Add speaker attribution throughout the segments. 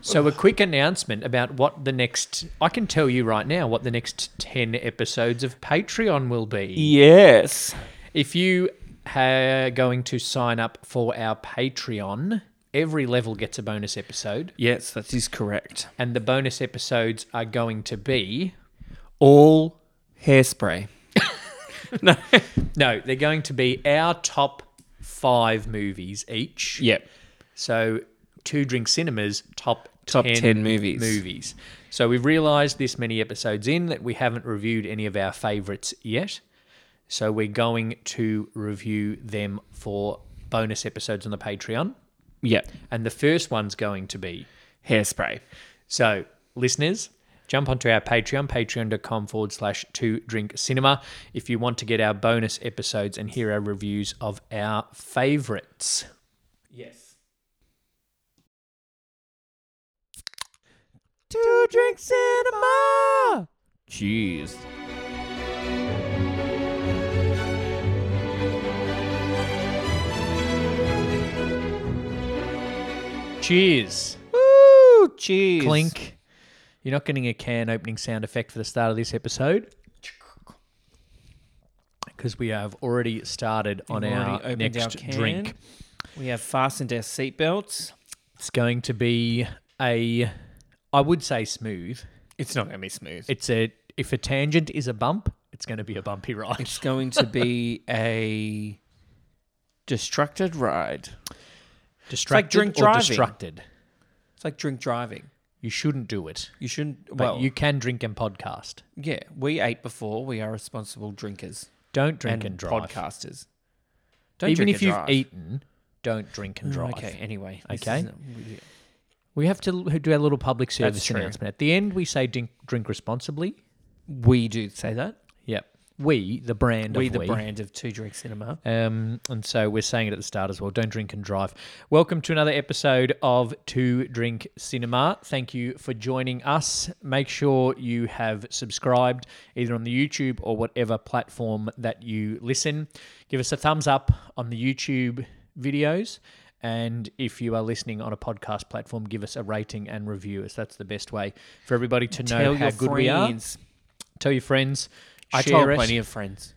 Speaker 1: So, a quick announcement about what the next. I can tell you right now what the next 10 episodes of Patreon will be.
Speaker 2: Yes.
Speaker 1: If you are going to sign up for our Patreon, every level gets a bonus episode,
Speaker 2: Yes, that is correct.
Speaker 1: and the bonus episodes are going to be all.
Speaker 2: Hairspray.
Speaker 1: No, they're going to be our top five movies each.
Speaker 2: Yep.
Speaker 1: So, Two Drink Cinemas top
Speaker 2: Top
Speaker 1: 10,
Speaker 2: 10 movies.
Speaker 1: movies. So we've realised this many episodes in that we haven't reviewed any of our favourites yet. So we're going to review them for bonus episodes on the Patreon.
Speaker 2: Yep.
Speaker 1: And the first one's going to be
Speaker 2: Hairspray.
Speaker 1: so, listeners, jump onto our Patreon, patreon.com forward slash two drink cinema, if you want to get our bonus episodes and hear our reviews of our favorites.
Speaker 2: Yes. Two drink cinema. Jeez.
Speaker 1: Cheers.
Speaker 2: Ooh, cheese.
Speaker 1: Clink. You're not getting a can opening sound effect for the start of this episode because we have already started on our next drink.
Speaker 2: We have fastened our seatbelts.
Speaker 1: It's going to be a, I would say smooth.
Speaker 2: It's not going to be smooth.
Speaker 1: It's a, if a tangent is a bump, it's going to be a bumpy ride.
Speaker 2: It's going to be a destructed ride.
Speaker 1: Distracted
Speaker 2: drink
Speaker 1: or
Speaker 2: driving.
Speaker 1: distracted.
Speaker 2: It's like drink driving.
Speaker 1: You shouldn't do it.
Speaker 2: You shouldn't.
Speaker 1: But
Speaker 2: Well,
Speaker 1: you can drink and podcast.
Speaker 2: yeah, we ate before. We are responsible drinkers
Speaker 1: Don't drink and, drive.
Speaker 2: podcasters. Don't
Speaker 1: Even
Speaker 2: drink
Speaker 1: if
Speaker 2: and
Speaker 1: you've
Speaker 2: drive.
Speaker 1: eaten, don't drink and
Speaker 2: Oh,
Speaker 1: drive.
Speaker 2: Okay. Anyway. this
Speaker 1: Okay.
Speaker 2: isn't-
Speaker 1: We have to l- do our little public service
Speaker 2: true.
Speaker 1: announcement. At the end, we say drink, drink responsibly.
Speaker 2: We do say that.
Speaker 1: Yep. We, the brand
Speaker 2: we,
Speaker 1: of
Speaker 2: the
Speaker 1: we.
Speaker 2: brand of Two Drink Cinema.
Speaker 1: Um, and so we're saying it at the start as well. Don't drink and drive. Welcome to another episode of Two Drink Cinema. Thank you for joining us. Make sure you have subscribed either on the YouTube or whatever platform that you listen. Give us a thumbs up on the YouTube videos. And if you are listening on a podcast platform, give us a rating and review us. That's the best way for everybody to know
Speaker 2: Tell
Speaker 1: how
Speaker 2: your
Speaker 1: good
Speaker 2: friends.
Speaker 1: we are. Tell your friends.
Speaker 2: I
Speaker 1: share
Speaker 2: told
Speaker 1: it.
Speaker 2: plenty of friends.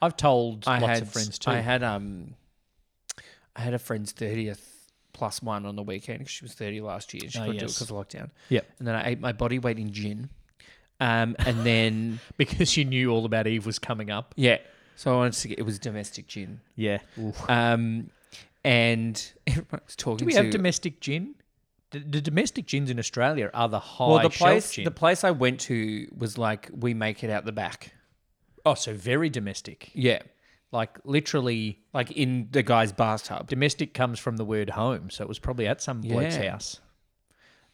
Speaker 1: I've told
Speaker 2: I
Speaker 1: lots
Speaker 2: had
Speaker 1: of friends too.
Speaker 2: I had um, I had a friend's thirtieth plus one on the weekend. 'cause She was thirty last year. and She
Speaker 1: Ah,
Speaker 2: couldn't do it
Speaker 1: yes.
Speaker 2: because of lockdown.
Speaker 1: Yep.
Speaker 2: And then I ate my body weight in gin, um, and then
Speaker 1: because you knew all about Eve was coming up.
Speaker 2: yeah. So I wanted to get it was domestic gin.
Speaker 1: Yeah.
Speaker 2: Um, and everyone was talking.
Speaker 1: Do we
Speaker 2: to,
Speaker 1: have domestic gin? The, the domestic gins in Australia are the high
Speaker 2: Well, the
Speaker 1: shelf
Speaker 2: place
Speaker 1: gin.
Speaker 2: the place I went to was like we make it out the back.
Speaker 1: oh, so very domestic.
Speaker 2: Yeah,
Speaker 1: Like literally,
Speaker 2: like in the guy's bathtub.
Speaker 1: domestic comes from the word home, so it was probably at some bloke's
Speaker 2: Yeah.
Speaker 1: house,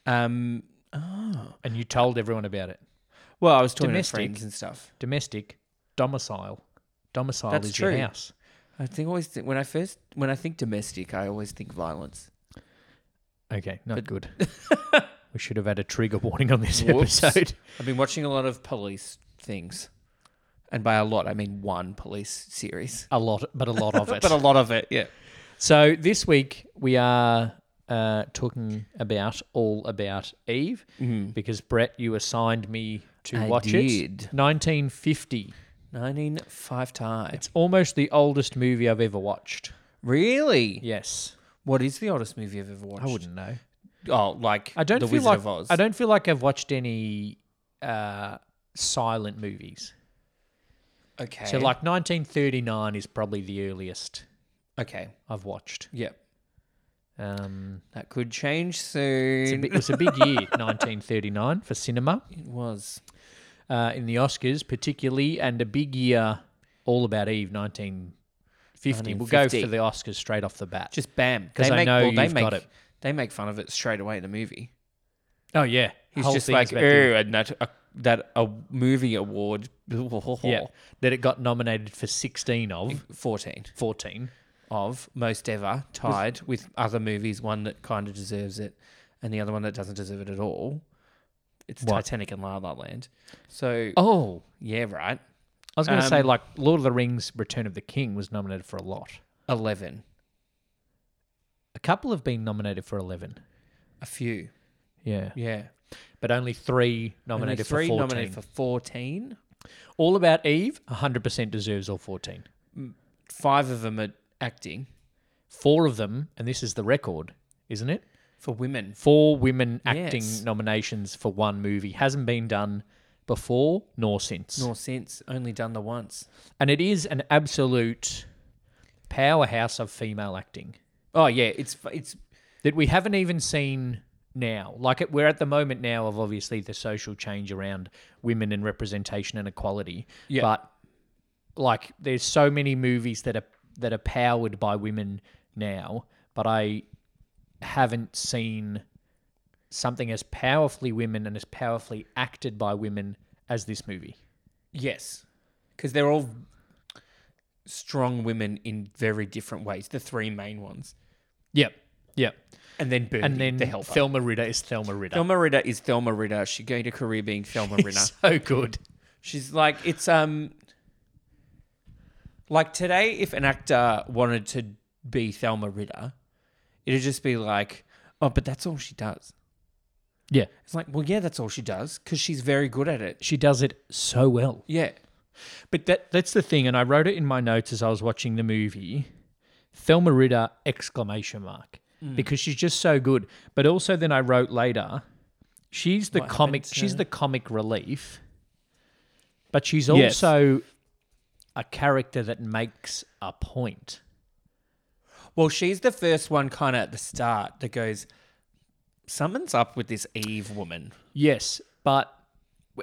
Speaker 2: Um,
Speaker 1: and you told everyone about it.
Speaker 2: well, I was talking
Speaker 1: Domestic.
Speaker 2: to friends and stuff.
Speaker 1: Domestic, domicile, domicile
Speaker 2: That's
Speaker 1: is
Speaker 2: true.
Speaker 1: your house.
Speaker 2: I think always th- when I first when I think domestic, I always think violence.
Speaker 1: Okay, not good. we should have had a trigger warning on this
Speaker 2: Whoops.
Speaker 1: episode.
Speaker 2: I've been watching a lot of police things, and by a lot I mean one police series,
Speaker 1: A lot, but a lot of it.
Speaker 2: but a lot of it. Yeah,
Speaker 1: So this week we are uh, talking about all about Eve because Brett, you assigned me to
Speaker 2: Mm-hmm. I
Speaker 1: watch
Speaker 2: did.
Speaker 1: it. 1950.
Speaker 2: nineteen five times.
Speaker 1: It's almost the oldest movie I've ever watched.
Speaker 2: Really?
Speaker 1: Yes,
Speaker 2: What is the oldest movie I've ever watched?
Speaker 1: I wouldn't know.
Speaker 2: Oh, like
Speaker 1: I don't
Speaker 2: the
Speaker 1: feel
Speaker 2: Wizard
Speaker 1: like
Speaker 2: of Oz.
Speaker 1: I don't feel like I've watched any uh, silent movies.
Speaker 2: Okay.
Speaker 1: So like 1939 is probably the earliest
Speaker 2: okay.
Speaker 1: I've watched.
Speaker 2: Yep.
Speaker 1: Um,
Speaker 2: That could change
Speaker 1: it's a
Speaker 2: soon.
Speaker 1: bi- it was a big year, 1939 for cinema.
Speaker 2: it was.
Speaker 1: uh, in the Oscars, particularly, and a big year all about Eve, 1950. We'll go for
Speaker 2: 1950.
Speaker 1: the Oscars straight off the bat.
Speaker 2: Just bam.
Speaker 1: 'Cause
Speaker 2: They
Speaker 1: I
Speaker 2: make-
Speaker 1: know
Speaker 2: well, they
Speaker 1: you've
Speaker 2: make,
Speaker 1: got it.
Speaker 2: They make fun of it straight away in the movie.
Speaker 1: oh yeah,
Speaker 2: He's
Speaker 1: Whole
Speaker 2: just
Speaker 1: thing's
Speaker 2: like,
Speaker 1: about the-
Speaker 2: oh, and that a, that a movie award,
Speaker 1: yeah, that it got nominated for 16 of
Speaker 2: fourteen
Speaker 1: 14.
Speaker 2: of most ever, tied with other movies. One that kind of deserves it, and the other one that doesn't deserve it at all. It's
Speaker 1: What?
Speaker 2: Titanic and La La Land. So
Speaker 1: Oh,
Speaker 2: yeah, right.
Speaker 1: I was going to say
Speaker 2: Um,
Speaker 1: like Lord of the Rings: Return of the King was nominated for a lot.
Speaker 2: Eleven,
Speaker 1: A couple have been nominated for 11.
Speaker 2: a few.
Speaker 1: Yeah.
Speaker 2: Yeah.
Speaker 1: But only three
Speaker 2: Only
Speaker 1: nominated
Speaker 2: three
Speaker 1: for 14.
Speaker 2: nominated for 14.
Speaker 1: All About Eve, 100% deserves all 14.
Speaker 2: Five of them are acting
Speaker 1: Four of them, and this is the record, isn't it?
Speaker 2: for women.
Speaker 1: Four women acting
Speaker 2: Yes.
Speaker 1: nominations for one movie. Hasn't been done before nor since.
Speaker 2: Nor since. Only done the once.
Speaker 1: And it is an absolute powerhouse of female acting
Speaker 2: Oh, yeah. It's, it's,
Speaker 1: that we haven't even seen now. Like it, we're at the moment now of obviously the social change around women and representation and equality.
Speaker 2: Yeah.
Speaker 1: But like there's so many movies that are that are powered by women now, but I haven't seen something as powerfully women and as powerfully acted by women as this movie.
Speaker 2: yes. Because they're all strong women in very different ways. The three main ones.
Speaker 1: Yep. Yep.
Speaker 2: And then Birdie,
Speaker 1: And then
Speaker 2: the helper.
Speaker 1: Thelma Ritter is Thelma Ritter.
Speaker 2: Thelma Ritter is Thelma Ritter. Shigeta Kari being Thelma Ritter.
Speaker 1: so good.
Speaker 2: She's like, it's um, like today, if an actor wanted to be Thelma Ritter, it'd just be like, oh, but that's all she does.
Speaker 1: Yeah.
Speaker 2: It's like, well, yeah, that's all she does because she's very good at it.
Speaker 1: She does it so well.
Speaker 2: Yeah,
Speaker 1: But that that's the thing, and I wrote it in my notes as I was watching the movie. Thelma Ritter exclamation mark. Because she's just so good. But also then I wrote later, she's the
Speaker 2: What happened
Speaker 1: comic
Speaker 2: to
Speaker 1: she's
Speaker 2: her?
Speaker 1: the comic relief. But she's
Speaker 2: Yes.
Speaker 1: also a character that makes a point.
Speaker 2: well, she's the first one kind of at the start that goes, someone's up with this Eve woman.
Speaker 1: Yes, but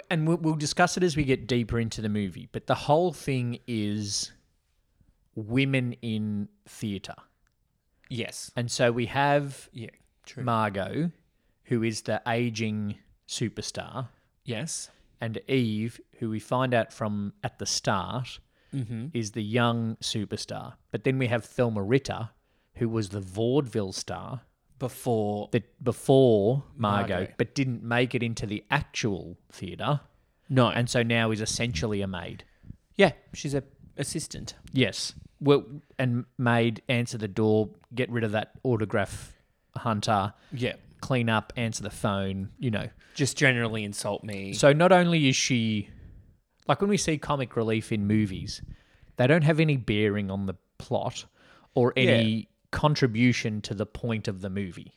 Speaker 1: and we'll, we'll discuss it as we get deeper into the movie, but the whole thing is women in theater.
Speaker 2: Yes.
Speaker 1: And so we have
Speaker 2: Yeah. True.
Speaker 1: Margot, who is the aging superstar,
Speaker 2: yes.
Speaker 1: and Eve, who we find out from at the start
Speaker 2: Mm-hmm.
Speaker 1: is the young superstar. But then we have Thelma Ritter, who was the vaudeville star
Speaker 2: Before.
Speaker 1: that before Margot,
Speaker 2: Margot.
Speaker 1: but didn't make it into the actual theatre,
Speaker 2: no. And
Speaker 1: and so now is essentially a maid.
Speaker 2: yeah, she's a assistant.
Speaker 1: Yes. Well, and maid answer the door, get rid of that autograph hunter,
Speaker 2: Yeah.
Speaker 1: clean up, answer the phone, you know.
Speaker 2: Just generally insult me.
Speaker 1: So not only is she like when we see comic relief in movies, they don't have any bearing on the plot or any contribution to the point of the movie.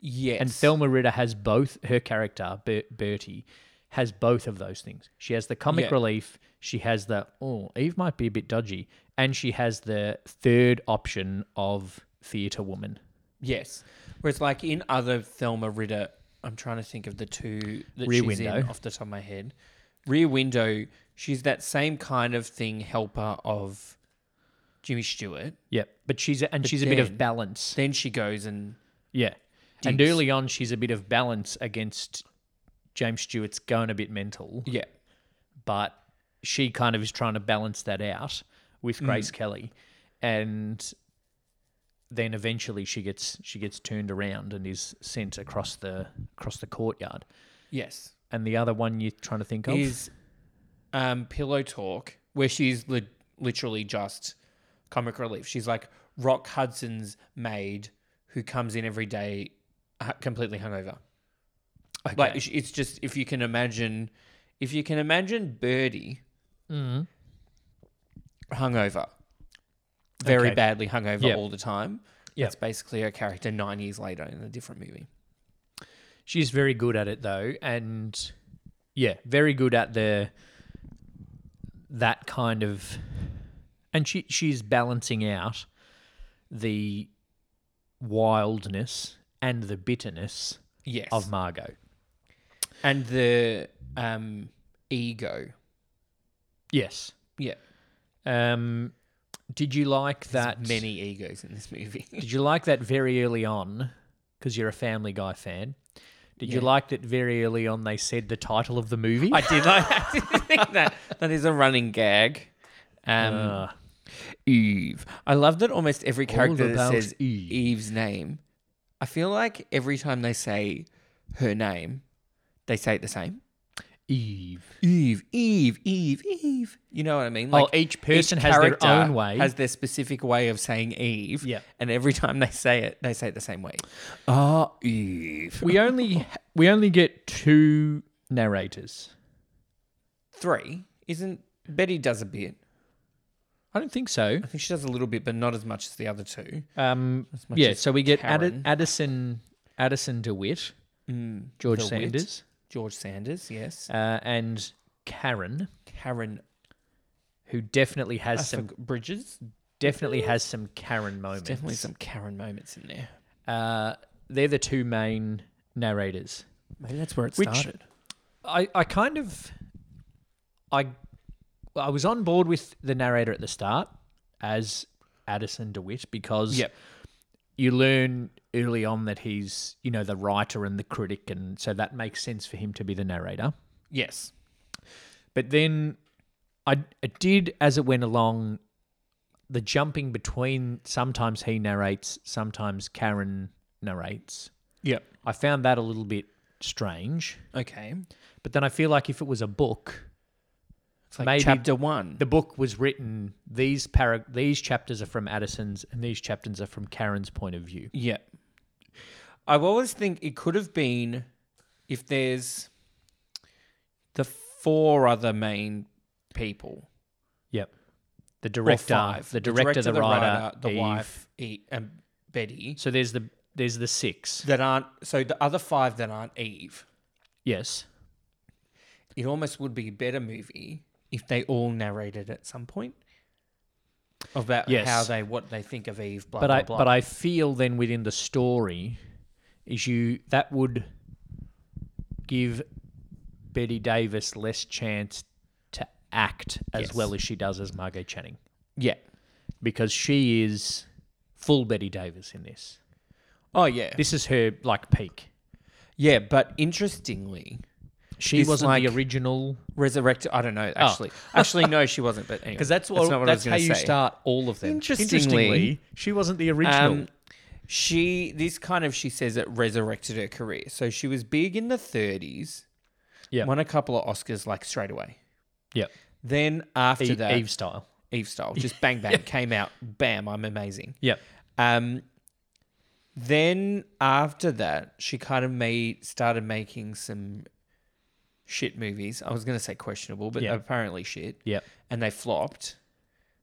Speaker 2: yes.
Speaker 1: And Thelma Ritter has both her character Ber- Bertie has both of those things. She has the comic
Speaker 2: Yeah.
Speaker 1: relief, she has the oh Eve might be a bit dodgy, and she has the third option of theater woman.
Speaker 2: Yes. Whereas, like in other Thelma Ritter, I'm trying to think of the two that
Speaker 1: Rear
Speaker 2: she's in
Speaker 1: Window.
Speaker 2: off the top of my head. Rear Window, she's that same kind of thing, helper of Jimmy Stewart.
Speaker 1: Yep, but she's a, and she's a bit
Speaker 2: then-
Speaker 1: of balance.
Speaker 2: Then she goes and
Speaker 1: Yeah. And
Speaker 2: Diggs.
Speaker 1: early on, she's a bit of balance against James Stewart's going a bit mental,
Speaker 2: yeah,
Speaker 1: but she kind of is trying to balance that out with
Speaker 2: Mm.
Speaker 1: Grace Kelly, and then eventually she gets she gets turned around and is sent across the across the courtyard.
Speaker 2: yes,
Speaker 1: And the other one you're trying to think of
Speaker 2: is um, Pillow Talk, where she's li- literally just comic relief. She's like Rock Hudson's maid who comes in every day hu- completely hungover.
Speaker 1: okay.
Speaker 2: Like it's- it's just if you can imagine, if you can imagine Birdie
Speaker 1: Mhm.
Speaker 2: hungover, very
Speaker 1: Okay.
Speaker 2: badly hungover
Speaker 1: Yep.
Speaker 2: all the time.
Speaker 1: Yep.
Speaker 2: That's basically her character nine years later in a different movie.
Speaker 1: She's very good at it though, and yeah, very good at the that kind of, and she she's balancing out the wildness and the bitterness
Speaker 2: Yes,
Speaker 1: of Margot.
Speaker 2: and the um, ego.
Speaker 1: Yes.
Speaker 2: Yeah,
Speaker 1: Um, did you like
Speaker 2: there's
Speaker 1: that?
Speaker 2: many egos in this movie.
Speaker 1: Did you like that very early on? Because you're a Family Guy fan. Did you
Speaker 2: Yeah.
Speaker 1: like that very early on? They said the title of the movie.
Speaker 2: I did like I did think that. That is a running gag. Um,
Speaker 1: Uh,
Speaker 2: Eve. I love that almost every character that
Speaker 1: about
Speaker 2: says
Speaker 1: Eve.
Speaker 2: Eve's name. I feel like every time they say her name, they say it the same.
Speaker 1: Eve.
Speaker 2: Eve, Eve, Eve, Eve. You know what I mean?
Speaker 1: Oh, each person has their
Speaker 2: character
Speaker 1: own way.
Speaker 2: has their specific way of saying Eve.
Speaker 1: Yeah.
Speaker 2: and every time they say it, they say it the same way. Ah, Eve.
Speaker 1: We only we only get two narrators.
Speaker 2: Three isn't Betty does a bit.
Speaker 1: I don't think so.
Speaker 2: I think she does a little bit, but not as much as the other two.
Speaker 1: Um, yeah,
Speaker 2: as
Speaker 1: so we get Adi-
Speaker 2: Karen.
Speaker 1: Addison Addison DeWitt,
Speaker 2: Mm,
Speaker 1: George
Speaker 2: DeWitt.
Speaker 1: Sanders,
Speaker 2: George Sanders, yes.
Speaker 1: uh, and Karen,
Speaker 2: Karen
Speaker 1: who definitely has some
Speaker 2: Suffolk Bridges.
Speaker 1: definitely has some Karen moments.
Speaker 2: Definitely some Karen moments in there.
Speaker 1: Uh, they're the two main narrators.
Speaker 2: Maybe that's where it
Speaker 1: Which-
Speaker 2: started.
Speaker 1: I, I kind of I I was on board with the narrator at the start as Addison DeWitt because
Speaker 2: Yep.
Speaker 1: you learn early on that he's, you know, the writer and the critic and so that makes sense for him to be the narrator.
Speaker 2: Yes.
Speaker 1: But then I it did as it went along the jumping between sometimes he narrates, sometimes Karen narrates.
Speaker 2: Yep.
Speaker 1: I found that a little bit strange.
Speaker 2: Okay.
Speaker 1: But then I feel like if it was a book,
Speaker 2: It's like
Speaker 1: Maybe-
Speaker 2: chapter one.
Speaker 1: the book was written these para- these chapters are from Addison's and these chapters are from Karen's point of view.
Speaker 2: Yeah. I always think it could have been if there's the four other main people.
Speaker 1: Yep. The
Speaker 2: or
Speaker 1: director,
Speaker 2: five.
Speaker 1: the director, the, writer,
Speaker 2: the
Speaker 1: Eve.
Speaker 2: wife, E- and Betty.
Speaker 1: So there's the there's the six.
Speaker 2: That aren't so the other five that aren't Eve.
Speaker 1: Yes.
Speaker 2: It almost would be a better movie if they all narrated at some point about
Speaker 1: Yes.
Speaker 2: how they what they think of Eve. Blah
Speaker 1: But
Speaker 2: blah
Speaker 1: I
Speaker 2: blah.
Speaker 1: but I feel then within the story is you that would give Betty Davis less chance to act as
Speaker 2: Yes.
Speaker 1: well as she does as Margot Channing
Speaker 2: yeah.
Speaker 1: because she is full Betty Davis in this.
Speaker 2: Oh yeah.
Speaker 1: This is her like peak.
Speaker 2: Yeah, but interestingly,
Speaker 1: She
Speaker 2: This,
Speaker 1: wasn't
Speaker 2: like-
Speaker 1: the original
Speaker 2: resurrected. I don't know. Actually, actually, no, she wasn't. But anyway,
Speaker 1: because Oh. that's what that's,
Speaker 2: not what I was
Speaker 1: how
Speaker 2: gonna
Speaker 1: you
Speaker 2: say.
Speaker 1: start all of them.
Speaker 2: Interestingly-
Speaker 1: she wasn't the
Speaker 2: Um, she this kind of she says it resurrected her career. So she was big in the 30s.
Speaker 1: Yeah.
Speaker 2: won a couple of Oscars like straight away.
Speaker 1: yeah,
Speaker 2: Then after
Speaker 1: Eve,
Speaker 2: that,
Speaker 1: E- Eve
Speaker 2: Eve,
Speaker 1: style.
Speaker 2: style just bang bang came out. Bam, I'm amazing.
Speaker 1: Yeah,
Speaker 2: Um, then after that, she kind of made started making some shit movies. I was gonna say questionable, but
Speaker 1: Yeah.
Speaker 2: apparently shit.
Speaker 1: yeah,
Speaker 2: and they flopped.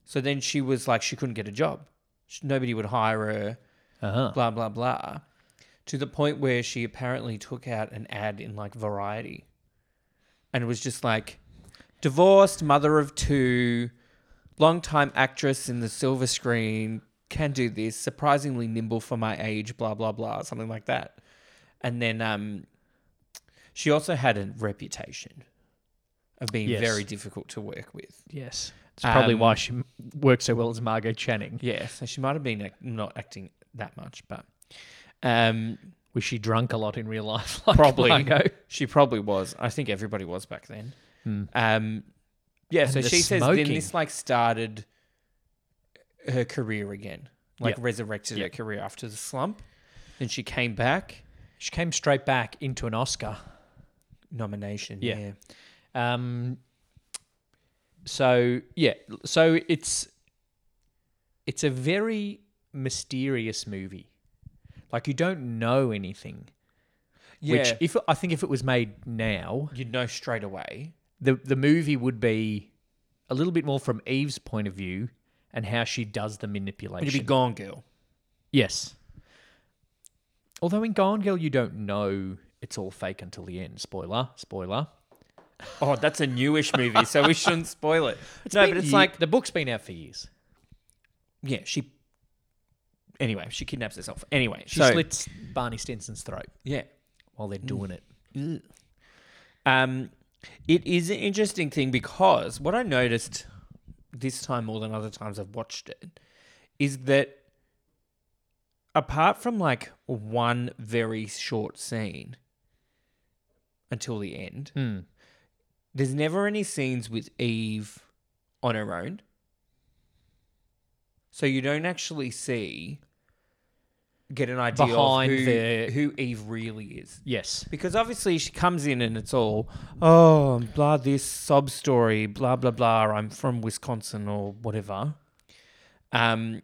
Speaker 2: So then she was like, she couldn't get a job. She, nobody would hire her,
Speaker 1: uh huh.
Speaker 2: blah, blah, blah. To the point where she apparently took out an ad in like Variety and it was just like, divorced, mother of two, longtime actress in the silver screen, can do this, surprisingly nimble for my age, blah, blah, blah, something like that. And then um, she also had a reputation of being
Speaker 1: Yes.
Speaker 2: very difficult to work with.
Speaker 1: Yes, it's probably
Speaker 2: Um,
Speaker 1: why she m- worked so well as Margot Channing.
Speaker 2: Yeah, so she might have been like, not acting that much, but um,
Speaker 1: Was she drunk a lot in real life? Like
Speaker 2: Probably.
Speaker 1: Margot?
Speaker 2: she probably was. I think everybody was back then. Um, yeah,
Speaker 1: And
Speaker 2: so
Speaker 1: the
Speaker 2: she says then
Speaker 1: smoking.
Speaker 2: this like started her career again, like
Speaker 1: Yeah.
Speaker 2: resurrected her career after the slump. Then she came back,
Speaker 1: She came straight back into an Oscar.
Speaker 2: nomination.
Speaker 1: Yeah.
Speaker 2: Yeah,
Speaker 1: Um. So yeah, so it's it's a very mysterious movie. Like you don't know anything.
Speaker 2: yeah.
Speaker 1: Which if I think if it was made now,
Speaker 2: you'd know straight away.
Speaker 1: the the movie would be a little bit more from Eve's point of view and how she does the manipulation.
Speaker 2: It'd be Gone Girl.
Speaker 1: yes. Although in Gone Girl you don't know it's all fake until the end. Spoiler, spoiler.
Speaker 2: Oh, that's a newish movie, so we shouldn't spoil it. no,
Speaker 1: been
Speaker 2: but it's
Speaker 1: ye-
Speaker 2: like
Speaker 1: the book's been out for years.
Speaker 2: yeah, she. Anyway, she kidnaps herself. Anyway,
Speaker 1: She
Speaker 2: so- Mm.
Speaker 1: slits Barney Stinson's throat
Speaker 2: Yeah,
Speaker 1: while they're doing it.
Speaker 2: Um, it is an interesting thing because what I noticed this time more than other times I've watched it is that apart from like one very short scene until the end,
Speaker 1: Hmm.
Speaker 2: there's never any scenes with Eve on her own. So you don't actually see get an idea
Speaker 1: Behind
Speaker 2: of who,
Speaker 1: their-
Speaker 2: who Eve really is.
Speaker 1: Yes.
Speaker 2: Because obviously she comes in and it's all, oh, blah, this sob story, blah, blah, blah. I'm from Wisconsin or whatever. Um,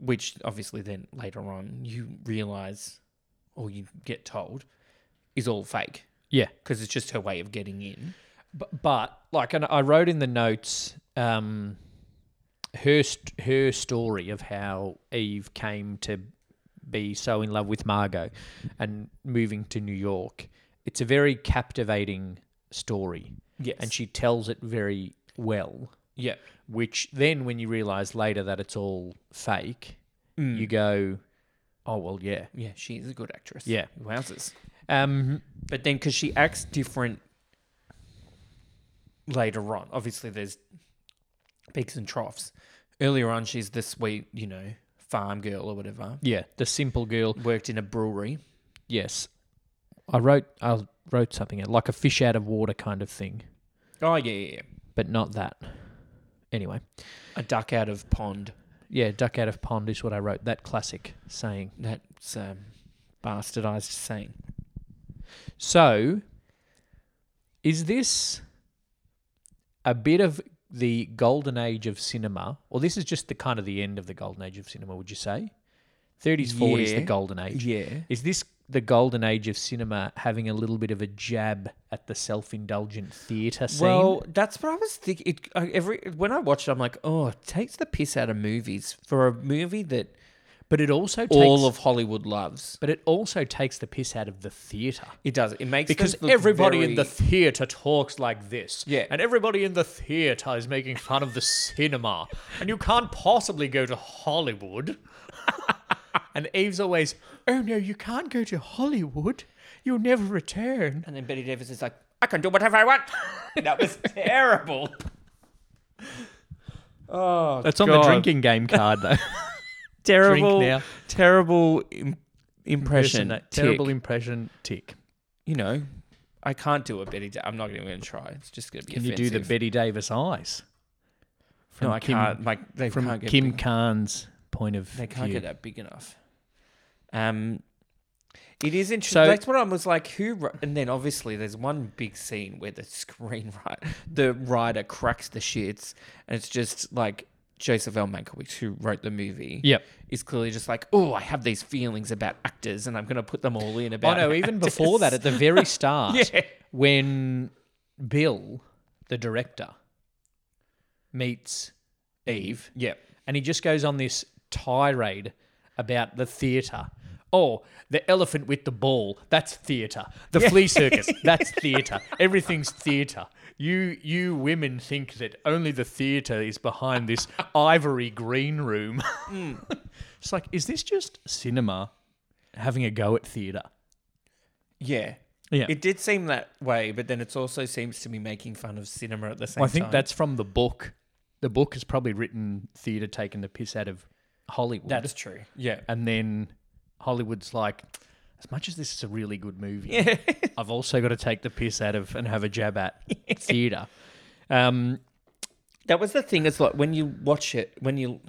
Speaker 2: which obviously then later on you realize or you get told is all fake
Speaker 1: Yeah.
Speaker 2: because it's just her way of getting in.
Speaker 1: But, but like, and I wrote in the notes, um, her st- her story of how Eve came to be so in love with Margot and moving to New York. It's a very captivating story,
Speaker 2: Yes.
Speaker 1: and she tells it very well.
Speaker 2: yeah.
Speaker 1: Which then, when you realise later that it's all fake, you go, "Oh well, yeah,
Speaker 2: Yeah, she is a good actress.
Speaker 1: Yeah.
Speaker 2: Wowzers.
Speaker 1: um,
Speaker 2: But then, because she acts different later on, obviously there's peaks and troughs. Earlier on, she's the sweet, you know, farm girl or whatever.
Speaker 1: yeah." The simple girl,
Speaker 2: Worked in a brewery.
Speaker 1: yes. I wrote, I wrote something like a fish out of water kind of thing.
Speaker 2: Oh, yeah, yeah, yeah.
Speaker 1: but not that. Anyway,
Speaker 2: A duck out of pond.
Speaker 1: yeah, duck out of pond is what I wrote. That classic saying.
Speaker 2: That's um, bastardized saying.
Speaker 1: So, is this a bit of the golden age of cinema, or this is just the kind of the end of the golden age of cinema? Would you say, thirties, forties,
Speaker 2: Yeah.
Speaker 1: the golden age?
Speaker 2: Yeah.
Speaker 1: Is this the golden age of cinema having a little bit of a jab at the self-indulgent theatre scene?
Speaker 2: Well, that's what I was thinking. It, I- every when I watched, it, I'm like, oh, it takes the piss out of movies for a movie that
Speaker 1: but it also takes,
Speaker 2: all of Hollywood loves.
Speaker 1: but it also takes the piss out of the theatre.
Speaker 2: It does. It makes
Speaker 1: because
Speaker 2: things look
Speaker 1: everybody in
Speaker 2: very-
Speaker 1: the theater talks like this
Speaker 2: Yeah.
Speaker 1: and everybody in the theater is making fun of the cinema and you can't possibly go to hollywood and eve's always oh no you can't go to hollywood you'll never return
Speaker 2: and then Betty Davis is like, I can do whatever I want. that was terrible. Oh,
Speaker 1: that's on the drinking game card though
Speaker 2: Terrible,
Speaker 1: drink now.
Speaker 2: terrible Im- impression. Tick.
Speaker 1: terrible impression tick
Speaker 2: You know, I can't do a Betty. Da- I'm not even going to try. It's just going to be.
Speaker 1: can you do the
Speaker 2: offensive.
Speaker 1: betty davis eyes from
Speaker 2: No, I
Speaker 1: kim,
Speaker 2: can't. Like they
Speaker 1: from
Speaker 2: can't get
Speaker 1: kim
Speaker 2: Big,
Speaker 1: khan's point of
Speaker 2: they can't
Speaker 1: view
Speaker 2: get that big enough. Um. It is interesting.
Speaker 1: So-
Speaker 2: That's what I was like. Who? wr- And then obviously, there's one big scene where the screenwriter, the writer, cracks the shits, and it's just like Joseph L. Mankiewicz, who wrote the movie,
Speaker 1: yep
Speaker 2: is clearly just like, oh, I have these feelings about actors, and I'm going to put them all in
Speaker 1: I
Speaker 2: about.
Speaker 1: know. Oh, Even before that, at the very start,
Speaker 2: Yeah.
Speaker 1: when Bill, the director, meets Eve,
Speaker 2: yeah,
Speaker 1: and he just goes on this tirade about the theatre. Oh, the elephant with the ball, that's theatre. The flea circus, that's theatre. Everything's theatre. You you women think that only the theatre is behind this ivory green room.
Speaker 2: Mm.
Speaker 1: it's like, is this just cinema having a go at theatre?
Speaker 2: yeah,
Speaker 1: Yeah.
Speaker 2: It did seem that way, but then it also seems to be making fun of cinema at the same time.
Speaker 1: I think that's from the book. The book is probably written theatre taking the piss out of Hollywood.
Speaker 2: that's true. Yeah,
Speaker 1: and then Hollywood's like, as much as this is a really good movie, I've also got to take the piss out of and have a jab at theatre. Um,
Speaker 2: that was the thing. It's like when you watch it, when you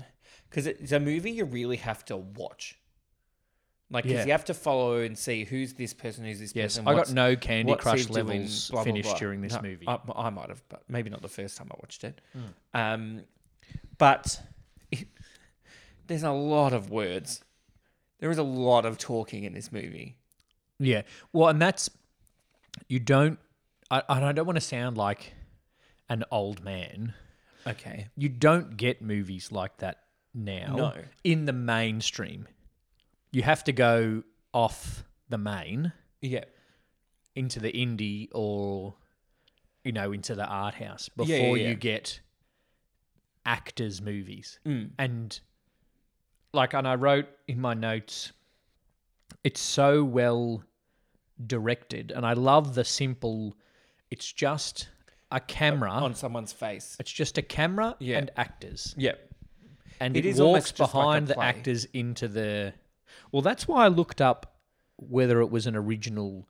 Speaker 2: because it's a movie you really have to watch. Like, 'cause
Speaker 1: Yeah.
Speaker 2: you have to follow and see who's this person, who's this
Speaker 1: yes,
Speaker 2: person.
Speaker 1: I got
Speaker 2: what's-
Speaker 1: no Candy
Speaker 2: what
Speaker 1: Crush
Speaker 2: Steve doing,
Speaker 1: levels
Speaker 2: blah, blah,
Speaker 1: finished
Speaker 2: blah.
Speaker 1: during this
Speaker 2: No,
Speaker 1: movie. Hmm.
Speaker 2: I, I might have, but maybe not the first time I watched it. Um, but it, there's a lot of words. There is a lot of talking in this movie.
Speaker 1: Yeah. Well, and that's you don't. I, and I don't want to sound like an old man.
Speaker 2: Okay.
Speaker 1: You don't get movies like that now
Speaker 2: No.
Speaker 1: in the mainstream. You have to go off the main
Speaker 2: Yeah.
Speaker 1: into the indie or you know into the art house before
Speaker 2: Yeah, yeah, yeah.
Speaker 1: you get actors movies
Speaker 2: Mm.
Speaker 1: and like and i wrote in my notes it's so well directed and i love the simple it's just a camera
Speaker 2: On someone's face.
Speaker 1: it's just a camera
Speaker 2: Yeah.
Speaker 1: and actors
Speaker 2: Yeah.
Speaker 1: and it,
Speaker 2: It is
Speaker 1: walks
Speaker 2: almost just like a
Speaker 1: behind the
Speaker 2: play.
Speaker 1: actors into the. Well, that's why I looked up whether it was an original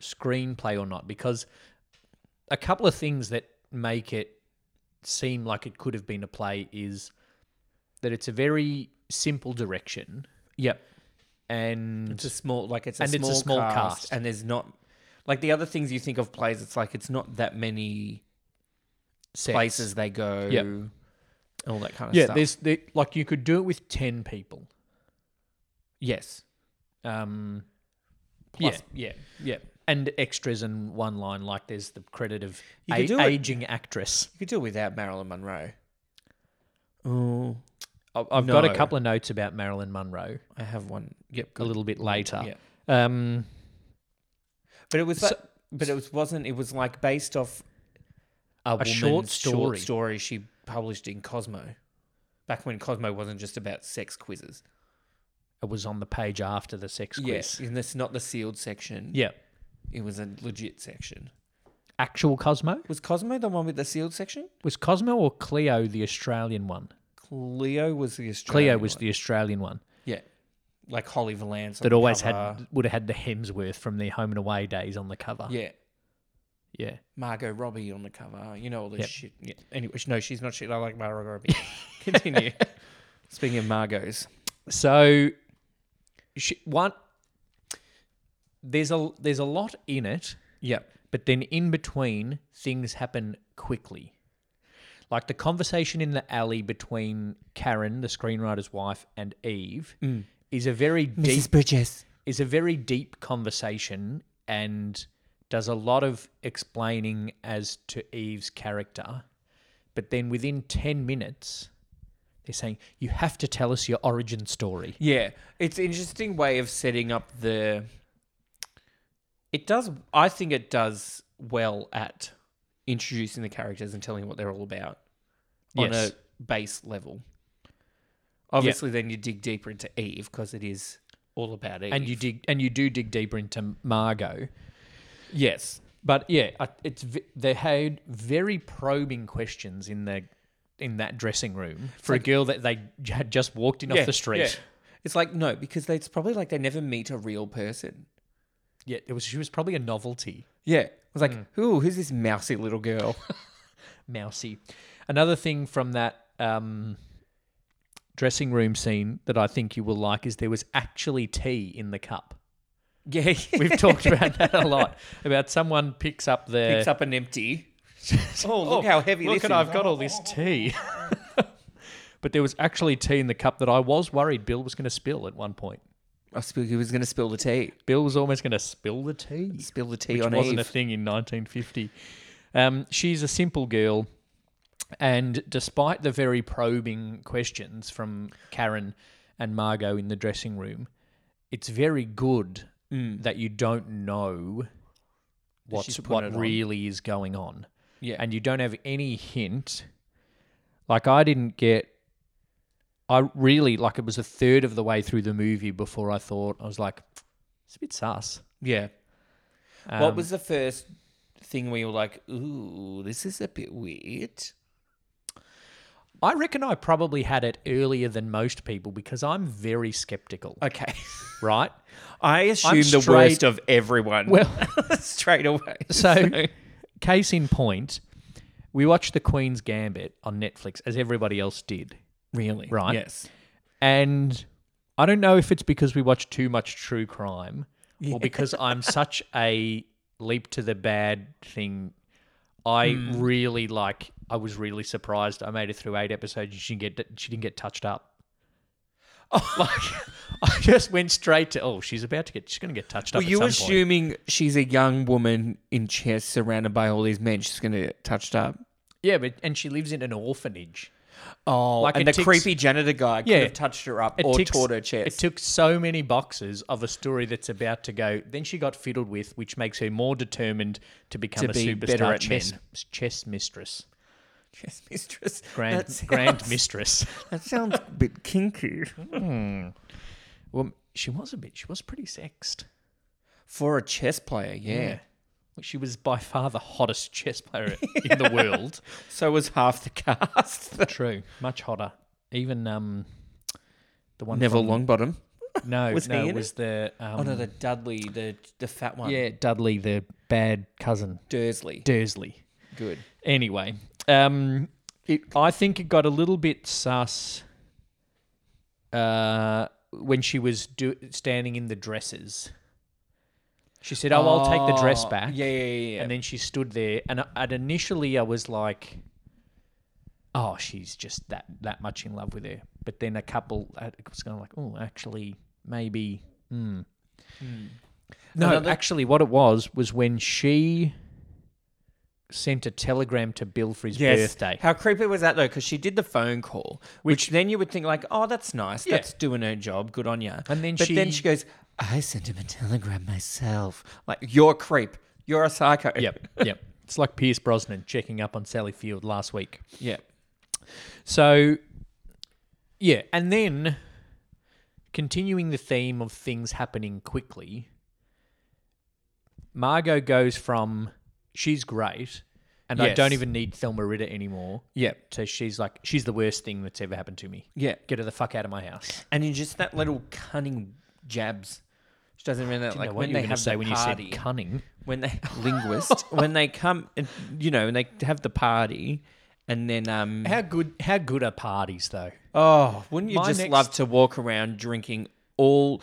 Speaker 1: screenplay or not, because a couple of things that make it seem like it could have been a play is that it's a very simple direction
Speaker 2: Yep.
Speaker 1: and
Speaker 2: It's a small, like it's a
Speaker 1: And
Speaker 2: small,
Speaker 1: it's a small
Speaker 2: cast,
Speaker 1: cast.
Speaker 2: and there's not like the other things you think of plays. It's like it's not that many
Speaker 1: sets.
Speaker 2: places they go,
Speaker 1: Yep.
Speaker 2: and all that kind of
Speaker 1: Yeah,
Speaker 2: stuff.
Speaker 1: there's there, like you could do it with ten people.
Speaker 2: yes,
Speaker 1: Um,
Speaker 2: Plus, yeah, yeah,
Speaker 1: and extras in one line. Like there's the credit of
Speaker 2: You could
Speaker 1: a-
Speaker 2: do it-
Speaker 1: aging actress.
Speaker 2: You could do it without Marilyn Monroe. Oh,
Speaker 1: I- I've got a
Speaker 2: No.
Speaker 1: couple of notes about Marilyn Monroe
Speaker 2: I have one. Yep,
Speaker 1: a little bit later.
Speaker 2: Yeah.
Speaker 1: Um,
Speaker 2: But it was,
Speaker 1: So-
Speaker 2: like, but it was wasn't. It was like based off
Speaker 1: a,
Speaker 2: a
Speaker 1: woman's
Speaker 2: short story.
Speaker 1: story.
Speaker 2: story she published in Cosmo, back when Cosmo wasn't just about sex quizzes.
Speaker 1: It was on the page after the sex
Speaker 2: Yes,
Speaker 1: quiz.
Speaker 2: and that's not the sealed section.
Speaker 1: Yeah.
Speaker 2: it was a legit section.
Speaker 1: Actual Cosmo?
Speaker 2: Was Cosmo the one with the sealed section?
Speaker 1: Was Cosmo or Cleo the Australian one?
Speaker 2: Cleo was the
Speaker 1: Cleo
Speaker 2: Australian.
Speaker 1: was
Speaker 2: one.
Speaker 1: the Australian one
Speaker 2: yeah, like Holly Valance on
Speaker 1: that
Speaker 2: the
Speaker 1: always
Speaker 2: cover.
Speaker 1: had would have had the Hemsworth from their home and away days on the cover.
Speaker 2: yeah
Speaker 1: Yeah.
Speaker 2: Margot Robbie on the cover. You know all this
Speaker 1: Yep.
Speaker 2: shit. Yeah. Anyway, sh- no, she's not shit. I like Margot Robbie. Continue. Speaking of Margot's,
Speaker 1: So she, one there's a there's a lot in it,
Speaker 2: yep,
Speaker 1: but then in between things happen quickly. Like the conversation in the alley between Karen, the screenwriter's wife, and Eve is a very deep
Speaker 2: Bridges.
Speaker 1: is a very deep conversation and does a lot of explaining as to Eve's character. But then within 10 minutes, they're saying, You have to tell us your origin story.
Speaker 2: Yeah, it's an interesting way of setting up the. It does. I think it does well at introducing the characters and telling what they're all about on
Speaker 1: Yes.
Speaker 2: a base level. Obviously, then you dig deeper into Eve because it is all about Eve.
Speaker 1: And you dig, and you do dig deeper into Margot,
Speaker 2: yes,
Speaker 1: but yeah, I- it's v- they had very probing questions in the in that dressing room for a girl that they j- had just walked in off the street.
Speaker 2: It's like no, because they, it's probably like they never meet a real person.
Speaker 1: Yeah, it was she was probably a novelty.
Speaker 2: Yeah, Mm. it was like, ooh, who's this mousy little girl?
Speaker 1: mousy. Another thing from that um, dressing room scene that I think you will like is there was actually tea in the cup.
Speaker 2: yeah,
Speaker 1: We've talked about that a lot. About someone picks up their
Speaker 2: picks up an empty. oh, look how heavy
Speaker 1: Look
Speaker 2: this
Speaker 1: at
Speaker 2: is.
Speaker 1: I've got all this tea. but there was actually tea in the cup that I was worried Bill was going to spill at one point.
Speaker 2: I spoke he was going to spill the tea.
Speaker 1: Bill was almost going to spill the tea.
Speaker 2: Spill the tea
Speaker 1: which
Speaker 2: on
Speaker 1: wasn't
Speaker 2: Eve.
Speaker 1: a thing in 1950. Um, she's a simple girl, and despite the very probing questions from Karen and Margot in the dressing room, it's very good that you don't know what's
Speaker 2: Mm. She's put
Speaker 1: what
Speaker 2: it on.
Speaker 1: really is going on,
Speaker 2: yeah,
Speaker 1: and you don't have any hint. Like I didn't get. I really like it was a third of the way through the movie before I thought I was like, it's a bit sus.
Speaker 2: yeah.
Speaker 1: Um,
Speaker 2: what was the first thing where you were like, ooh, this is a bit weird?
Speaker 1: I reckon I probably had it earlier than most people because I'm very skeptical,
Speaker 2: Okay,
Speaker 1: right?
Speaker 2: I assume the
Speaker 1: straight-
Speaker 2: worst of everyone.
Speaker 1: Well,
Speaker 2: straight away.
Speaker 1: so case in point, we watched The Queen's Gambit on Netflix as everybody else did.
Speaker 2: really,
Speaker 1: Right.
Speaker 2: Yes.
Speaker 1: And I don't know if it's because we watch too much true crime or because I'm such a leap to the bad thing. I
Speaker 2: Hmm.
Speaker 1: really like I was really surprised I made it through 8 episodes and she didn't get she didn't get touched up.
Speaker 2: Oh.
Speaker 1: Like I just went straight to oh she's about to get she's going to get touched
Speaker 2: Well,
Speaker 1: up at
Speaker 2: you
Speaker 1: some point.
Speaker 2: assuming she's a young woman in chairs surrounded by all these men. She's going to get touched up.
Speaker 1: Yeah, but and she lives in an orphanage.
Speaker 2: Oh,
Speaker 1: Like
Speaker 2: and
Speaker 1: it
Speaker 2: the
Speaker 1: ticks-
Speaker 2: creepy janitor guy could
Speaker 1: Yeah.
Speaker 2: have touched her up or
Speaker 1: ticks-
Speaker 2: taught her
Speaker 1: It
Speaker 2: chest.
Speaker 1: took so many boxes of a story that's about to go. Then she got fiddled with, which makes her more determined to become
Speaker 2: To
Speaker 1: a
Speaker 2: be
Speaker 1: superstar
Speaker 2: better at
Speaker 1: chess, chess mistress,
Speaker 2: Yes, mistress.
Speaker 1: grand
Speaker 2: That sounds-
Speaker 1: grand mistress. Hmm.
Speaker 2: That sounds a bit kinky.
Speaker 1: Well, she was a bit. She was pretty sexed.
Speaker 2: For a chess player, yeah.
Speaker 1: She was by far the hottest chess player in the world.
Speaker 2: So was half the cast.
Speaker 1: True, much hotter. Even um, the one
Speaker 2: Neville
Speaker 1: from-
Speaker 2: Longbottom.
Speaker 1: No,
Speaker 2: Was
Speaker 1: no,
Speaker 2: he
Speaker 1: it
Speaker 2: in
Speaker 1: was the um,
Speaker 2: Oh no, the Dudley, the the fat one.
Speaker 1: yeah Dudley, the bad cousin
Speaker 2: Dursley.
Speaker 1: Dursley.
Speaker 2: Good.
Speaker 1: Anyway, um, it, I think it got a little bit sus uh, when she was do, standing in the dresses. She said, "Oh, I'll take the dress
Speaker 2: Oh,
Speaker 1: back."
Speaker 2: Yeah, yeah, yeah. yeah.
Speaker 1: And then she stood there, and I, and initially I was like, "Oh, she's just that that much in love with her." But then a couple, I was kind of like, "Oh, actually, maybe." hmm." No,
Speaker 2: Another-
Speaker 1: actually, what it was was when she sent a telegram to Bill for his
Speaker 2: Yes.
Speaker 1: birthday.
Speaker 2: How creepy was that though? Because she did the phone call, which, then you would think like, oh, that's nice.
Speaker 1: Yeah.
Speaker 2: That's doing her job. Good on ya.
Speaker 1: And then
Speaker 2: but
Speaker 1: she-
Speaker 2: then she goes, I sent him a telegram myself. Like you're a creep. You're a psycho.
Speaker 1: yep, yep. It's like Pierce Brosnan checking up on Sally Field last week.
Speaker 2: Yep.
Speaker 1: So, yeah, and then continuing the theme of things happening quickly, Margot goes from she's great and I
Speaker 2: Yes.
Speaker 1: don't even need Thelma Ritter anymore
Speaker 2: Yep.
Speaker 1: to she's like, she's the worst thing that's ever happened to me.
Speaker 2: Yeah.
Speaker 1: Get her the fuck out of my house.
Speaker 2: And in just that little cunning jabs. She doesn't really
Speaker 1: I
Speaker 2: like
Speaker 1: know
Speaker 2: when
Speaker 1: you were
Speaker 2: they
Speaker 1: gonna
Speaker 2: have
Speaker 1: say
Speaker 2: the
Speaker 1: when
Speaker 2: party.
Speaker 1: you said cunning.
Speaker 2: when they linguist when they come and you know and they have the party and then um
Speaker 1: How good how good are parties though?
Speaker 2: oh wouldn't you
Speaker 1: My
Speaker 2: just
Speaker 1: next-
Speaker 2: love to walk around drinking all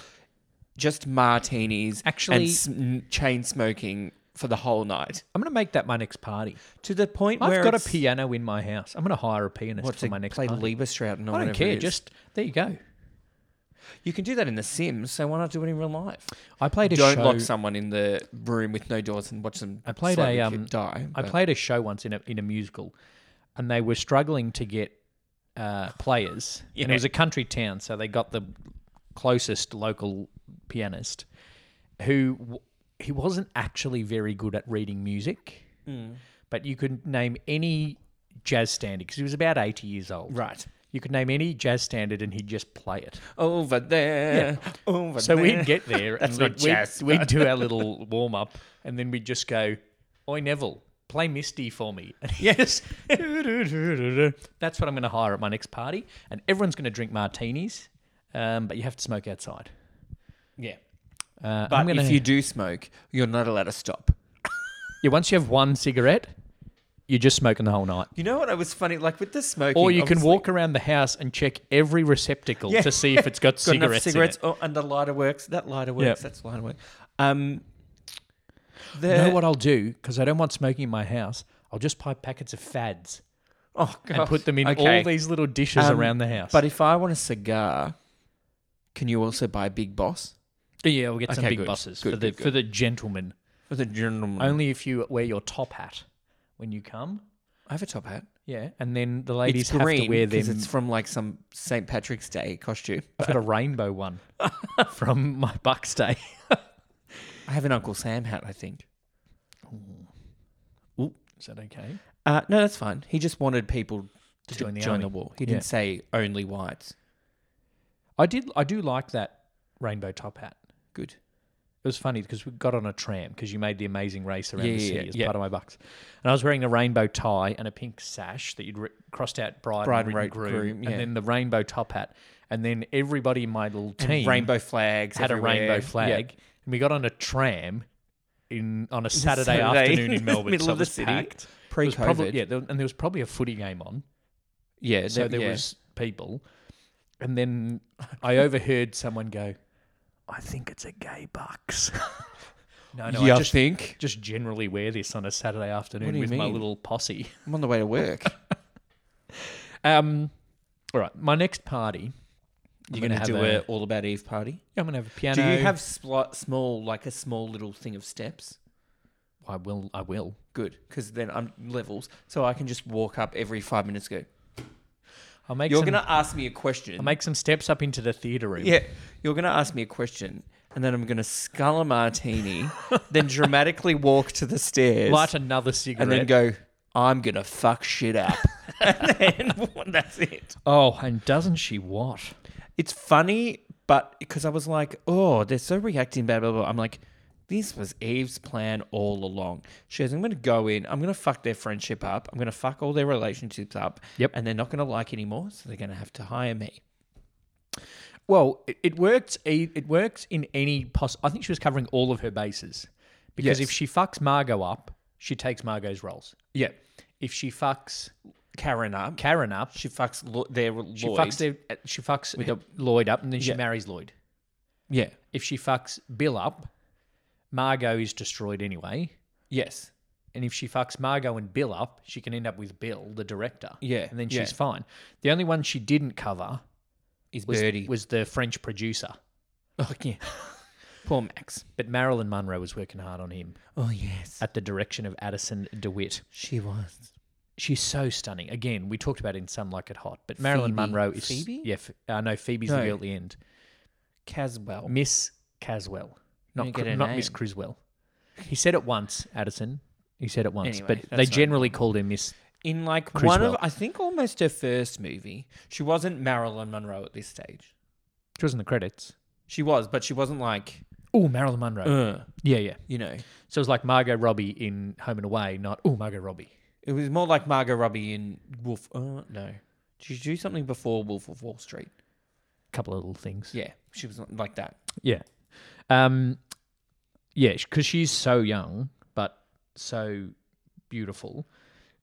Speaker 2: just martinis
Speaker 1: Actually-
Speaker 2: and sm- chain smoking for the whole night
Speaker 1: I'm gonna make that my next party.
Speaker 2: to the point where
Speaker 1: I've got a
Speaker 2: it's-
Speaker 1: piano in my house. I'm gonna hire a pianist
Speaker 2: what,
Speaker 1: for
Speaker 2: to
Speaker 1: my next
Speaker 2: play
Speaker 1: party.
Speaker 2: Liebestraut and
Speaker 1: I don't care. Just there you go.
Speaker 2: you can do that in The Sims, so why not do it in real life?
Speaker 1: I played a
Speaker 2: Don't
Speaker 1: show.
Speaker 2: lock someone in the room with no doors and watch them.
Speaker 1: I played
Speaker 2: slowly
Speaker 1: a,
Speaker 2: ki-
Speaker 1: um,
Speaker 2: die.
Speaker 1: I
Speaker 2: but-
Speaker 1: played a show once in a in a musical, and they were struggling to get uh, players. And
Speaker 2: Yeah.
Speaker 1: it was a country town, so they got the closest local pianist, who w- he wasn't actually very good at reading music,
Speaker 2: Mm.
Speaker 1: but you could name any jazz standard because he was about eighty years old.
Speaker 2: right
Speaker 1: You could name any jazz standard, and he'd just play it.
Speaker 2: over there. Over
Speaker 1: So
Speaker 2: there.
Speaker 1: we'd get there and
Speaker 2: That's
Speaker 1: we'd,
Speaker 2: not jazz,
Speaker 1: we'd, we'd do our little warm up and then we'd just go, Oi Neville, play Misty for me. And yes. That's what I'm going to hire at my next party. And everyone's going to drink martinis, um, but you have to smoke outside.
Speaker 2: yeah.
Speaker 1: Uh,
Speaker 2: But
Speaker 1: I'm gonna,
Speaker 2: if you do smoke, you're not allowed to stop.
Speaker 1: yeah, once you have one cigarette, you're just smoking the whole night.
Speaker 2: You know what? I was funny, like with the smoking.
Speaker 1: Or you can
Speaker 2: obviously-
Speaker 1: walk around the house and check every receptacle
Speaker 2: Yeah.
Speaker 1: to see if it's got,
Speaker 2: Got enough
Speaker 1: cigarettes. in it.
Speaker 2: cigarettes. Oh, and the lighter works. That lighter works.
Speaker 1: Yep.
Speaker 2: That's lighter work. Um, the,
Speaker 1: You know what I'll do? Because I don't want smoking in my house. I'll just buy packets of fads.
Speaker 2: Oh god.
Speaker 1: and put them in
Speaker 2: Okay.
Speaker 1: all these little dishes
Speaker 2: Um,
Speaker 1: around the house.
Speaker 2: But if I want a cigar, can you also buy Big Boss
Speaker 1: yeah, we'll get some
Speaker 2: Okay,
Speaker 1: big
Speaker 2: good.
Speaker 1: bosses
Speaker 2: Good,
Speaker 1: for the
Speaker 2: good,
Speaker 1: for the gentlemen.
Speaker 2: for the gentleman?
Speaker 1: Only if you wear your top hat when you come.
Speaker 2: I have a top hat.
Speaker 1: Yeah, and then the
Speaker 2: It's
Speaker 1: ladies have
Speaker 2: green
Speaker 1: to wear them.
Speaker 2: because it's from like some St Patrick's Day costume.
Speaker 1: I've got a rainbow one from my Bucks day.
Speaker 2: I have an Uncle Sam hat. I think.
Speaker 1: Is that okay?
Speaker 2: Uh, no, that's fine. He just wanted people to,
Speaker 1: join
Speaker 2: join,
Speaker 1: the
Speaker 2: the,
Speaker 1: army.
Speaker 2: war. He
Speaker 1: Yeah.
Speaker 2: didn't say only whites.
Speaker 1: I did. I do like that rainbow top hat.
Speaker 2: Good.
Speaker 1: It was funny because we got on a tram because you made the amazing race around
Speaker 2: Yeah,
Speaker 1: the
Speaker 2: yeah,
Speaker 1: city
Speaker 2: yeah,
Speaker 1: as
Speaker 2: yeah.
Speaker 1: part of my bucks, and I was wearing a rainbow tie and a pink sash that you'd ri crossed out bride,
Speaker 2: Bride
Speaker 1: and
Speaker 2: and
Speaker 1: written
Speaker 2: ro-
Speaker 1: groom,
Speaker 2: groom, yeah.
Speaker 1: and then the rainbow top hat, and then everybody in my little
Speaker 2: And
Speaker 1: team
Speaker 2: rainbow flags.
Speaker 1: had
Speaker 2: everywhere.
Speaker 1: a rainbow flag,
Speaker 2: Yeah.
Speaker 1: and we got on a tram in on a Saturday,
Speaker 2: Saturday.
Speaker 1: afternoon in Melbourne,
Speaker 2: Middle
Speaker 1: so
Speaker 2: of
Speaker 1: it
Speaker 2: the
Speaker 1: was
Speaker 2: city.
Speaker 1: packed. It was
Speaker 2: Pre-COVID.
Speaker 1: probably- yeah, there, and there was probably a footy game on,
Speaker 2: yeah.
Speaker 1: so there
Speaker 2: yeah.
Speaker 1: was people, and then I overheard someone go, "I think it's a gay bucks." no, no,
Speaker 2: yeah,
Speaker 1: I
Speaker 2: I
Speaker 1: just
Speaker 2: think
Speaker 1: just generally wear this on a Saturday
Speaker 2: What
Speaker 1: afternoon
Speaker 2: do you
Speaker 1: with my
Speaker 2: mean?
Speaker 1: little posse.
Speaker 2: I'm on the way to work.
Speaker 1: Um, all right, my next party,
Speaker 2: You're
Speaker 1: gonna
Speaker 2: gonna,
Speaker 1: have
Speaker 2: do
Speaker 1: a-
Speaker 2: a, all about Eve party.
Speaker 1: I'm gonna have a piano.
Speaker 2: Do you have spl- small, like a small little thing of steps?
Speaker 1: I will. I will.
Speaker 2: Good, because then I'm levels, so I can just walk up every five minutes. Go.
Speaker 1: I'll make.
Speaker 2: You're
Speaker 1: some,
Speaker 2: gonna ask me a question.
Speaker 1: I'll make some steps up into the theatre room.
Speaker 2: Yeah, you're gonna ask me a question, and then I'm gonna scull a martini, then dramatically walk to the stairs,
Speaker 1: Light another cigarette.
Speaker 2: and then go. I'm gonna fuck shit up, and then that's it.
Speaker 1: oh, and doesn't she what?
Speaker 2: It's funny, but because I was like, oh, they're so reacting, blah, blah, blah. I'm like, this was Eve's plan all along. She goes, I'm going to go in, I'm going to fuck their friendship up, I'm going to fuck all their relationships up.
Speaker 1: Yep.
Speaker 2: And they're not going to like anymore, so they're going to have to hire me.
Speaker 1: Well, it, it works. e- It works in any poss. I think she was covering all of her bases because
Speaker 2: Yes.
Speaker 1: if she fucks Margot up, she takes Margot's roles.
Speaker 2: Yeah.
Speaker 1: If she fucks
Speaker 2: Karen up.
Speaker 1: Karen up.
Speaker 2: She fucks Lo- their Lloyd.
Speaker 1: She fucks their, uh, she fucks
Speaker 2: With the-
Speaker 1: Lloyd up, and then she
Speaker 2: Yeah.
Speaker 1: marries Lloyd.
Speaker 2: yeah.
Speaker 1: If she fucks Bill up, Margot is destroyed anyway.
Speaker 2: Yes.
Speaker 1: And if she fucks Margot and Bill up, she can end up with Bill, the director.
Speaker 2: Yeah,
Speaker 1: and then
Speaker 2: yeah.
Speaker 1: she's fine. The only one she didn't cover
Speaker 2: Is
Speaker 1: was
Speaker 2: Birdie.
Speaker 1: was the French producer,
Speaker 2: oh, yeah. Poor Max.
Speaker 1: but Marilyn Monroe was working hard on him
Speaker 2: Oh, yes.
Speaker 1: at the direction of Addison DeWitt.
Speaker 2: She was.
Speaker 1: She's so stunning. Again, we talked about it in Some Like It Hot, but Marilyn
Speaker 2: Phoebe-
Speaker 1: Monroe is
Speaker 2: Phoebe?
Speaker 1: Yeah, Ph- uh, no, Phoebe's the
Speaker 2: No.
Speaker 1: girl at the end.
Speaker 2: Caswell.
Speaker 1: Miss Caswell, not
Speaker 2: Don't get
Speaker 1: Cr-
Speaker 2: her
Speaker 1: not Miss
Speaker 2: name.
Speaker 1: Criswell. He said it once, Addison. He said it once,
Speaker 2: Anyway,
Speaker 1: but
Speaker 2: that's
Speaker 1: they
Speaker 2: not
Speaker 1: generally called her Miss.
Speaker 2: in like one
Speaker 1: Criswell.
Speaker 2: of I think almost her first movie. She wasn't Marilyn Monroe at this stage.
Speaker 1: She was in the credits.
Speaker 2: She was, but she wasn't like
Speaker 1: Oh, Marilyn Monroe.
Speaker 2: uh,
Speaker 1: yeah, yeah.
Speaker 2: you know.
Speaker 1: So it was like Margot Robbie in Home and Away, not oh Margot Robbie.
Speaker 2: It was more like Margot Robbie in Wolf. Uh, no, did she do something before Wolf of Wall Street?
Speaker 1: A couple of little things.
Speaker 2: Yeah, she was like that.
Speaker 1: Yeah. Um, yeah, because she's so young, but so beautiful.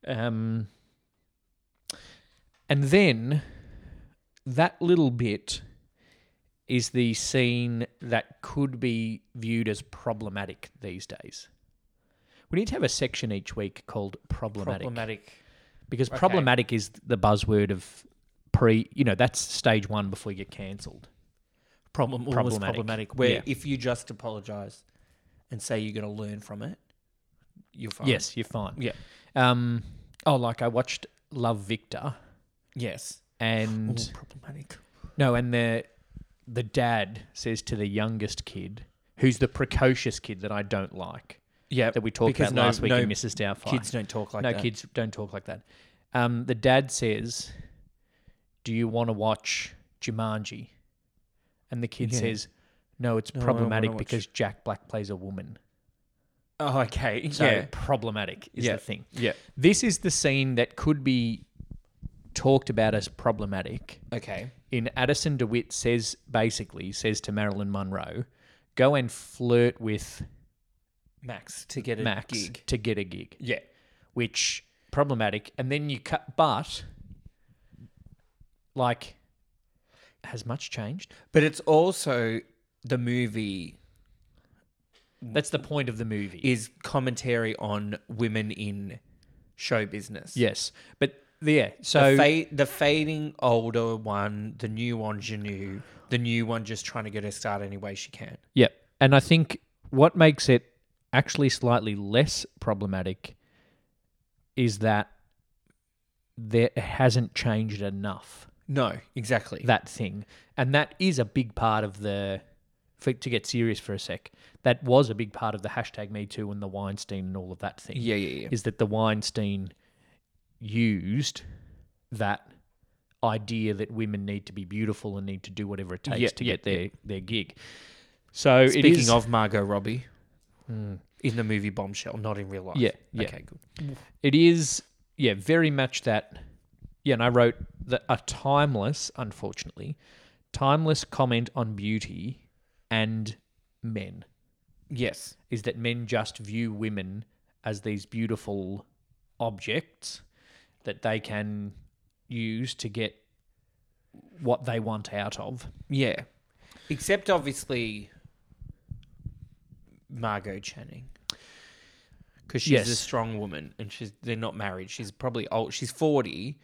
Speaker 1: Um, and then that little bit is the scene that could be viewed as problematic these days. We need to have a section each week called problematic,
Speaker 2: Problematic.
Speaker 1: because problematic is the buzzword of pre, you know, that's stage one before you get cancelled.
Speaker 2: Problem. Problematic.
Speaker 1: Problematic.
Speaker 2: problematic. Where
Speaker 1: Yeah.
Speaker 2: if you just apologize and say you're going to learn from it, you're fine.
Speaker 1: Yes, you're fine.
Speaker 2: Yeah.
Speaker 1: Um, oh, like I watched Love Victor,
Speaker 2: Yes. Ooh,
Speaker 1: and
Speaker 2: problematic.
Speaker 1: no, and the the dad says to the youngest kid, who's the precocious kid that I don't like,
Speaker 2: Yeah.
Speaker 1: that we talked
Speaker 2: because
Speaker 1: about
Speaker 2: no-
Speaker 1: last week
Speaker 2: no
Speaker 1: in Mrs. Doubtfire.
Speaker 2: Kids don't talk like
Speaker 1: no,
Speaker 2: that.
Speaker 1: kids don't talk like that. Um, the dad says, "Do you want to watch Jumanji?" And the kid
Speaker 2: Yeah.
Speaker 1: says, "No, it's
Speaker 2: No, I don't wanna
Speaker 1: problematic
Speaker 2: watch-
Speaker 1: because Jack Black plays a woman."
Speaker 2: Oh, okay.
Speaker 1: So
Speaker 2: yeah.
Speaker 1: problematic is
Speaker 2: Yeah.
Speaker 1: the thing.
Speaker 2: Yeah.
Speaker 1: This is the scene that could be talked about as problematic.
Speaker 2: Okay.
Speaker 1: In Addison DeWitt says basically says to Marilyn Monroe, go and flirt with
Speaker 2: Max to get a
Speaker 1: Max
Speaker 2: gig.
Speaker 1: to get a gig,
Speaker 2: Yeah.
Speaker 1: which problematic. And then you cut, but like, has much changed?
Speaker 2: But it's also the movie Mm.
Speaker 1: That's the point of the movie.
Speaker 2: is commentary on women in show business.
Speaker 1: yes, but yeah. So
Speaker 2: The, fa- the fading older one, the new one, Janu, the new one just trying to get her start any way she can.
Speaker 1: Yep. And I think what makes it actually slightly less problematic is that there it hasn't changed enough
Speaker 2: No, exactly.
Speaker 1: that thing. And that is a big part of the for, to get serious for a sec. That was a big part of the hashtag me too and the Weinstein and all of that thing.
Speaker 2: yeah, yeah, yeah.
Speaker 1: Is that the Weinstein used that idea that women need to be beautiful and need to do whatever it takes
Speaker 2: Yeah,
Speaker 1: to
Speaker 2: yeah,
Speaker 1: get their, their gig. So it
Speaker 2: Speaking
Speaker 1: is- Hmm.
Speaker 2: of Margot Robbie, in the movie Bombshell, not in real life.
Speaker 1: Yeah, yeah.
Speaker 2: Okay, good.
Speaker 1: it is yeah very much that yeah and i wrote that a timeless unfortunately timeless comment on beauty and men
Speaker 2: Yes.
Speaker 1: is that men just view women as these beautiful objects that they can use to get what they want out of
Speaker 2: Yeah. Except obviously Margot Channing. Because she's
Speaker 1: Yes.
Speaker 2: a strong woman and she's they're not married. She's probably old. She's 40,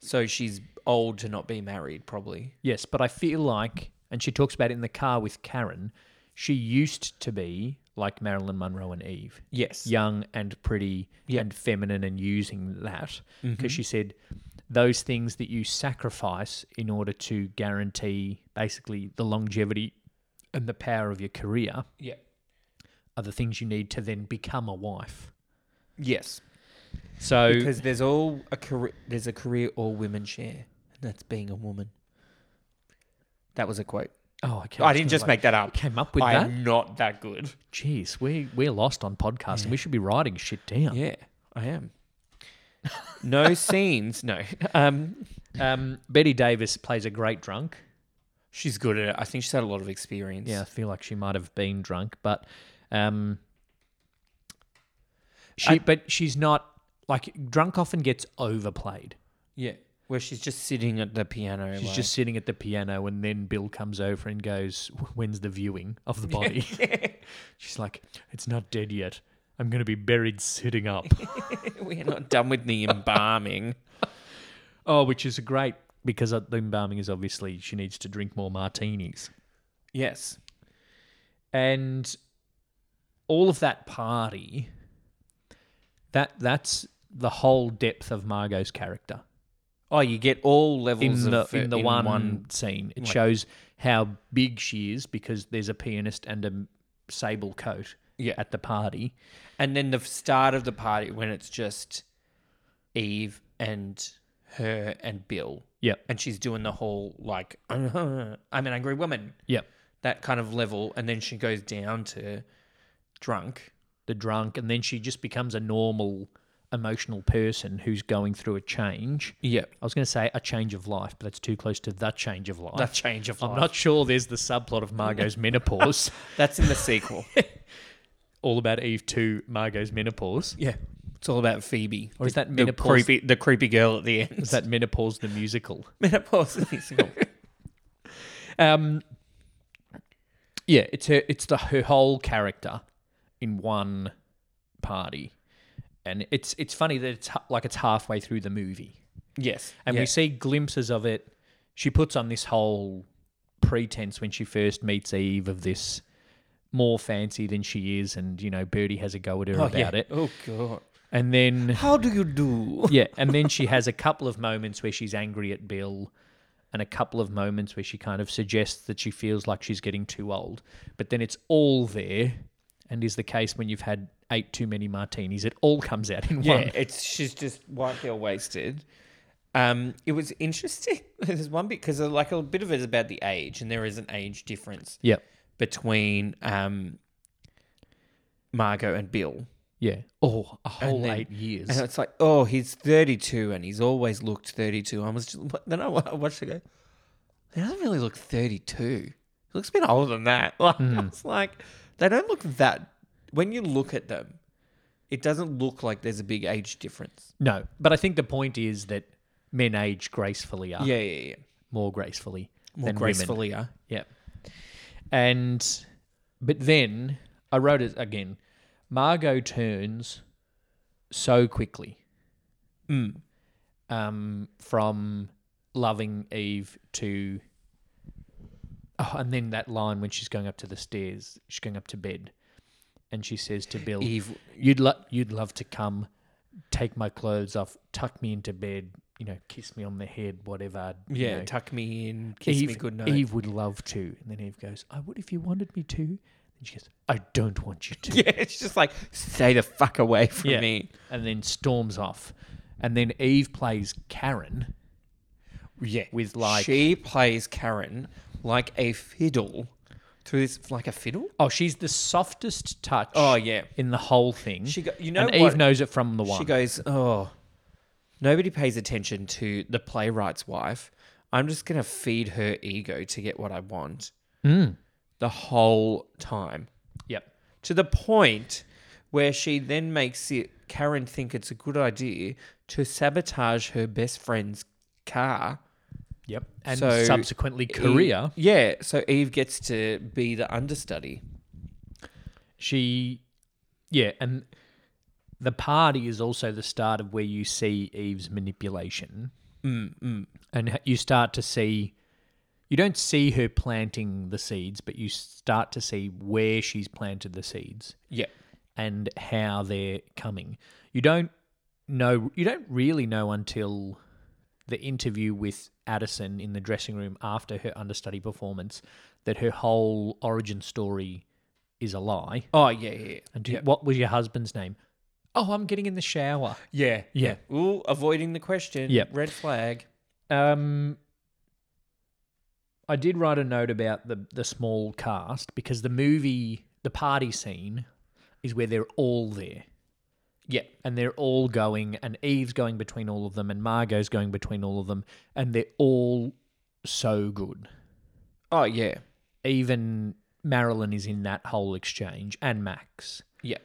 Speaker 2: so she's old to not be married, probably.
Speaker 1: yes but i feel like and she talks about it in the car with karen she used to be like marilyn monroe and eve
Speaker 2: Yes.
Speaker 1: young and pretty
Speaker 2: Yeah. Mm-hmm.
Speaker 1: and feminine and using that because she said those things that you sacrifice in order to guarantee basically the longevity and the power of your career
Speaker 2: Yeah.
Speaker 1: are the things you need to then become a wife.
Speaker 2: Yes.
Speaker 1: So
Speaker 2: Because there's all a career there's a career all women share, and that's being a woman. That was a quote.
Speaker 1: oh, okay,
Speaker 2: I didn't just make that up.
Speaker 1: came up with
Speaker 2: I
Speaker 1: that.
Speaker 2: am not that good.
Speaker 1: Jeez, we we're lost on podcasting. We should be writing shit down.
Speaker 2: Yeah, I am. No scenes, no. Um
Speaker 1: Um, Betty Davis plays a great drunk.
Speaker 2: She's good at it. I think she's had a lot of experience.
Speaker 1: Yeah, I feel like she might have been drunk, but um, she
Speaker 2: I-
Speaker 1: but she's not like drunk. Often gets overplayed.
Speaker 2: Yeah. Where she's just sitting at the piano.
Speaker 1: She's
Speaker 2: like-
Speaker 1: just sitting at the piano, and then Bill comes over and goes, "When's the viewing of the body?" She's like, "It's not dead yet. I'm going to be buried sitting up."
Speaker 2: We're not done with the embalming.
Speaker 1: oh, which is great because uh, the embalming is obviously she needs to drink more martinis,
Speaker 2: yes.
Speaker 1: and all of that party. That that's the whole depth of Margot's character.
Speaker 2: Oh, you get all
Speaker 1: in
Speaker 2: levels
Speaker 1: the
Speaker 2: of
Speaker 1: in the one, scene. It shows how big she is because there's a pianist and a sable coat
Speaker 2: Yeah.
Speaker 1: at the party.
Speaker 2: And then the start of the party when it's just Eve and her and Bill.
Speaker 1: Yep.
Speaker 2: And she's doing the whole like I'm an angry woman.
Speaker 1: Yep.
Speaker 2: That kind of level and then she goes down to drunk.
Speaker 1: The drunk and then she just becomes a normal emotional person who's going through a change.
Speaker 2: Yep.
Speaker 1: I was going to say a change of life, but that's too close to the change of life.
Speaker 2: That change of life.
Speaker 1: I'm not sure there's the subplot of Margot's menopause,
Speaker 2: That's in the sequel.
Speaker 1: all about Eve 2 Margot's menopause.
Speaker 2: yeah. It's all about Phoebe.
Speaker 1: Or is that
Speaker 2: the, the
Speaker 1: menopause-
Speaker 2: creepy the creepy girl at the end?
Speaker 1: Is that menopause the musical?
Speaker 2: menopause the musical?
Speaker 1: Um, yeah, it's her. It's the her whole character in one party, and it's it's funny that it's ha- like it's halfway through the movie,
Speaker 2: yes.
Speaker 1: and we see glimpses of it. She puts on this whole pretense when she first meets Eve of this more fancy than she is, and you know Birdie has a go at her
Speaker 2: oh,
Speaker 1: about
Speaker 2: yeah.
Speaker 1: it,
Speaker 2: Oh god.
Speaker 1: and then
Speaker 2: How do you do?
Speaker 1: yeah, and then she has a couple of moments where she's angry at Bill, and a couple of moments where she kind of suggests that she feels like she's getting too old. But then it's all there, and is the case when you've had eight too many martinis, it all comes out in
Speaker 2: Yeah,
Speaker 1: one.
Speaker 2: it's she's just white girl wasted. Um, it was interesting. There's one bit because uh, like a bit of it is about the age, and there is an age difference
Speaker 1: Yep.
Speaker 2: between um, Margot and Bill.
Speaker 1: Yeah. Oh, a whole
Speaker 2: then-
Speaker 1: eight years.
Speaker 2: And it's like, oh, he's 32, and he's always looked 32. I was just then I wa- I watched it go. He doesn't really look 32. He looks a bit older than that. Like
Speaker 1: Hmm.
Speaker 2: it's like they don't look that. When you look at them, it doesn't look like there's a big age difference.
Speaker 1: no, but I think the point is that men age gracefully, up,
Speaker 2: Yeah, yeah, yeah.
Speaker 1: more gracefully,
Speaker 2: More
Speaker 1: than Ah, women.
Speaker 2: gracefully, uh, yeah.
Speaker 1: Yeah. And but then I wrote it again. Margot turns so quickly. Um from loving Eve to Oh, and then that line when she's going up to the stairs, she's going up to bed, and she says to Bill,
Speaker 2: Eve-
Speaker 1: "You'd lo- you'd love to come, take my clothes off, tuck me into bed, you know, kiss me on the head, whatever." you
Speaker 2: Yeah,
Speaker 1: know,
Speaker 2: tuck me in, kiss
Speaker 1: Eve,
Speaker 2: me goodnight.
Speaker 1: Eve would love to. And then Eve goes, I would if you wanted me to. And she goes, I don't want you to.
Speaker 2: Yeah, it's just like stay the fuck away from
Speaker 1: Yeah.
Speaker 2: me.
Speaker 1: And then storms off. And then Eve plays Karen.
Speaker 2: Yeah,
Speaker 1: With like-
Speaker 2: she plays Karen like a fiddle through this like a fiddle.
Speaker 1: Oh, she's the softest touch
Speaker 2: Oh yeah,
Speaker 1: in the whole thing.
Speaker 2: she go, you know
Speaker 1: and
Speaker 2: what?
Speaker 1: Eve knows it from the one.
Speaker 2: She goes, oh, nobody pays attention to the playwright's wife. I'm just gonna feed her ego to get what I want
Speaker 1: Mm.
Speaker 2: the whole time.
Speaker 1: Yep.
Speaker 2: to the point where she then makes it Karen think it's a good idea to sabotage her best friend's car.
Speaker 1: Yep. And
Speaker 2: So
Speaker 1: subsequently, Korea.
Speaker 2: Eve- yeah, so Eve gets to be the understudy.
Speaker 1: she yeah and the party is also the start of where you see eve's manipulation mm, and h- you start to see you don't see her planting the seeds but you start to see where she's planted the seeds
Speaker 2: Yeah.
Speaker 1: and how they're coming you don't know you don't really know until the interview with addison in the dressing room after her understudy performance that her whole origin story is a lie
Speaker 2: Oh, yeah, yeah.
Speaker 1: and do, what was your husband's name? Oh, I'm getting in the shower.
Speaker 2: Yeah.
Speaker 1: Yeah.
Speaker 2: Ooh, avoiding the question.
Speaker 1: Yep.
Speaker 2: Red flag.
Speaker 1: Um, I did write a note about the the small cast because the movie, the party scene, is where they're all there
Speaker 2: Yeah.
Speaker 1: and they're all going, and Eve's going between all of them, and Margot's going between all of them, and they're all so good.
Speaker 2: Oh, yeah.
Speaker 1: Even Marilyn is in that whole exchange, and Max.
Speaker 2: Yeah.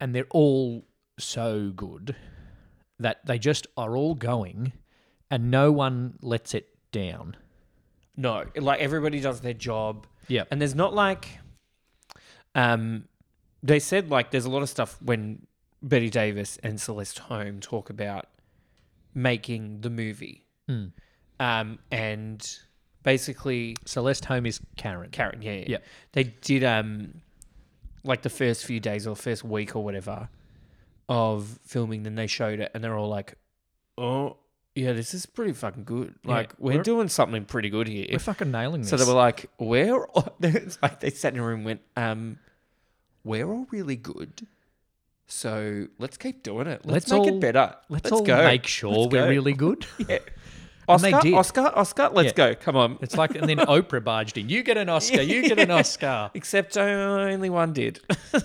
Speaker 1: and they're all so good that they just are all going and no one lets it down.
Speaker 2: No, like everybody does their job.
Speaker 1: Yeah.
Speaker 2: And there's not like, um, they said like there's a lot of stuff when Betty Davis and Celeste Home talk about making the movie.
Speaker 1: Mm.
Speaker 2: Um, and basically,
Speaker 1: Celeste Home is Karen.
Speaker 2: Karen, yeah, yeah.
Speaker 1: Yeah.
Speaker 2: They did um, like the first few days or first week or whatever of filming. Then they showed it, and they're all like, "Oh, yeah, this is pretty fucking good.
Speaker 1: Yeah,
Speaker 2: Like, we're,
Speaker 1: we're-
Speaker 2: doing something pretty good here."
Speaker 1: We're fucking nailing this.
Speaker 2: So they were like, "We're," all-" it's like they sat in a room, and went, um, "We're all really good." So let's keep doing it.
Speaker 1: Let's
Speaker 2: Let's, make
Speaker 1: all-
Speaker 2: it better.
Speaker 1: let's, all
Speaker 2: go.
Speaker 1: make sure
Speaker 2: Let's
Speaker 1: we're
Speaker 2: go.
Speaker 1: really good.
Speaker 2: Yeah.
Speaker 1: And they
Speaker 2: Oscar,
Speaker 1: did.
Speaker 2: Oscar, Oscar, let's
Speaker 1: Yeah.
Speaker 2: go. Come on.
Speaker 1: It's like, and then Oprah barged in. You get an Oscar. You get an Oscar.
Speaker 2: Except only one did.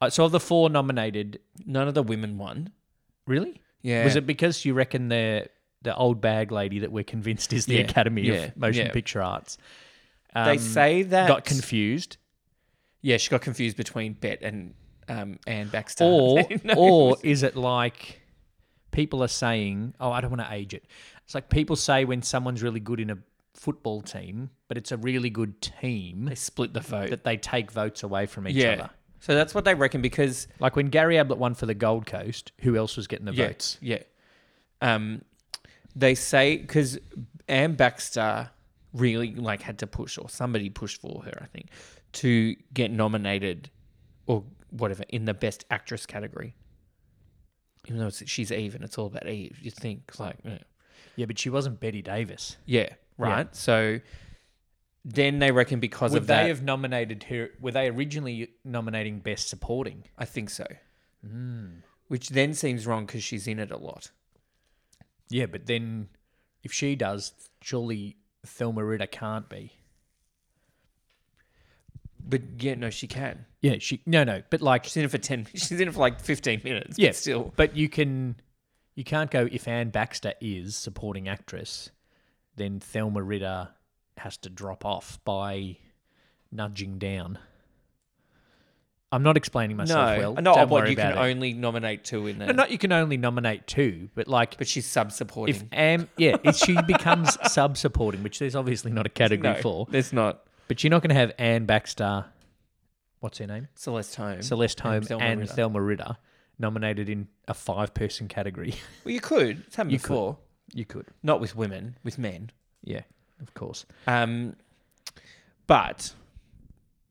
Speaker 1: Uh, so of the four nominated,
Speaker 2: None of the women won.
Speaker 1: really,
Speaker 2: Yeah.
Speaker 1: was it because you reckon the the old bag lady that we're convinced is the
Speaker 2: Yeah,
Speaker 1: Academy
Speaker 2: yeah,
Speaker 1: of Motion
Speaker 2: yeah.
Speaker 1: Picture Arts?
Speaker 2: they
Speaker 1: um,
Speaker 2: say that
Speaker 1: got confused,
Speaker 2: Yeah, she got confused between Bet and um and Baxter.
Speaker 1: or
Speaker 2: No.
Speaker 1: or is it like people are saying? Oh, I don't want to age it. It's like people say when someone's really good in a football team, but it's a really good team
Speaker 2: they split the vote.
Speaker 1: that they take votes away from each
Speaker 2: yeah.
Speaker 1: other.
Speaker 2: So that's what they reckon because
Speaker 1: Like when Gary Ablett won for the Gold Coast, who else was getting the
Speaker 2: yeah,
Speaker 1: votes?
Speaker 2: yeah. Um they say cuz Anne Baxter really like had to push or somebody pushed for her, I think, to get nominated or whatever in the best actress category. Even though it's, she's even, it's all about Eve. You think like, yeah.
Speaker 1: Yeah, but she wasn't Betty Davis.
Speaker 2: Yeah, right. So then they reckon because
Speaker 1: Would
Speaker 2: of
Speaker 1: they
Speaker 2: that.
Speaker 1: have nominated her? Were they originally nominating Best Supporting?
Speaker 2: I think so.
Speaker 1: Hmm.
Speaker 2: Which then seems wrong because she's in it a lot.
Speaker 1: Yeah, but then if she does, surely Thelma Ritter can't be.
Speaker 2: But yeah, no, she can.
Speaker 1: Yeah, she. No, no, but like,
Speaker 2: She's in it for ten. She's in it for like fifteen minutes.
Speaker 1: yeah,
Speaker 2: but still.
Speaker 1: But you can, you can't go if Anne Baxter is supporting actress, then Thelma Ritter has to drop off by nudging down. I'm not explaining myself
Speaker 2: No,
Speaker 1: well.
Speaker 2: no.
Speaker 1: Don't
Speaker 2: what
Speaker 1: worry
Speaker 2: you can
Speaker 1: about it.
Speaker 2: only nominate two in there,
Speaker 1: No, not you can only nominate two, but like
Speaker 2: but she's sub-supporting.
Speaker 1: If Am, yeah, if she becomes sub-supporting, which there's obviously not a category
Speaker 2: no,
Speaker 1: for,
Speaker 2: there's not
Speaker 1: but you're not going to have Anne Baxter, what's her name,
Speaker 2: Celeste Home.
Speaker 1: Celeste Home, and Thelma,
Speaker 2: Ritter.
Speaker 1: Ritter. nominated in a five-person category.
Speaker 2: well, you could. It's happened
Speaker 1: You could.
Speaker 2: before.
Speaker 1: you could,
Speaker 2: Not with women, with men.
Speaker 1: yeah, of course.
Speaker 2: Um, but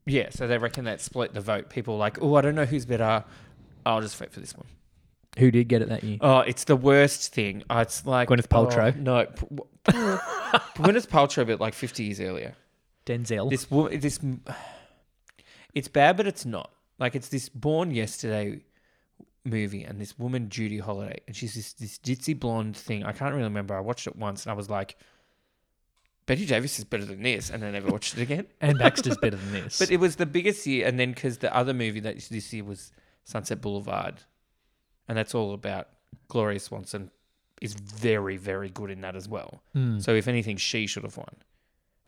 Speaker 2: yeah, so they reckon that split the vote. People like, oh, I don't know who's better. I'll just vote for this one.
Speaker 1: Who did get it that year?
Speaker 2: Oh, it's the worst thing. Oh, it's like
Speaker 1: Gwyneth Paltrow.
Speaker 2: Oh, no, p- w- Gwyneth Paltrow, but like fifty years earlier.
Speaker 1: Denzel.
Speaker 2: This woman, this, m- it's bad, but it's not. Like it's this born yesterday movie, and this woman Judy Holiday, and she's this this ditzy blonde thing. I can't really remember. I watched it once, and I was like, Betty Davis is better than this, and I never watched it again.
Speaker 1: Anne Baxter's better than this.
Speaker 2: But it was the biggest year, and then because the other movie that this year was Sunset Boulevard, and that's all about Gloria Swanson is very, very good in that as well.
Speaker 1: Hmm.
Speaker 2: So if anything, she should have won.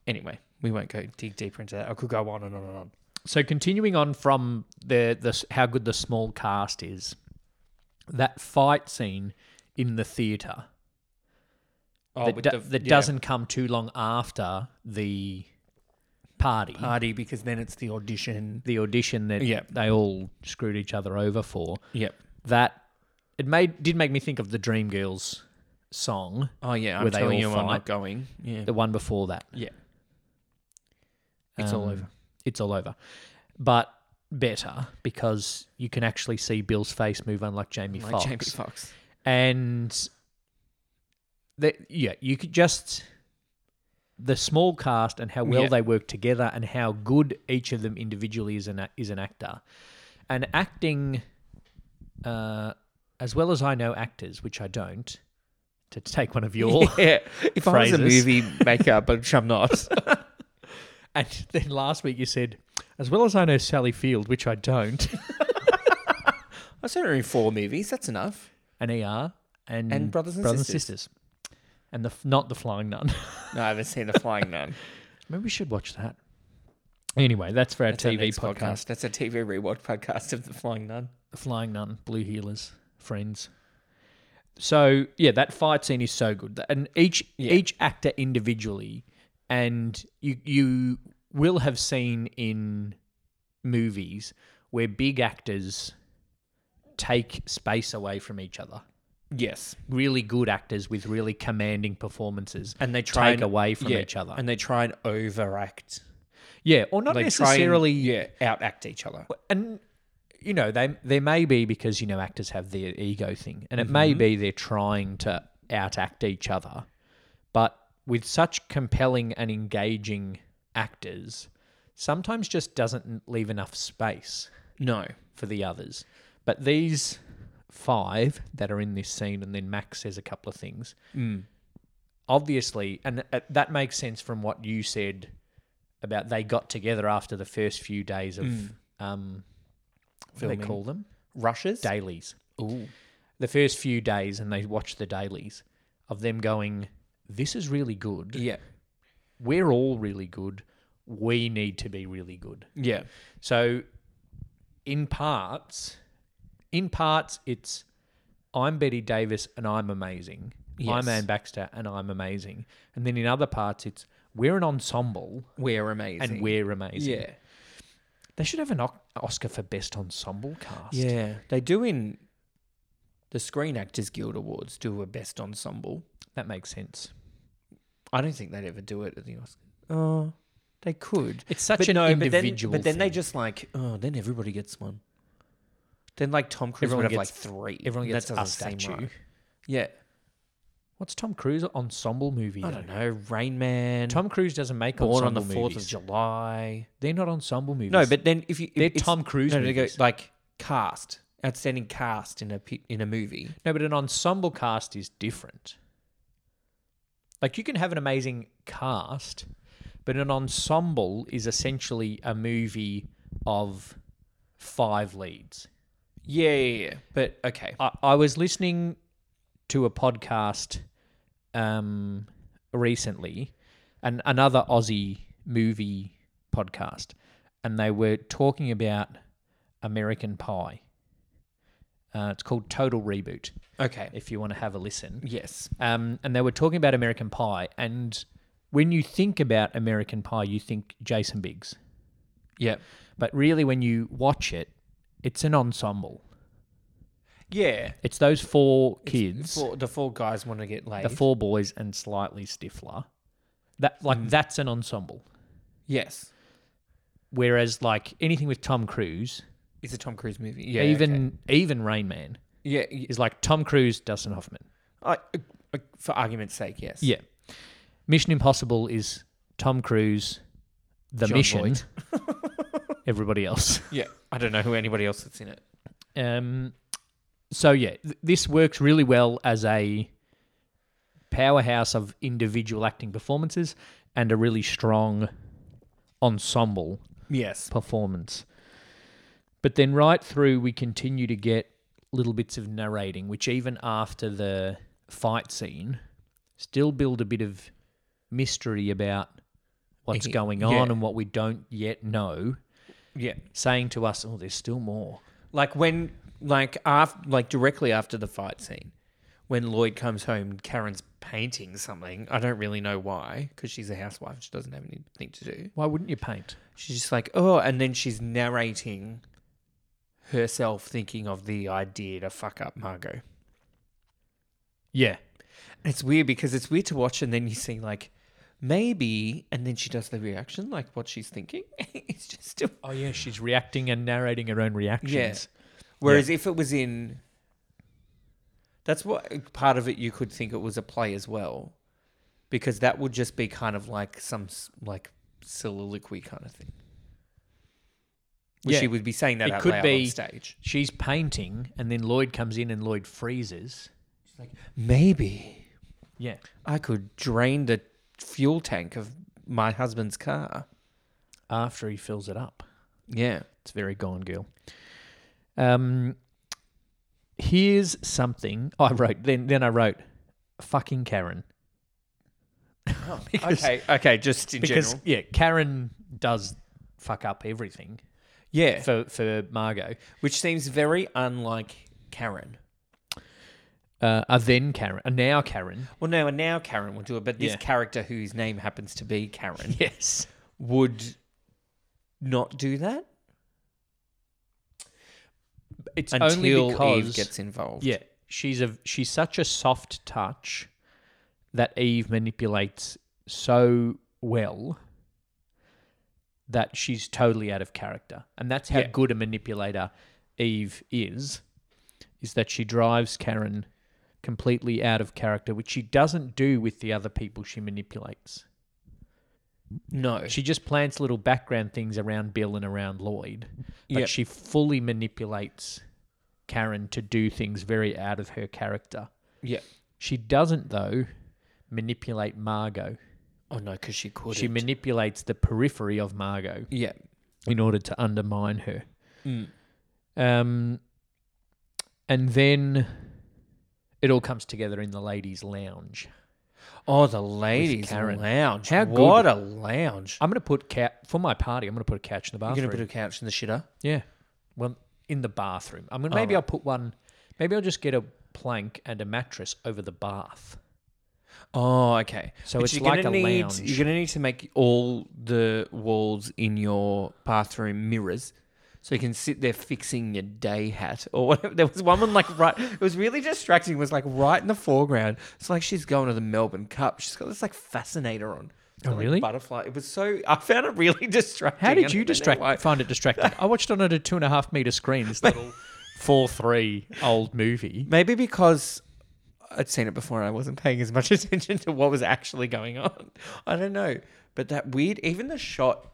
Speaker 2: Anyway, we won't go dig deeper into that. I could go on and on and on.
Speaker 1: So continuing on from the the how good the small cast is, that fight scene in the theater
Speaker 2: Oh,
Speaker 1: that, do- that doesn't come too long after the party,
Speaker 2: party because then it's the audition.
Speaker 1: the audition that
Speaker 2: Yeah.
Speaker 1: they all screwed each other over for.
Speaker 2: Yep.
Speaker 1: That it made did make me think of the Dreamgirls song,
Speaker 2: Oh yeah, I'm
Speaker 1: Where they
Speaker 2: telling you,
Speaker 1: all
Speaker 2: I'm not
Speaker 1: fight.
Speaker 2: going. Yeah.
Speaker 1: the one before that.
Speaker 2: Yeah. It's all
Speaker 1: Um,
Speaker 2: over.
Speaker 1: It's all over, but better because you can actually see Bill's face move, unlike Jamie
Speaker 2: Like
Speaker 1: Foxx.
Speaker 2: Jamie Fox.
Speaker 1: and that yeah, you could just the small cast and how well
Speaker 2: Yeah.
Speaker 1: they work together and how good each of them individually is an a- is an actor, and acting, uh, as well as I know actors, which I don't, to take one of your
Speaker 2: Yeah. If I was a
Speaker 1: Phrases.
Speaker 2: movie maker, but which I'm not.
Speaker 1: and then last week you said, as well as I know Sally Field, which I don't,
Speaker 2: I've seen her in four movies. That's enough.
Speaker 1: and ER and,
Speaker 2: And Brothers and Sisters.
Speaker 1: sisters. and the f- not the Flying Nun.
Speaker 2: No, I haven't seen The Flying Nun.
Speaker 1: Maybe we should watch that. Anyway, that's for our
Speaker 2: That's our
Speaker 1: TV
Speaker 2: next
Speaker 1: podcast.
Speaker 2: That's a TV rewatch podcast of The Flying Nun.
Speaker 1: The Flying Nun, Blue Healers, Friends. So yeah, that fight scene is so good, and each each actor individually, and you you will have seen in movies where big actors take space away from each other.
Speaker 2: Yes.
Speaker 1: Really good actors with really commanding performances
Speaker 2: And they try
Speaker 1: take
Speaker 2: and,
Speaker 1: away from
Speaker 2: yeah,
Speaker 1: each other.
Speaker 2: and they try and overact.
Speaker 1: yeah, or not
Speaker 2: They
Speaker 1: necessarily.
Speaker 2: try and, yeah, out-act each other.
Speaker 1: and you know they they may be because you know actors have their ego thing and it may be they're trying to outact each other but with such compelling and engaging actors sometimes just doesn't leave enough space
Speaker 2: No.
Speaker 1: for the others but these five that are in this scene and then max says a couple of things
Speaker 2: Mm.
Speaker 1: obviously and uh, that makes sense from what you said about they got together after the first few days of um, what do they
Speaker 2: Mm. Filming.
Speaker 1: call them
Speaker 2: Rushes?
Speaker 1: dailies.
Speaker 2: Ooh.
Speaker 1: The first few days, and they watched the dailies of them going, This is really good.
Speaker 2: Yeah.
Speaker 1: We're all really good. We need to be really good.
Speaker 2: Yeah.
Speaker 1: So, in parts, in parts, it's I'm Betty Davis and I'm amazing.
Speaker 2: Yes.
Speaker 1: I'm Ann Baxter and I'm amazing. And then in other parts, it's we're an ensemble
Speaker 2: We're amazing.
Speaker 1: and we're amazing.
Speaker 2: Yeah.
Speaker 1: They should have an o- Oscar for best ensemble cast.
Speaker 2: Yeah. They do in the Screen Actors Guild Awards do a best ensemble.
Speaker 1: That makes sense.
Speaker 2: I don't think they'd ever do it at the Oscars. Oh, they could.
Speaker 1: It's such
Speaker 2: but
Speaker 1: an
Speaker 2: no,
Speaker 1: individual.
Speaker 2: But then, but then they
Speaker 1: thing.
Speaker 2: just like, oh, then everybody gets one. Then like Tom Cruise
Speaker 1: Everyone
Speaker 2: would have
Speaker 1: gets-
Speaker 2: like three.
Speaker 1: Everyone
Speaker 2: and that
Speaker 1: gets a
Speaker 2: doesn't seem
Speaker 1: statue.
Speaker 2: right. Yeah.
Speaker 1: What's Tom Cruise ensemble movie?
Speaker 2: I
Speaker 1: though?
Speaker 2: don't know. Rain Man.
Speaker 1: Tom Cruise doesn't make
Speaker 2: Born on
Speaker 1: ensemble
Speaker 2: the Fourth of
Speaker 1: movies.
Speaker 2: July.
Speaker 1: They're not ensemble movies.
Speaker 2: No, but then if you,
Speaker 1: they're
Speaker 2: it's-
Speaker 1: Tom Cruise
Speaker 2: no, no, they go,
Speaker 1: movies.
Speaker 2: like cast, outstanding cast in a pi- in a movie.
Speaker 1: no, but an ensemble cast is different. Like you can have an amazing cast, but an ensemble is essentially a movie of five leads.
Speaker 2: Yeah, yeah, yeah. But okay.
Speaker 1: I, I was listening to a podcast um, recently, and another Aussie movie podcast, and they were talking about American Pie. Uh, it's called Total Reboot.
Speaker 2: Okay.
Speaker 1: If you want to have a listen,
Speaker 2: Yes.
Speaker 1: um, and they were talking about American Pie, and when you think about American Pie, you think Jason Biggs,
Speaker 2: Yeah.
Speaker 1: but really when you watch it, it's an ensemble.
Speaker 2: Yeah.
Speaker 1: It's those four kids.
Speaker 2: Four, the four guys want to get laid.
Speaker 1: the four boys and slightly stiffler. That like
Speaker 2: Mm.
Speaker 1: that's an ensemble.
Speaker 2: Yes.
Speaker 1: Whereas like anything with Tom Cruise,
Speaker 2: It's a Tom Cruise movie. Yeah. okay.
Speaker 1: even even Rain Man
Speaker 2: yeah. y-
Speaker 1: is like Tom Cruise, Dustin Hoffman.
Speaker 2: I, uh, for argument's sake, yes.
Speaker 1: Yeah. Mission Impossible is Tom Cruise, the
Speaker 2: John
Speaker 1: mission,
Speaker 2: Voight.
Speaker 1: everybody else.
Speaker 2: Yeah. I don't know who anybody else that's in it.
Speaker 1: Um, so yeah, th- this works really well as a powerhouse of individual acting performances and a really strong ensemble
Speaker 2: Yes.
Speaker 1: performance. But then right through, we continue to get little bits of narrating, which even after the fight scene, still build a bit of mystery about what's
Speaker 2: Yeah.
Speaker 1: going on and what we don't yet know,
Speaker 2: Yeah.
Speaker 1: saying to us, "Oh, there's still more."
Speaker 2: Like when, like after, like directly after the fight scene, when Lloyd comes home, Karen's painting something. I don't really know why, because she's a housewife. She doesn't have anything to do.
Speaker 1: Why wouldn't you paint?
Speaker 2: She's just like, oh, and then she's narrating herself thinking of the idea to fuck up Margot.
Speaker 1: Yeah,
Speaker 2: It's weird because it's weird to watch, and then you see like maybe, and then she does the reaction, like what she's thinking. it's just still
Speaker 1: Oh yeah, she's reacting and narrating her own reactions.
Speaker 2: Whereas if it was in, that's what part of it you could think it was a play as well, because that would just be kind of like some s- like soliloquy kind of thing. Where
Speaker 1: Yeah.
Speaker 2: She would be saying that
Speaker 1: It
Speaker 2: out
Speaker 1: could
Speaker 2: loud
Speaker 1: be-
Speaker 2: on stage.
Speaker 1: She's painting, and then Lloyd comes in and Lloyd freezes.
Speaker 2: Maybe
Speaker 1: Yeah,
Speaker 2: I could drain the fuel tank of my husband's car.
Speaker 1: after he fills it up.
Speaker 2: Yeah.
Speaker 1: It's very Gone Girl. Um, here's something I wrote. Then then I wrote, "Fucking Karen," Because-
Speaker 2: okay. Okay. Just in
Speaker 1: because
Speaker 2: general.
Speaker 1: yeah, Karen does fuck up everything
Speaker 2: Yeah.
Speaker 1: for for Margot.
Speaker 2: Which seems very unlike Karen.
Speaker 1: uh, are then Karen, are now Karen.
Speaker 2: Well, no, and now Karen will do it, but this
Speaker 1: Yeah.
Speaker 2: character whose name happens to be Karen
Speaker 1: Yes.
Speaker 2: would not do that
Speaker 1: It's
Speaker 2: until
Speaker 1: only because
Speaker 2: Eve gets involved.
Speaker 1: yeah, she's a she's such a soft touch that Eve manipulates so well that she's totally out of character, and that's how
Speaker 2: Yeah.
Speaker 1: good a manipulator Eve is. Is that she drives Karen completely out of character, which she doesn't do with the other people she manipulates.
Speaker 2: No.
Speaker 1: She just plants little background things around Bill and around Lloyd, but
Speaker 2: Yep.
Speaker 1: she fully manipulates Karen to do things very out of her character.
Speaker 2: Yeah.
Speaker 1: She doesn't, though, manipulate Margot.
Speaker 2: Oh no, because she could.
Speaker 1: She manipulates the periphery of Margot
Speaker 2: yeah.
Speaker 1: in order to undermine her.
Speaker 2: Mm.
Speaker 1: Um, and then it all comes together in the ladies' lounge.
Speaker 2: Oh, the ladies
Speaker 1: Karen.
Speaker 2: lounge.
Speaker 1: How
Speaker 2: what a lounge!
Speaker 1: I'm going to put cat for my party. I'm going to put a couch in the
Speaker 2: You're
Speaker 1: bathroom.
Speaker 2: gonna put a Oh, couch in the shitter.
Speaker 1: Yeah. Well, in the bathroom. I mean, maybe I'll put one. Maybe I'll just get a plank and a mattress over the bath.
Speaker 2: Oh, okay.
Speaker 1: So it's
Speaker 2: you're
Speaker 1: like
Speaker 2: gonna
Speaker 1: a
Speaker 2: need,
Speaker 1: lounge.
Speaker 2: You're gonna need to make all the walls in your bathroom mirrors. So you can sit there fixing your day hat or whatever. There was one one like right. It was really distracting. It was like right in the foreground. It's like she's going to the Melbourne Cup. She's got this like fascinator on.
Speaker 1: Oh,
Speaker 2: Like,
Speaker 1: really?
Speaker 2: Butterfly. It was so. I found it really distracting.
Speaker 1: How
Speaker 2: I
Speaker 1: did
Speaker 2: don't
Speaker 1: you
Speaker 2: know
Speaker 1: distract?
Speaker 2: why.
Speaker 1: Find it distracting. I watched it on a two and a half meter screen. This little four three old movie.
Speaker 2: Maybe because I'd seen it before and I wasn't paying as much attention to what was actually going on. I don't know. But that weird even the shot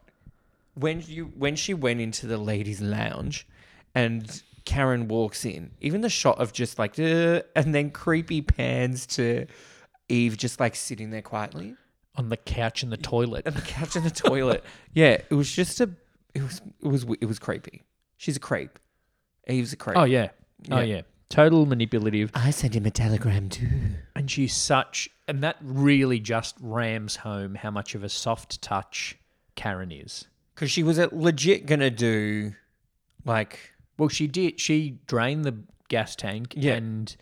Speaker 2: when you when she went into the ladies' lounge and Karen walks in, even the shot of just like "Uh," and then creepy pans to Eve just like sitting there quietly
Speaker 1: On the couch in the toilet.
Speaker 2: and the couch in the toilet. Yeah, it was just a it was it was it was creepy. She's a creep. Eve's a creep.
Speaker 1: Oh yeah. Oh
Speaker 2: Yeah.
Speaker 1: yeah. Total manipulative.
Speaker 2: I sent him a telegram too.
Speaker 1: And she's such and that really just rams home how much of a soft touch Karen is.
Speaker 2: Because she was uh, legit gonna do, like,
Speaker 1: Well, she did. She drained the gas tank,
Speaker 2: Yeah.
Speaker 1: and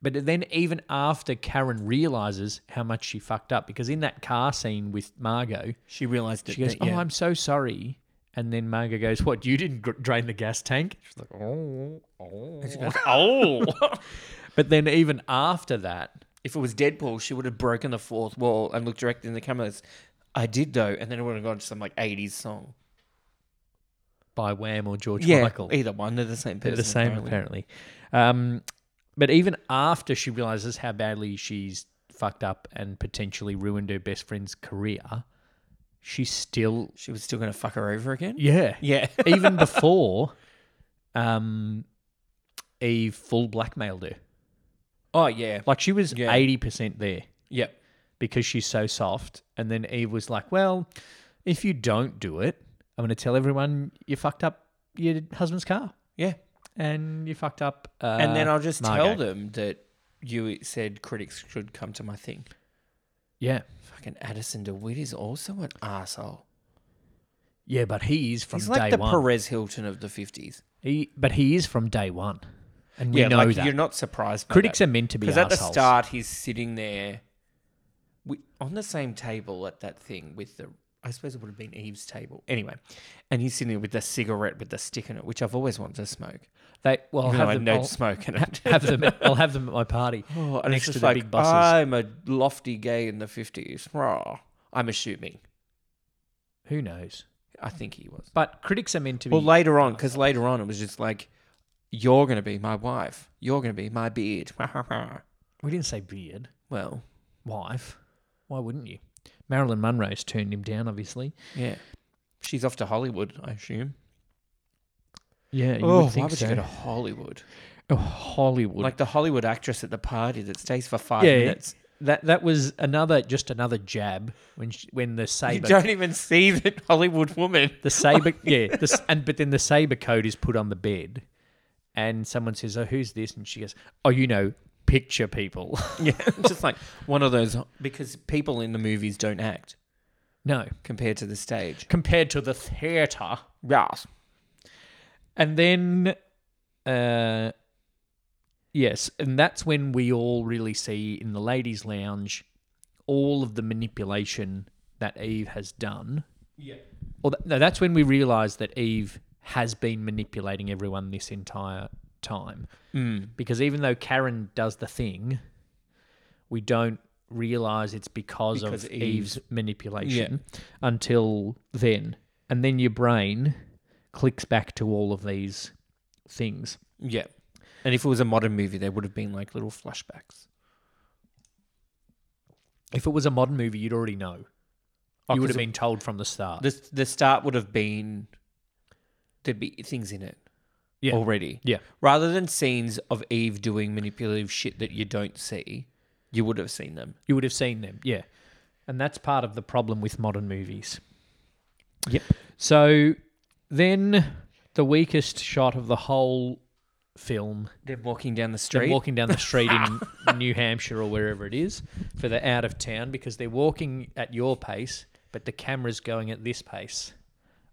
Speaker 1: but then even after Karen realizes how much she fucked up, because in that car scene with Margot,
Speaker 2: she realized it.
Speaker 1: she goes, "Oh, I'm so sorry," and then Margot goes, "What? You didn't gr- drain the gas tank?" She's like, "Oh, oh,
Speaker 2: oh.
Speaker 1: But then even after that,
Speaker 2: if it was Deadpool, she would have broken the fourth wall and looked directly in the cameras. I did though, and then it would have gone to some like '80s song.
Speaker 1: by Wham or George Michael,
Speaker 2: either one. They're the same person.
Speaker 1: They're the same apparently. Um, but even after she realizes how badly she's fucked up and potentially ruined her best friend's career, she still
Speaker 2: She was still gonna fuck her over again.
Speaker 1: yeah
Speaker 2: Yeah.
Speaker 1: even before um, Eve full blackmailed her.
Speaker 2: oh yeah.
Speaker 1: Like she was
Speaker 2: Yeah.
Speaker 1: eighty percent there
Speaker 2: Yep.
Speaker 1: because she's so soft, and then Eve was like, "Well, if you don't do it, I'm going to tell everyone you fucked up your husband's car."
Speaker 2: Yeah.
Speaker 1: and you fucked up. Uh,
Speaker 2: And then I'll just
Speaker 1: Margot.
Speaker 2: tell them that you said critics should come to my thing.
Speaker 1: Yeah,
Speaker 2: Fucking Addison DeWitt is also an asshole.
Speaker 1: yeah, but he is from
Speaker 2: He's
Speaker 1: day
Speaker 2: like the
Speaker 1: one.
Speaker 2: Perez Hilton of the '50s.
Speaker 1: he, but he is from day one, and we
Speaker 2: yeah,
Speaker 1: know
Speaker 2: like
Speaker 1: that.
Speaker 2: you're not surprised. By
Speaker 1: Critics
Speaker 2: that.
Speaker 1: are meant to be
Speaker 2: because
Speaker 1: assholes.
Speaker 2: at the start he's sitting there, wi- on the same table at that thing with the. I suppose it would have been Eve's table anyway, and he's sitting there with the cigarette with the stick in it, which I've always wanted to smoke.
Speaker 1: they well I'll
Speaker 2: Even
Speaker 1: have
Speaker 2: though I
Speaker 1: them.
Speaker 2: don't
Speaker 1: I'll
Speaker 2: smoke in it.
Speaker 1: have them. I'll have them at my party.
Speaker 2: Oh, and
Speaker 1: next
Speaker 2: it's
Speaker 1: to
Speaker 2: just
Speaker 1: the
Speaker 2: like,
Speaker 1: big buses.
Speaker 2: I'm a lofty gay in the fifties. I'm assuming.
Speaker 1: Who knows?
Speaker 2: I think he was.
Speaker 1: But critics are meant to be.
Speaker 2: Well, later on, because later on it was just like, you're gonna be my wife. You're gonna be my beard.
Speaker 1: we didn't say beard,
Speaker 2: well,
Speaker 1: wife. Why wouldn't you? Marilyn Monroe's turned him down, obviously.
Speaker 2: yeah. She's off to Hollywood, I assume.
Speaker 1: Yeah, you
Speaker 2: oh,
Speaker 1: would think
Speaker 2: why would
Speaker 1: so.
Speaker 2: you go to Hollywood?
Speaker 1: oh, Hollywood.
Speaker 2: Like the Hollywood actress at the party that stays for five
Speaker 1: Yeah, yeah.
Speaker 2: minutes.
Speaker 1: that that was another just another jab when she, when the
Speaker 2: You
Speaker 1: saber
Speaker 2: don't even see the Hollywood woman.
Speaker 1: the saber yeah this and but then the saber code is put on the bed, and someone says, "Oh, who's this?" And she goes, "Oh, you know, picture people."
Speaker 2: Yeah, just like one of those because people in the movies don't act
Speaker 1: no,
Speaker 2: compared to the stage.
Speaker 1: compared to the theater.
Speaker 2: Yes.
Speaker 1: And then uh, Yes, and that's when we all really see in the ladies' lounge all of the manipulation that Eve has done.
Speaker 2: Yeah.
Speaker 1: Or th- no, that's when we realise that Eve has been manipulating everyone this entire time.
Speaker 2: Mm.
Speaker 1: Because even though Karen does the thing, we don't realise it's because,
Speaker 2: Because
Speaker 1: of
Speaker 2: Eve-
Speaker 1: Eve's manipulation until then. And then your brain clicks back to all of these things.
Speaker 2: Yeah. And if it was a modern movie, there would have been like little flashbacks.
Speaker 1: If it was a modern movie, you'd already know.
Speaker 2: Oh,
Speaker 1: you would have
Speaker 2: 'cause it-
Speaker 1: been told from the start.
Speaker 2: The the start would have been there'd be things in it
Speaker 1: Yeah.
Speaker 2: already.
Speaker 1: yeah.
Speaker 2: Rather than scenes of Eve doing manipulative shit that you don't see, you would have seen them.
Speaker 1: You would have seen them. Yeah. And that's part of the problem with modern movies.
Speaker 2: Yep.
Speaker 1: So then the weakest shot of the whole film
Speaker 2: They're walking down the
Speaker 1: they're
Speaker 2: street.
Speaker 1: walking down the street in New Hampshire or wherever it is for the out of town because they're walking at your pace, but the camera's going at this pace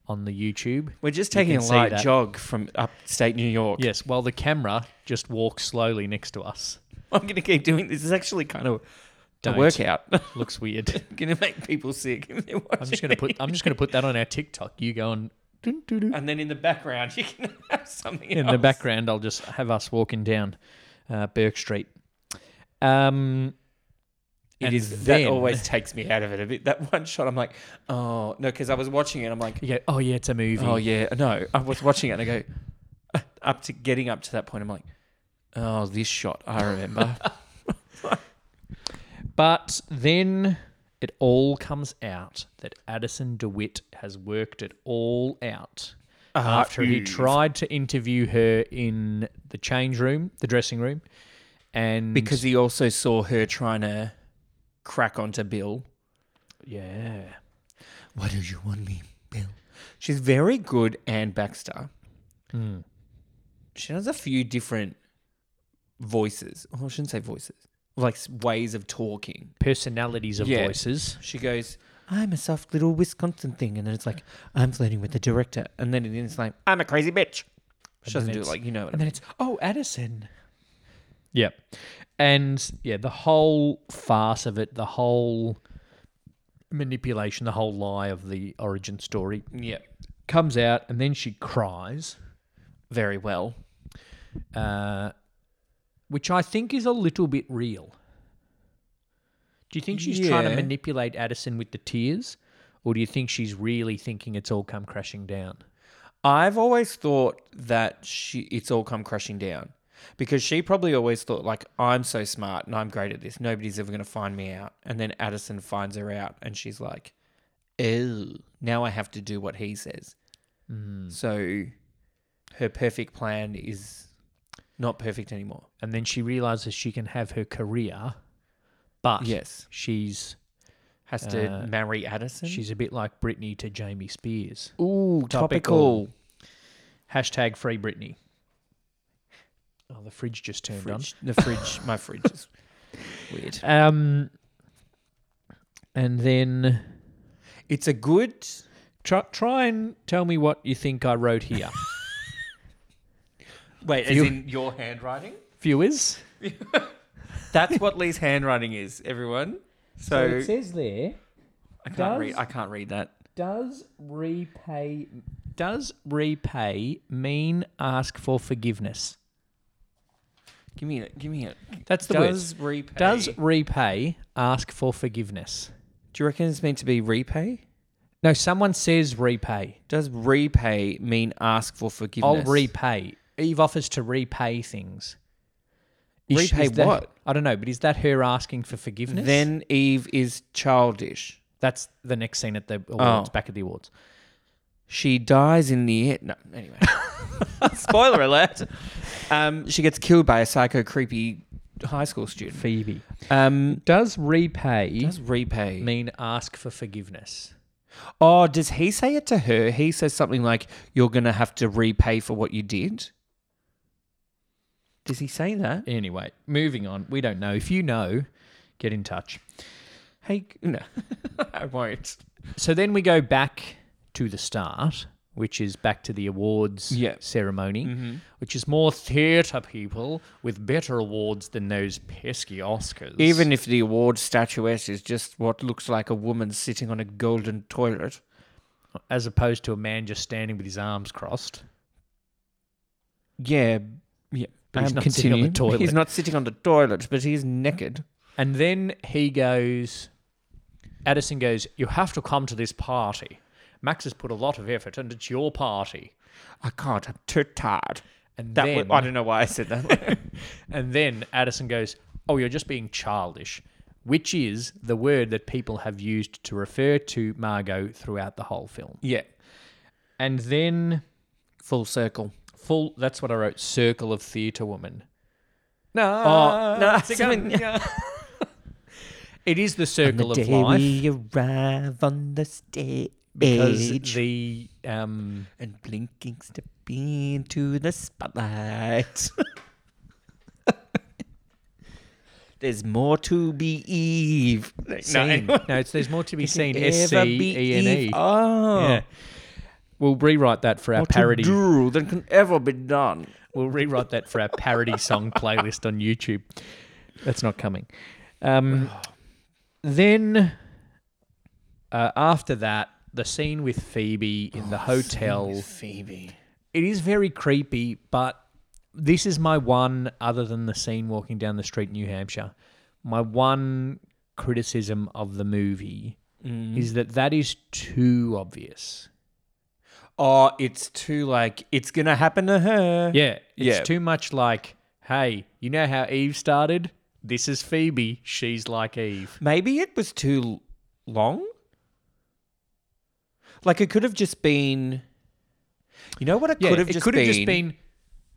Speaker 1: on the YouTube.
Speaker 2: We're just
Speaker 1: You
Speaker 2: taking
Speaker 1: can
Speaker 2: a
Speaker 1: see
Speaker 2: light
Speaker 1: that.
Speaker 2: jog from upstate New York.
Speaker 1: Yes, while the camera just walks slowly next to us.
Speaker 2: I'm going to keep doing this. It's actually kind of
Speaker 1: Don't.
Speaker 2: a workout.
Speaker 1: Looks weird.
Speaker 2: going to make people sick. if they're
Speaker 1: I'm
Speaker 2: watching
Speaker 1: just gonna put I'm just gonna put that on our TikTok. You go and doo doo doo.
Speaker 2: it. And then in the background, you can have something
Speaker 1: in
Speaker 2: else.
Speaker 1: the background, I'll just have us walking down uh, Burke Street. Um,
Speaker 2: It
Speaker 1: and
Speaker 2: is
Speaker 1: then-
Speaker 2: that always takes me out of it a bit. That one shot, I'm like, oh no, because I was watching it. I'm like,
Speaker 1: you go, oh yeah, it's a movie.
Speaker 2: oh yeah, no. I was watching it, and I go up to getting up to that point. I'm like, oh, this shot, I remember.
Speaker 1: But then it all comes out that Addison DeWitt has worked it all out after he
Speaker 2: Eve.
Speaker 1: tried to interview her in the change room, the dressing room, and
Speaker 2: because he also saw her trying to crack onto Bill.
Speaker 1: yeah,
Speaker 2: What do you want me, Bill? She's very good, Anne Baxter.
Speaker 1: Mm.
Speaker 2: She has a few different voices. Oh, I shouldn't say voices, like s- ways of talking.
Speaker 1: personalities of
Speaker 2: Yeah.
Speaker 1: voices.
Speaker 2: She goes, I'm a soft little Wisconsin thing. And then it's like, I'm flirting with the director. And then it's like, I'm a crazy bitch. She
Speaker 1: And
Speaker 2: doesn't
Speaker 1: then
Speaker 2: do it
Speaker 1: it's-
Speaker 2: like, you know what I
Speaker 1: And
Speaker 2: mean.
Speaker 1: then it's, oh, Addison. Yep. And yeah, the whole farce of it, the whole manipulation, the whole lie of the origin story
Speaker 2: Yeah,
Speaker 1: comes out, and then she cries,
Speaker 2: very well.
Speaker 1: uh, which I think is a little bit real. Do you think she's trying to
Speaker 2: Yeah.
Speaker 1: manipulate Addison with the tears? Or do you think she's really thinking it's all come crashing down?
Speaker 2: I've always thought that she it's all come crashing down because she probably always thought like I'm so smart and I'm great at this. Nobody's ever going to find me out. And then Addison finds her out and she's like, "Oh, now I have to do what he says." Hmm. So her perfect plan is not perfect anymore.
Speaker 1: And then she realizes she can have her career, but
Speaker 2: Yes.
Speaker 1: she's
Speaker 2: Has to
Speaker 1: Uh,
Speaker 2: marry Addison.
Speaker 1: She's a bit like Britney to Jamie Spears.
Speaker 2: ooh
Speaker 1: topical. Hashtag free Britney. Oh, the fridge just turned
Speaker 2: Fridge, the fridge, my fridge is weird.
Speaker 1: on. Um, and then
Speaker 2: It's a good
Speaker 1: try, try and tell me what you think I wrote here.
Speaker 2: wait,
Speaker 1: You-
Speaker 2: as in your handwriting.
Speaker 1: Viewers.
Speaker 2: That's what Lee's handwriting is, everyone. So,
Speaker 1: says there,
Speaker 2: I can't
Speaker 1: does-
Speaker 2: read. I can't read that.
Speaker 1: does repay does repay mean ask for forgiveness?
Speaker 2: Give me it. Give me it.
Speaker 1: That's the words.
Speaker 2: does repay?
Speaker 1: Does
Speaker 2: Do
Speaker 1: repay ask for forgiveness?
Speaker 2: you reckon it's meant to be repay?
Speaker 1: No, someone says repay.
Speaker 2: Does repay mean ask for
Speaker 1: I'll
Speaker 2: forgiveness?
Speaker 1: repay. Eve offers to repay things.
Speaker 2: Repay
Speaker 1: that-
Speaker 2: what?
Speaker 1: I don't know, but is that her asking for forgiveness?
Speaker 2: Then Eve is childish.
Speaker 1: that's the next scene at the awards,
Speaker 2: Oh.
Speaker 1: back at the awards.
Speaker 2: She dies in the air. No, anyway. Spoiler alert. Um, she gets killed by a psycho creepy high school student.
Speaker 1: Phoebe
Speaker 2: Um,
Speaker 1: does repay
Speaker 2: does repay
Speaker 1: mean ask for forgiveness?
Speaker 2: Oh, does he say it to her? He says something like, You're going to have to repay for what you did. Does he say that?
Speaker 1: Anyway, moving on. We don't know. If you know, get in touch.
Speaker 2: Hey, no, I won't.
Speaker 1: So then we go back to the start which is back to the awards
Speaker 2: Yeah. Mm-hmm.
Speaker 1: ceremony, which is more theatre people with better awards than those pesky Oscars.
Speaker 2: Even if the award statuette is just what looks like a woman sitting on a golden toilet.
Speaker 1: as opposed to a man just standing with his arms crossed.
Speaker 2: Yeah, yeah.
Speaker 1: But he's
Speaker 2: Um,
Speaker 1: not sitting on the toilet.
Speaker 2: He's not sitting on the toilet, but he's naked.
Speaker 1: And then he goes, Addison goes, You have to come to this party. Max has put a lot of effort and it's your party.
Speaker 2: I can't. I'm too tired.
Speaker 1: And
Speaker 2: That
Speaker 1: then,
Speaker 2: wa- I don't know why I said that.
Speaker 1: and then Addison goes, Oh, you're just being childish, which is the word that people have used to refer to Margot throughout the whole film.
Speaker 2: yeah,
Speaker 1: And then
Speaker 2: full circle.
Speaker 1: full that's what I wrote, circle of theatre woman.
Speaker 2: No,
Speaker 1: Oh,
Speaker 2: no.
Speaker 1: it's again- It is the circle
Speaker 2: the
Speaker 1: of
Speaker 2: day
Speaker 1: life.
Speaker 2: we arrive on the stage
Speaker 1: because the um
Speaker 2: and blinking step into the spotlight. There's more to be Eve.
Speaker 1: scene. No, it's there's more to be seen. S C E N E.
Speaker 2: Oh.
Speaker 1: Yeah. We'll rewrite that for our parody.
Speaker 2: drool than can ever be done.
Speaker 1: We'll rewrite that for our parody song playlist on YouTube. That's not coming. Um, then uh, after that, the scene with Phoebe in the hotel.
Speaker 2: Phoebe.
Speaker 1: It is very creepy, but this is my one, other than the scene walking down the street in New Hampshire, my one criticism of the movie is that that is too obvious.
Speaker 2: Oh, it's too like it's gonna happen to her.
Speaker 1: Yeah, it's
Speaker 2: Yeah.
Speaker 1: too much like, hey, you know how Eve started? This is Phoebe. She's like Eve.
Speaker 2: Maybe it was too l- long. Like it could have just been. You know what? It
Speaker 1: Yeah,
Speaker 2: could have
Speaker 1: it
Speaker 2: just
Speaker 1: could
Speaker 2: been.
Speaker 1: have just been,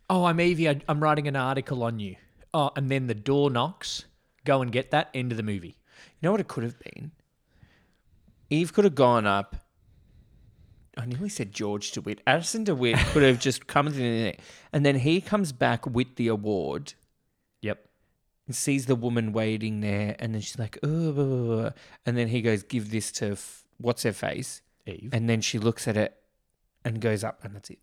Speaker 1: oh, I'm Evie. I, I'm writing an article on you. Oh, and then the door knocks. Go and get that. End of the movie.
Speaker 2: You know what? It could have been. Eve could have gone up. I nearly said George DeWitt. Addison DeWitt could have just come in there, and then he comes back with the award.
Speaker 1: Yep.
Speaker 2: and sees the woman waiting there, and then she's like, "Ooh," blah, blah, blah," and then he goes, "Give this to f- what's her face,"
Speaker 1: Eve.
Speaker 2: and then she looks at it and goes up, and that's it.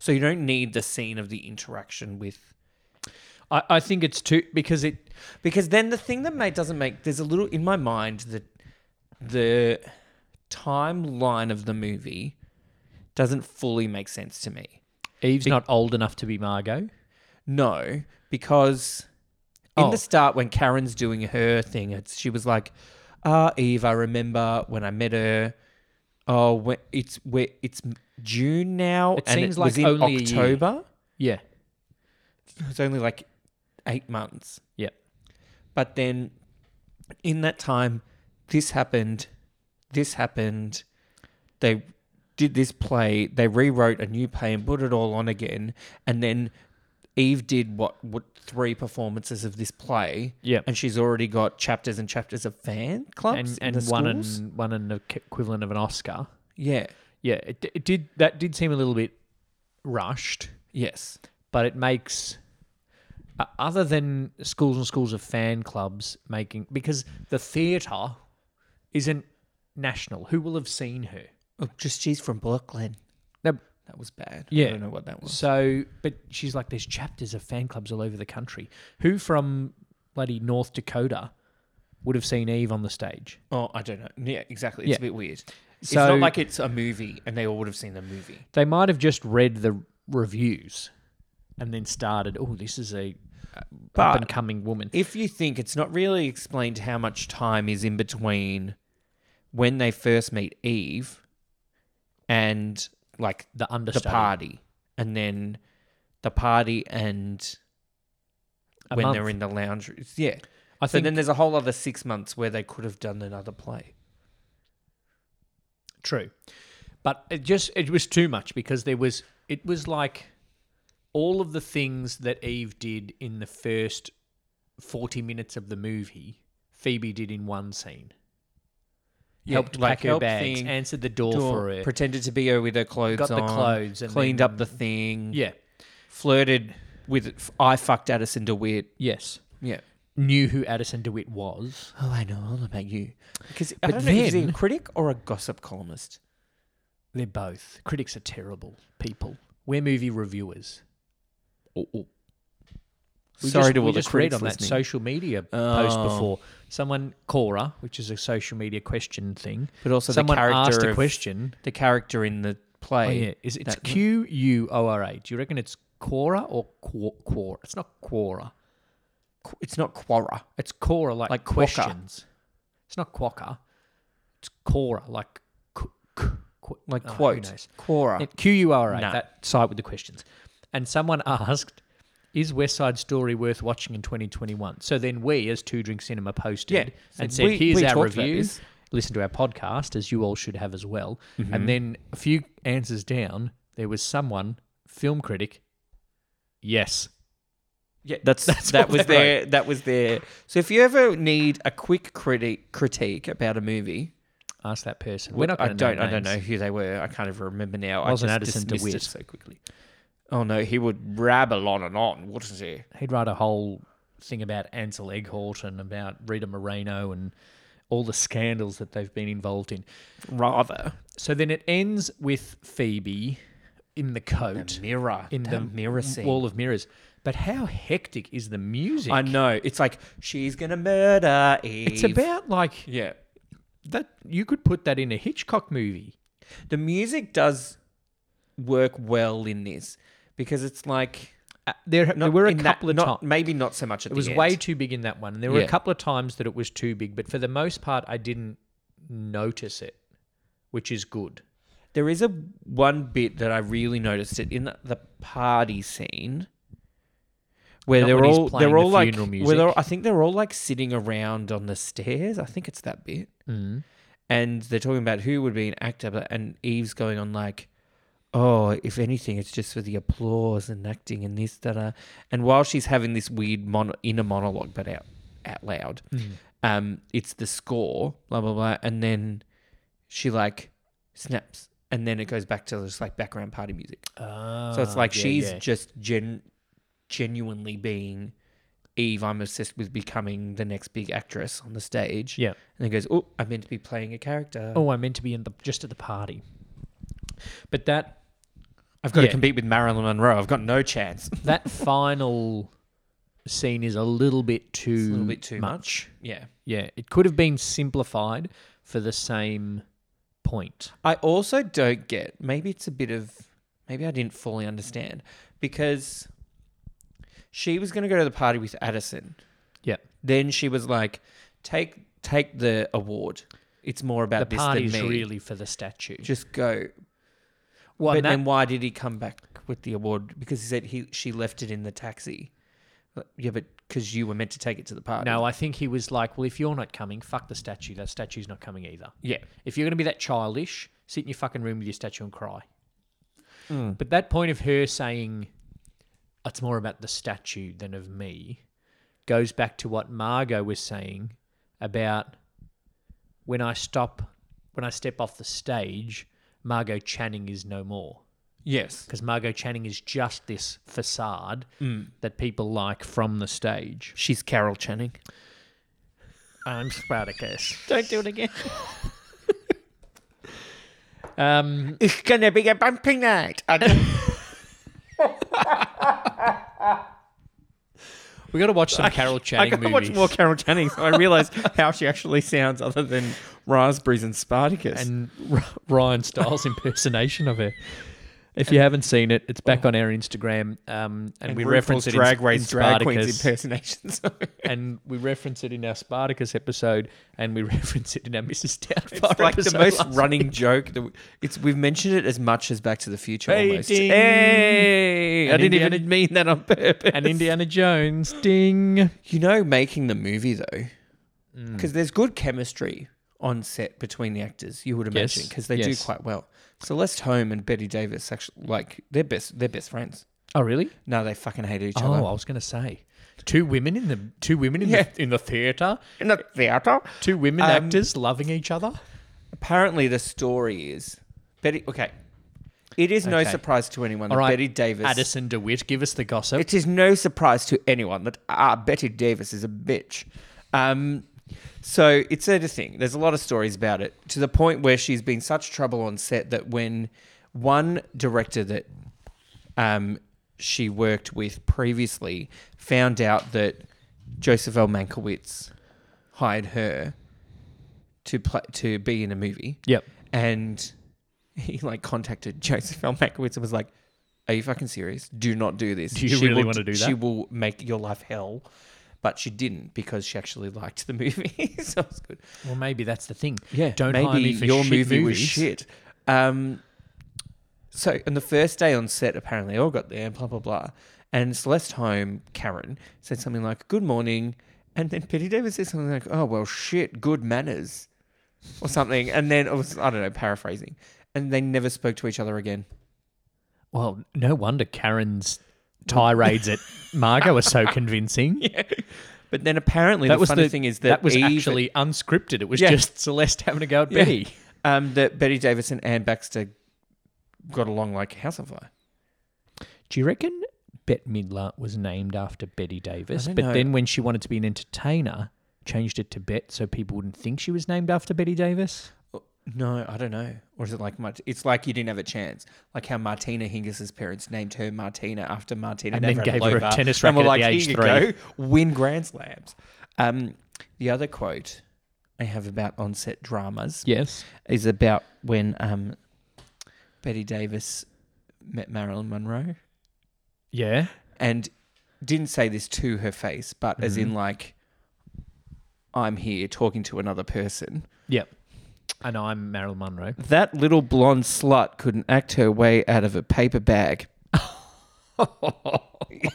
Speaker 2: So you don't need the scene of the interaction with,
Speaker 1: I, I think it's too because it
Speaker 2: because then the thing that mate doesn't make there's a little in my mind that the timeline of the movie doesn't fully make sense to me.
Speaker 1: Eve's not old enough to be Margot.
Speaker 2: No, because in
Speaker 1: Oh.
Speaker 2: the start when Karen's doing her thing, it's she was like, "Ah, Eve, I remember when I met her. Oh, we- it's we it's June now,
Speaker 1: It
Speaker 2: and
Speaker 1: seems
Speaker 2: it
Speaker 1: like
Speaker 2: was in
Speaker 1: only a year.
Speaker 2: October.
Speaker 1: Yeah.
Speaker 2: It's only like eight months.
Speaker 1: Yeah.
Speaker 2: But then, in that time, this happened. This happened. They did this play. They rewrote a new play and put it all on again. And then Eve did what what three performances of this play.
Speaker 1: Yeah.
Speaker 2: And she's already got chapters and chapters of fan clubs
Speaker 1: And
Speaker 2: and, in
Speaker 1: and
Speaker 2: the
Speaker 1: one
Speaker 2: schools.
Speaker 1: and one an equivalent of an Oscar.
Speaker 2: yeah.
Speaker 1: Yeah, it, d- it did that did seem a little bit rushed,
Speaker 2: Yes.
Speaker 1: but it makes uh, other than schools and schools of fan clubs making because the theatre isn't national. Who will have seen her?
Speaker 2: Oh, just she's from Brooklyn.
Speaker 1: No,
Speaker 2: That was bad.
Speaker 1: Yeah.
Speaker 2: I don't know what that was.
Speaker 1: so but she's like there's chapters of fan clubs all over the country. Who from bloody North Dakota would have seen Eve on the stage?
Speaker 2: Oh, I don't know. Yeah, exactly. It's
Speaker 1: Yeah.
Speaker 2: a bit weird. it's
Speaker 1: So-
Speaker 2: not like it's a movie and they all would have seen the movie.
Speaker 1: they might have just read the reviews and then started oh this is a up and
Speaker 2: But
Speaker 1: coming woman
Speaker 2: if you think it's not really explained how much time is in between when they first meet Eve and like
Speaker 1: the
Speaker 2: the
Speaker 1: understudy
Speaker 2: party and then the party and
Speaker 1: A
Speaker 2: when
Speaker 1: month.
Speaker 2: they're in the lounge. room. Yeah.
Speaker 1: i
Speaker 2: So
Speaker 1: think
Speaker 2: then there's a whole other six months where they could have done another play.
Speaker 1: true but it just it was too much because there was it was like all of the things that eve did in the first 40 minutes of the movie phoebe did in one scene helped
Speaker 2: like
Speaker 1: pack her
Speaker 2: help
Speaker 1: bags
Speaker 2: thing,
Speaker 1: answered the door,
Speaker 2: door,
Speaker 1: for her
Speaker 2: Pretended to be her with her clothes
Speaker 1: Got the
Speaker 2: on.
Speaker 1: clothes and
Speaker 2: cleaned up the
Speaker 1: then-
Speaker 2: thing.
Speaker 1: yeah
Speaker 2: Flirted with I fucked Addison DeWitt.
Speaker 1: yes
Speaker 2: Yeah.
Speaker 1: knew who addison dewitt was
Speaker 2: Oh, I know all about you. Because I
Speaker 1: But
Speaker 2: don't know, is he a
Speaker 1: then-
Speaker 2: critic or a gossip columnist?
Speaker 1: They're both. Critics are terrible people. We're movie reviewers.
Speaker 3: Ooh, ooh.
Speaker 1: We
Speaker 3: Sorry
Speaker 1: just,
Speaker 3: to all
Speaker 1: we
Speaker 3: the
Speaker 1: just read
Speaker 3: critics
Speaker 1: on that
Speaker 3: listening.
Speaker 1: social media post
Speaker 3: Oh.
Speaker 1: before. Someone Cora, which is a social media question thing.
Speaker 2: But also
Speaker 1: someone
Speaker 2: the character
Speaker 1: asked a
Speaker 2: of-
Speaker 1: question.
Speaker 2: the character in the play.
Speaker 1: Oh yeah, is it's
Speaker 2: that-
Speaker 1: Q U O R A? Do you reckon it's Cora or Quora? Quora? It's not Quora.
Speaker 2: Qu- It's not Quora.
Speaker 1: It's Cora like,
Speaker 2: Like quokka.
Speaker 1: questions. It's not Quokka. It's Cora like qu- qu- qu-
Speaker 2: Like
Speaker 1: oh, who
Speaker 2: quote.
Speaker 1: knows?
Speaker 2: Quora.
Speaker 1: Q U R A.
Speaker 2: No.
Speaker 1: That site with the questions. And someone asked, "Is West Side Story worth watching in 2021?" So then we, as Two Drink Cinema, posted
Speaker 2: Yeah.
Speaker 1: and
Speaker 2: So
Speaker 1: said,
Speaker 2: we-
Speaker 1: "Here's
Speaker 2: we
Speaker 1: our
Speaker 2: talked about
Speaker 1: review.
Speaker 2: this. Mm-hmm.
Speaker 1: Listen to our podcast, as you all should have as well." And then a few answers down, there was someone, film critic, yes,
Speaker 3: Yeah, that's,
Speaker 2: that
Speaker 1: what
Speaker 2: was
Speaker 1: they
Speaker 2: their that was their so if you ever need a quick critic critique about a movie
Speaker 1: ask that person. We're not.
Speaker 2: I
Speaker 1: gonna
Speaker 2: don't I don't
Speaker 1: names.
Speaker 2: know who they were I can't even remember now
Speaker 1: Wasn't
Speaker 2: I just
Speaker 1: Addison
Speaker 2: dismissed
Speaker 1: DeWitt.
Speaker 2: it so quickly oh no he would rabble on and on wouldn't he
Speaker 1: He'd write a whole thing about Ansel Eghort and about Rita Moreno and all the scandals that they've been involved in.
Speaker 2: rather
Speaker 1: So then it ends with Phoebe in the coat
Speaker 2: mirror
Speaker 1: in the
Speaker 2: mirror scene
Speaker 1: wall of mirrors. But how hectic is the music?
Speaker 2: I know it's like she's gonna murder Eve
Speaker 1: It's about like
Speaker 2: yeah
Speaker 1: that. You could put that in a Hitchcock movie.
Speaker 2: the music does work well in this because it's like
Speaker 1: Uh, there, there
Speaker 2: not
Speaker 1: were a
Speaker 2: in that-
Speaker 1: couple of
Speaker 2: not-
Speaker 1: times.
Speaker 2: maybe not so much at
Speaker 1: It was
Speaker 2: the
Speaker 1: way
Speaker 2: end.
Speaker 1: too big in that one. And there were a
Speaker 2: Yeah.
Speaker 1: couple of times that it was too big, but for the most part, I didn't notice it, which is good.
Speaker 2: There is a one bit that I really noticed it in the, the party scene where
Speaker 1: Not
Speaker 2: they're
Speaker 1: when he's
Speaker 2: all
Speaker 1: playing
Speaker 2: they're
Speaker 1: the
Speaker 2: all like
Speaker 1: funeral
Speaker 2: where they're,
Speaker 1: music.
Speaker 2: I think they're all like sitting around on the stairs. I think it's that bit,
Speaker 1: Mm.
Speaker 2: and they're talking about who would be an actor, but- and Eve's going on like. Oh, if anything, it's just for the applause and acting and this, da da. And while she's having this weird mon- inner monologue, but out out loud,
Speaker 1: Mm.
Speaker 2: um, it's the score, blah blah blah, and then she like snaps, and then it goes back to just like background party music. so
Speaker 1: Ah,
Speaker 2: it's like she's just gen- genuinely being Eve. I'm obsessed with becoming the next big actress on the stage.
Speaker 1: Yeah.
Speaker 2: and it goes, oh, I'm meant to be playing a character.
Speaker 1: Oh, I meant to be in the just at the party. But that
Speaker 2: I've got
Speaker 1: yeah.
Speaker 2: to compete with Marilyn Monroe. I've got no chance.
Speaker 1: that final scene is a little bit too
Speaker 2: a little bit too much. yeah.
Speaker 1: Yeah, it could have been simplified for the same point.
Speaker 2: I also don't get. Maybe it's a bit of. Maybe I didn't fully understand because she was going to go to the party with Addison.
Speaker 1: Yeah.
Speaker 2: Then she was like, "Take take the award. It's more
Speaker 1: The
Speaker 2: about this
Speaker 1: party is
Speaker 2: than me.
Speaker 1: really for the statue.
Speaker 2: Just go."
Speaker 1: Well,
Speaker 2: but
Speaker 1: and that-
Speaker 2: then why did he come back with the award? Because he said he she left it in the taxi. But- Yeah, but because you were meant to take it to the party.
Speaker 1: no, I think he was like, well, if you're not coming, fuck the statue. That statue's not coming either.
Speaker 2: Yeah.
Speaker 1: If you're going to be that childish, sit in your fucking room with your statue and cry.
Speaker 2: Hmm.
Speaker 1: But that point of her saying, it's more about the statue than of me, goes back to what Margot was saying about when I stop, when I step off the stage, Margot Channing is no more.
Speaker 2: Yes.
Speaker 1: Because Margot Channing is just this facade that people like from the stage.
Speaker 2: Hmm. She's Carol Channing.
Speaker 1: I'm Spartacus.
Speaker 2: Don't do it again.
Speaker 1: Um,
Speaker 2: It's gonna be a bumpy night.
Speaker 1: we got to watch some Carol Channing
Speaker 2: I gotta
Speaker 1: movies.
Speaker 2: watch more Carol Channing, so I realize how she actually sounds, other than raspberries and Spartacus.
Speaker 1: and R- Ryan Styles impersonation of her. If you haven't seen it, it's
Speaker 2: Oh.
Speaker 1: back on our Instagram, um, and, we
Speaker 2: RuPaul's
Speaker 1: reference it in,
Speaker 2: drag
Speaker 1: in
Speaker 2: race drag queens
Speaker 1: Spartacus,
Speaker 2: impersonations.
Speaker 1: and we reference it in our Spartacus episode, and we reference it in our Mrs.
Speaker 2: it's
Speaker 1: Doubtfire
Speaker 2: like the
Speaker 1: episode
Speaker 2: most
Speaker 1: last
Speaker 2: running joke. That we, it's we've mentioned it as much as Back to the Future.
Speaker 1: Hey,
Speaker 2: almost.
Speaker 1: ding.
Speaker 2: Hey, I
Speaker 1: And
Speaker 2: didn't
Speaker 1: Indiana-
Speaker 2: even mean that on purpose.
Speaker 1: week. and Indiana Jones. Ding.
Speaker 2: you know, making the movie though, because there's good chemistry on set between the actors. You would
Speaker 1: Yes,
Speaker 2: imagine because they
Speaker 1: yes.
Speaker 2: do quite well. Celeste Home and Betty Davis actually like they're best. They're best friends.
Speaker 1: Oh, really?
Speaker 2: No, they fucking hate each
Speaker 1: Oh,
Speaker 2: other.
Speaker 1: I was going to say, two women in the two women in
Speaker 2: Yeah.
Speaker 1: the in the theater,
Speaker 2: in the theater.
Speaker 1: two women
Speaker 2: Um,
Speaker 1: actors loving each other.
Speaker 2: Apparently, the story is Betty. Okay, it is no
Speaker 1: Okay.
Speaker 2: surprise to anyone that
Speaker 1: All right,
Speaker 2: Betty Davis.
Speaker 1: Addison DeWitt, give us the gossip.
Speaker 2: It is no surprise to anyone that ah, Betty Davis is a bitch. Um, So it's a thing. There's a lot of stories about it to the point where she's been such trouble on set that when one director that um, she worked with previously found out that Joseph L. Mankiewicz hired her to play to be in a movie.
Speaker 1: Yep.
Speaker 2: And he like contacted Joseph L. Mankiewicz and was like, "Are you fucking serious? Do not do this.
Speaker 1: Do you really
Speaker 2: will-
Speaker 1: want to do
Speaker 2: She
Speaker 1: that?"
Speaker 2: will make your life hell." But she didn't because she actually liked the movie, so it's good.
Speaker 1: Well, maybe that's the thing.
Speaker 2: Yeah,
Speaker 1: Don't
Speaker 2: maybe
Speaker 1: hire me for
Speaker 2: your
Speaker 1: shit
Speaker 2: movie was
Speaker 1: movies.
Speaker 2: shit. Um, so on the first day on set, apparently, all got there, blah blah blah, and Celeste Home Karen said something like "Good morning," and then Petty Davis said something like "Oh well, shit, good manners," or something, and then it was, I don't know, paraphrasing, and they never spoke to each other again.
Speaker 1: Well, no wonder Karen's tirades at Margot are so convincing.
Speaker 2: But then apparently,
Speaker 1: That
Speaker 2: the
Speaker 1: was
Speaker 2: funny
Speaker 1: the-
Speaker 2: thing is that,
Speaker 1: That was
Speaker 2: Eve-
Speaker 1: actually unscripted. It was
Speaker 2: Yeah.
Speaker 1: just Celeste having a go at
Speaker 2: Yeah.
Speaker 1: Betty.
Speaker 2: um, that Betty Davis and Anne Baxter got along like a house on fire.
Speaker 1: Do you reckon Bette Midler was named after Betty Davis?
Speaker 2: don't
Speaker 1: But
Speaker 2: know.
Speaker 1: then when she wanted to be an entertainer, changed it to Bet so people wouldn't think she was named after Betty Davis?
Speaker 2: No, I don't know. Or is it like Mart- it's like you didn't have a chance, like how Martina Hingis' parents named her Martina after Martina
Speaker 1: And then gave her a
Speaker 2: Navratilova,
Speaker 1: tennis
Speaker 2: and were
Speaker 1: racket at the
Speaker 2: like,
Speaker 1: age
Speaker 2: "Here
Speaker 1: three."
Speaker 2: You go, win Grand Slams. Um, the other quote I have about on-set dramas
Speaker 1: Yes.
Speaker 2: is about when um, Betty Davis met Marilyn Monroe
Speaker 1: Yeah.
Speaker 2: and didn't say this to her face, but as
Speaker 1: Mm-hmm.
Speaker 2: in like, I'm here talking to another person.
Speaker 1: Yep. And I'm Marilyn Monroe.
Speaker 2: That little blonde slut couldn't act her way out of a paper bag.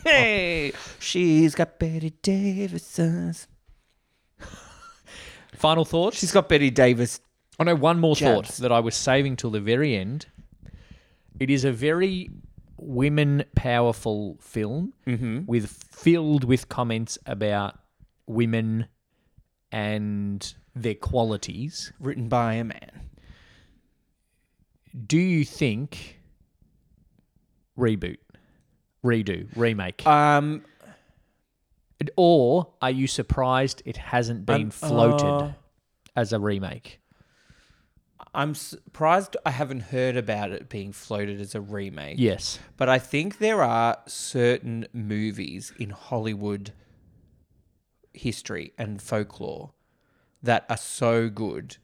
Speaker 2: hey, she's got Betty Davis's.
Speaker 1: Final thoughts?
Speaker 2: She's got Betty Davis.
Speaker 1: I know Oh, one more
Speaker 2: Jabs.
Speaker 1: thought that I was saving till the very end. It is a very women powerful film
Speaker 2: Mm-hmm.
Speaker 1: with filled with comments about women and their qualities.
Speaker 2: Written by a man.
Speaker 1: Do you think reboot, redo, remake,
Speaker 2: Um,
Speaker 1: or are you surprised it hasn't been
Speaker 2: I'm-
Speaker 1: floated
Speaker 2: uh,
Speaker 1: as a remake?
Speaker 2: I'm surprised I haven't heard about it being floated as a remake.
Speaker 1: Yes.
Speaker 2: But I think there are certain movies in Hollywood history and folklore that are so good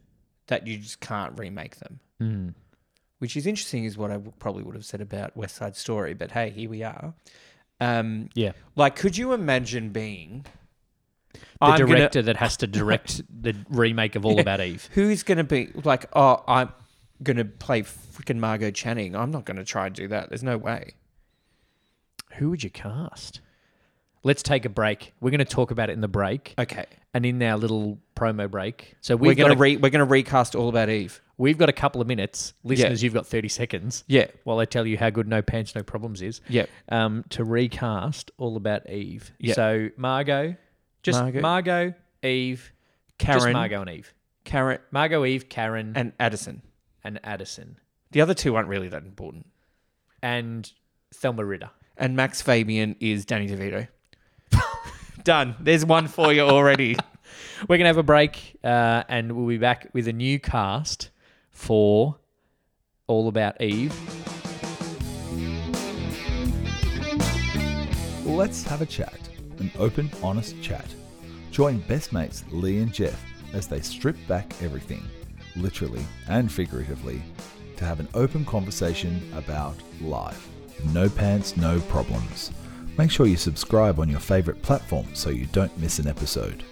Speaker 2: that you just can't remake them. Mm. Which is interesting, is what I w- probably would have said about West Side Story. But hey, here we are. Um,
Speaker 1: Yeah.
Speaker 2: like, could you imagine being
Speaker 1: The
Speaker 2: I'm gonna-
Speaker 1: director that has to direct the remake of All About Eve.
Speaker 2: who's going to be like, oh, I'm going to play freaking Margot Channing? I'm not going to try and do that. There's no way.
Speaker 1: Who would you cast? Let's take a break. We're going to talk about it in the break
Speaker 2: Okay,
Speaker 1: and in our little promo break. So
Speaker 2: we're
Speaker 1: we've
Speaker 2: going
Speaker 1: got
Speaker 2: to
Speaker 1: a,
Speaker 2: re- we're going to recast All About Eve.
Speaker 1: we've got a couple of minutes, listeners. You've got thirty seconds.
Speaker 2: Yeah,
Speaker 1: While I tell you how good No Pants No Problems is,
Speaker 2: yeah.
Speaker 1: um, to recast All About Eve.
Speaker 2: Yeah.
Speaker 1: So Margot, just
Speaker 2: Margot.
Speaker 1: Margot, Eve, just
Speaker 2: Karen.
Speaker 1: Margot and Eve,
Speaker 2: Karen
Speaker 1: Margot, Eve, Karen, and,
Speaker 2: and Addison.
Speaker 1: Addison,
Speaker 2: The other two aren't really that important.
Speaker 1: and Thelma Ritter.
Speaker 2: And Max Fabian is Danny DeVito. Done. There's one for you already.
Speaker 1: We're going to have a break uh, and we'll be back with a new cast for All About Eve.
Speaker 4: Let's have a chat. An open, honest chat. Join best mates Lee and Jeff as they strip back everything, literally and figuratively, to have an open conversation about life. No pants, no problems. Make sure you subscribe on your favourite platform so you don't miss an episode.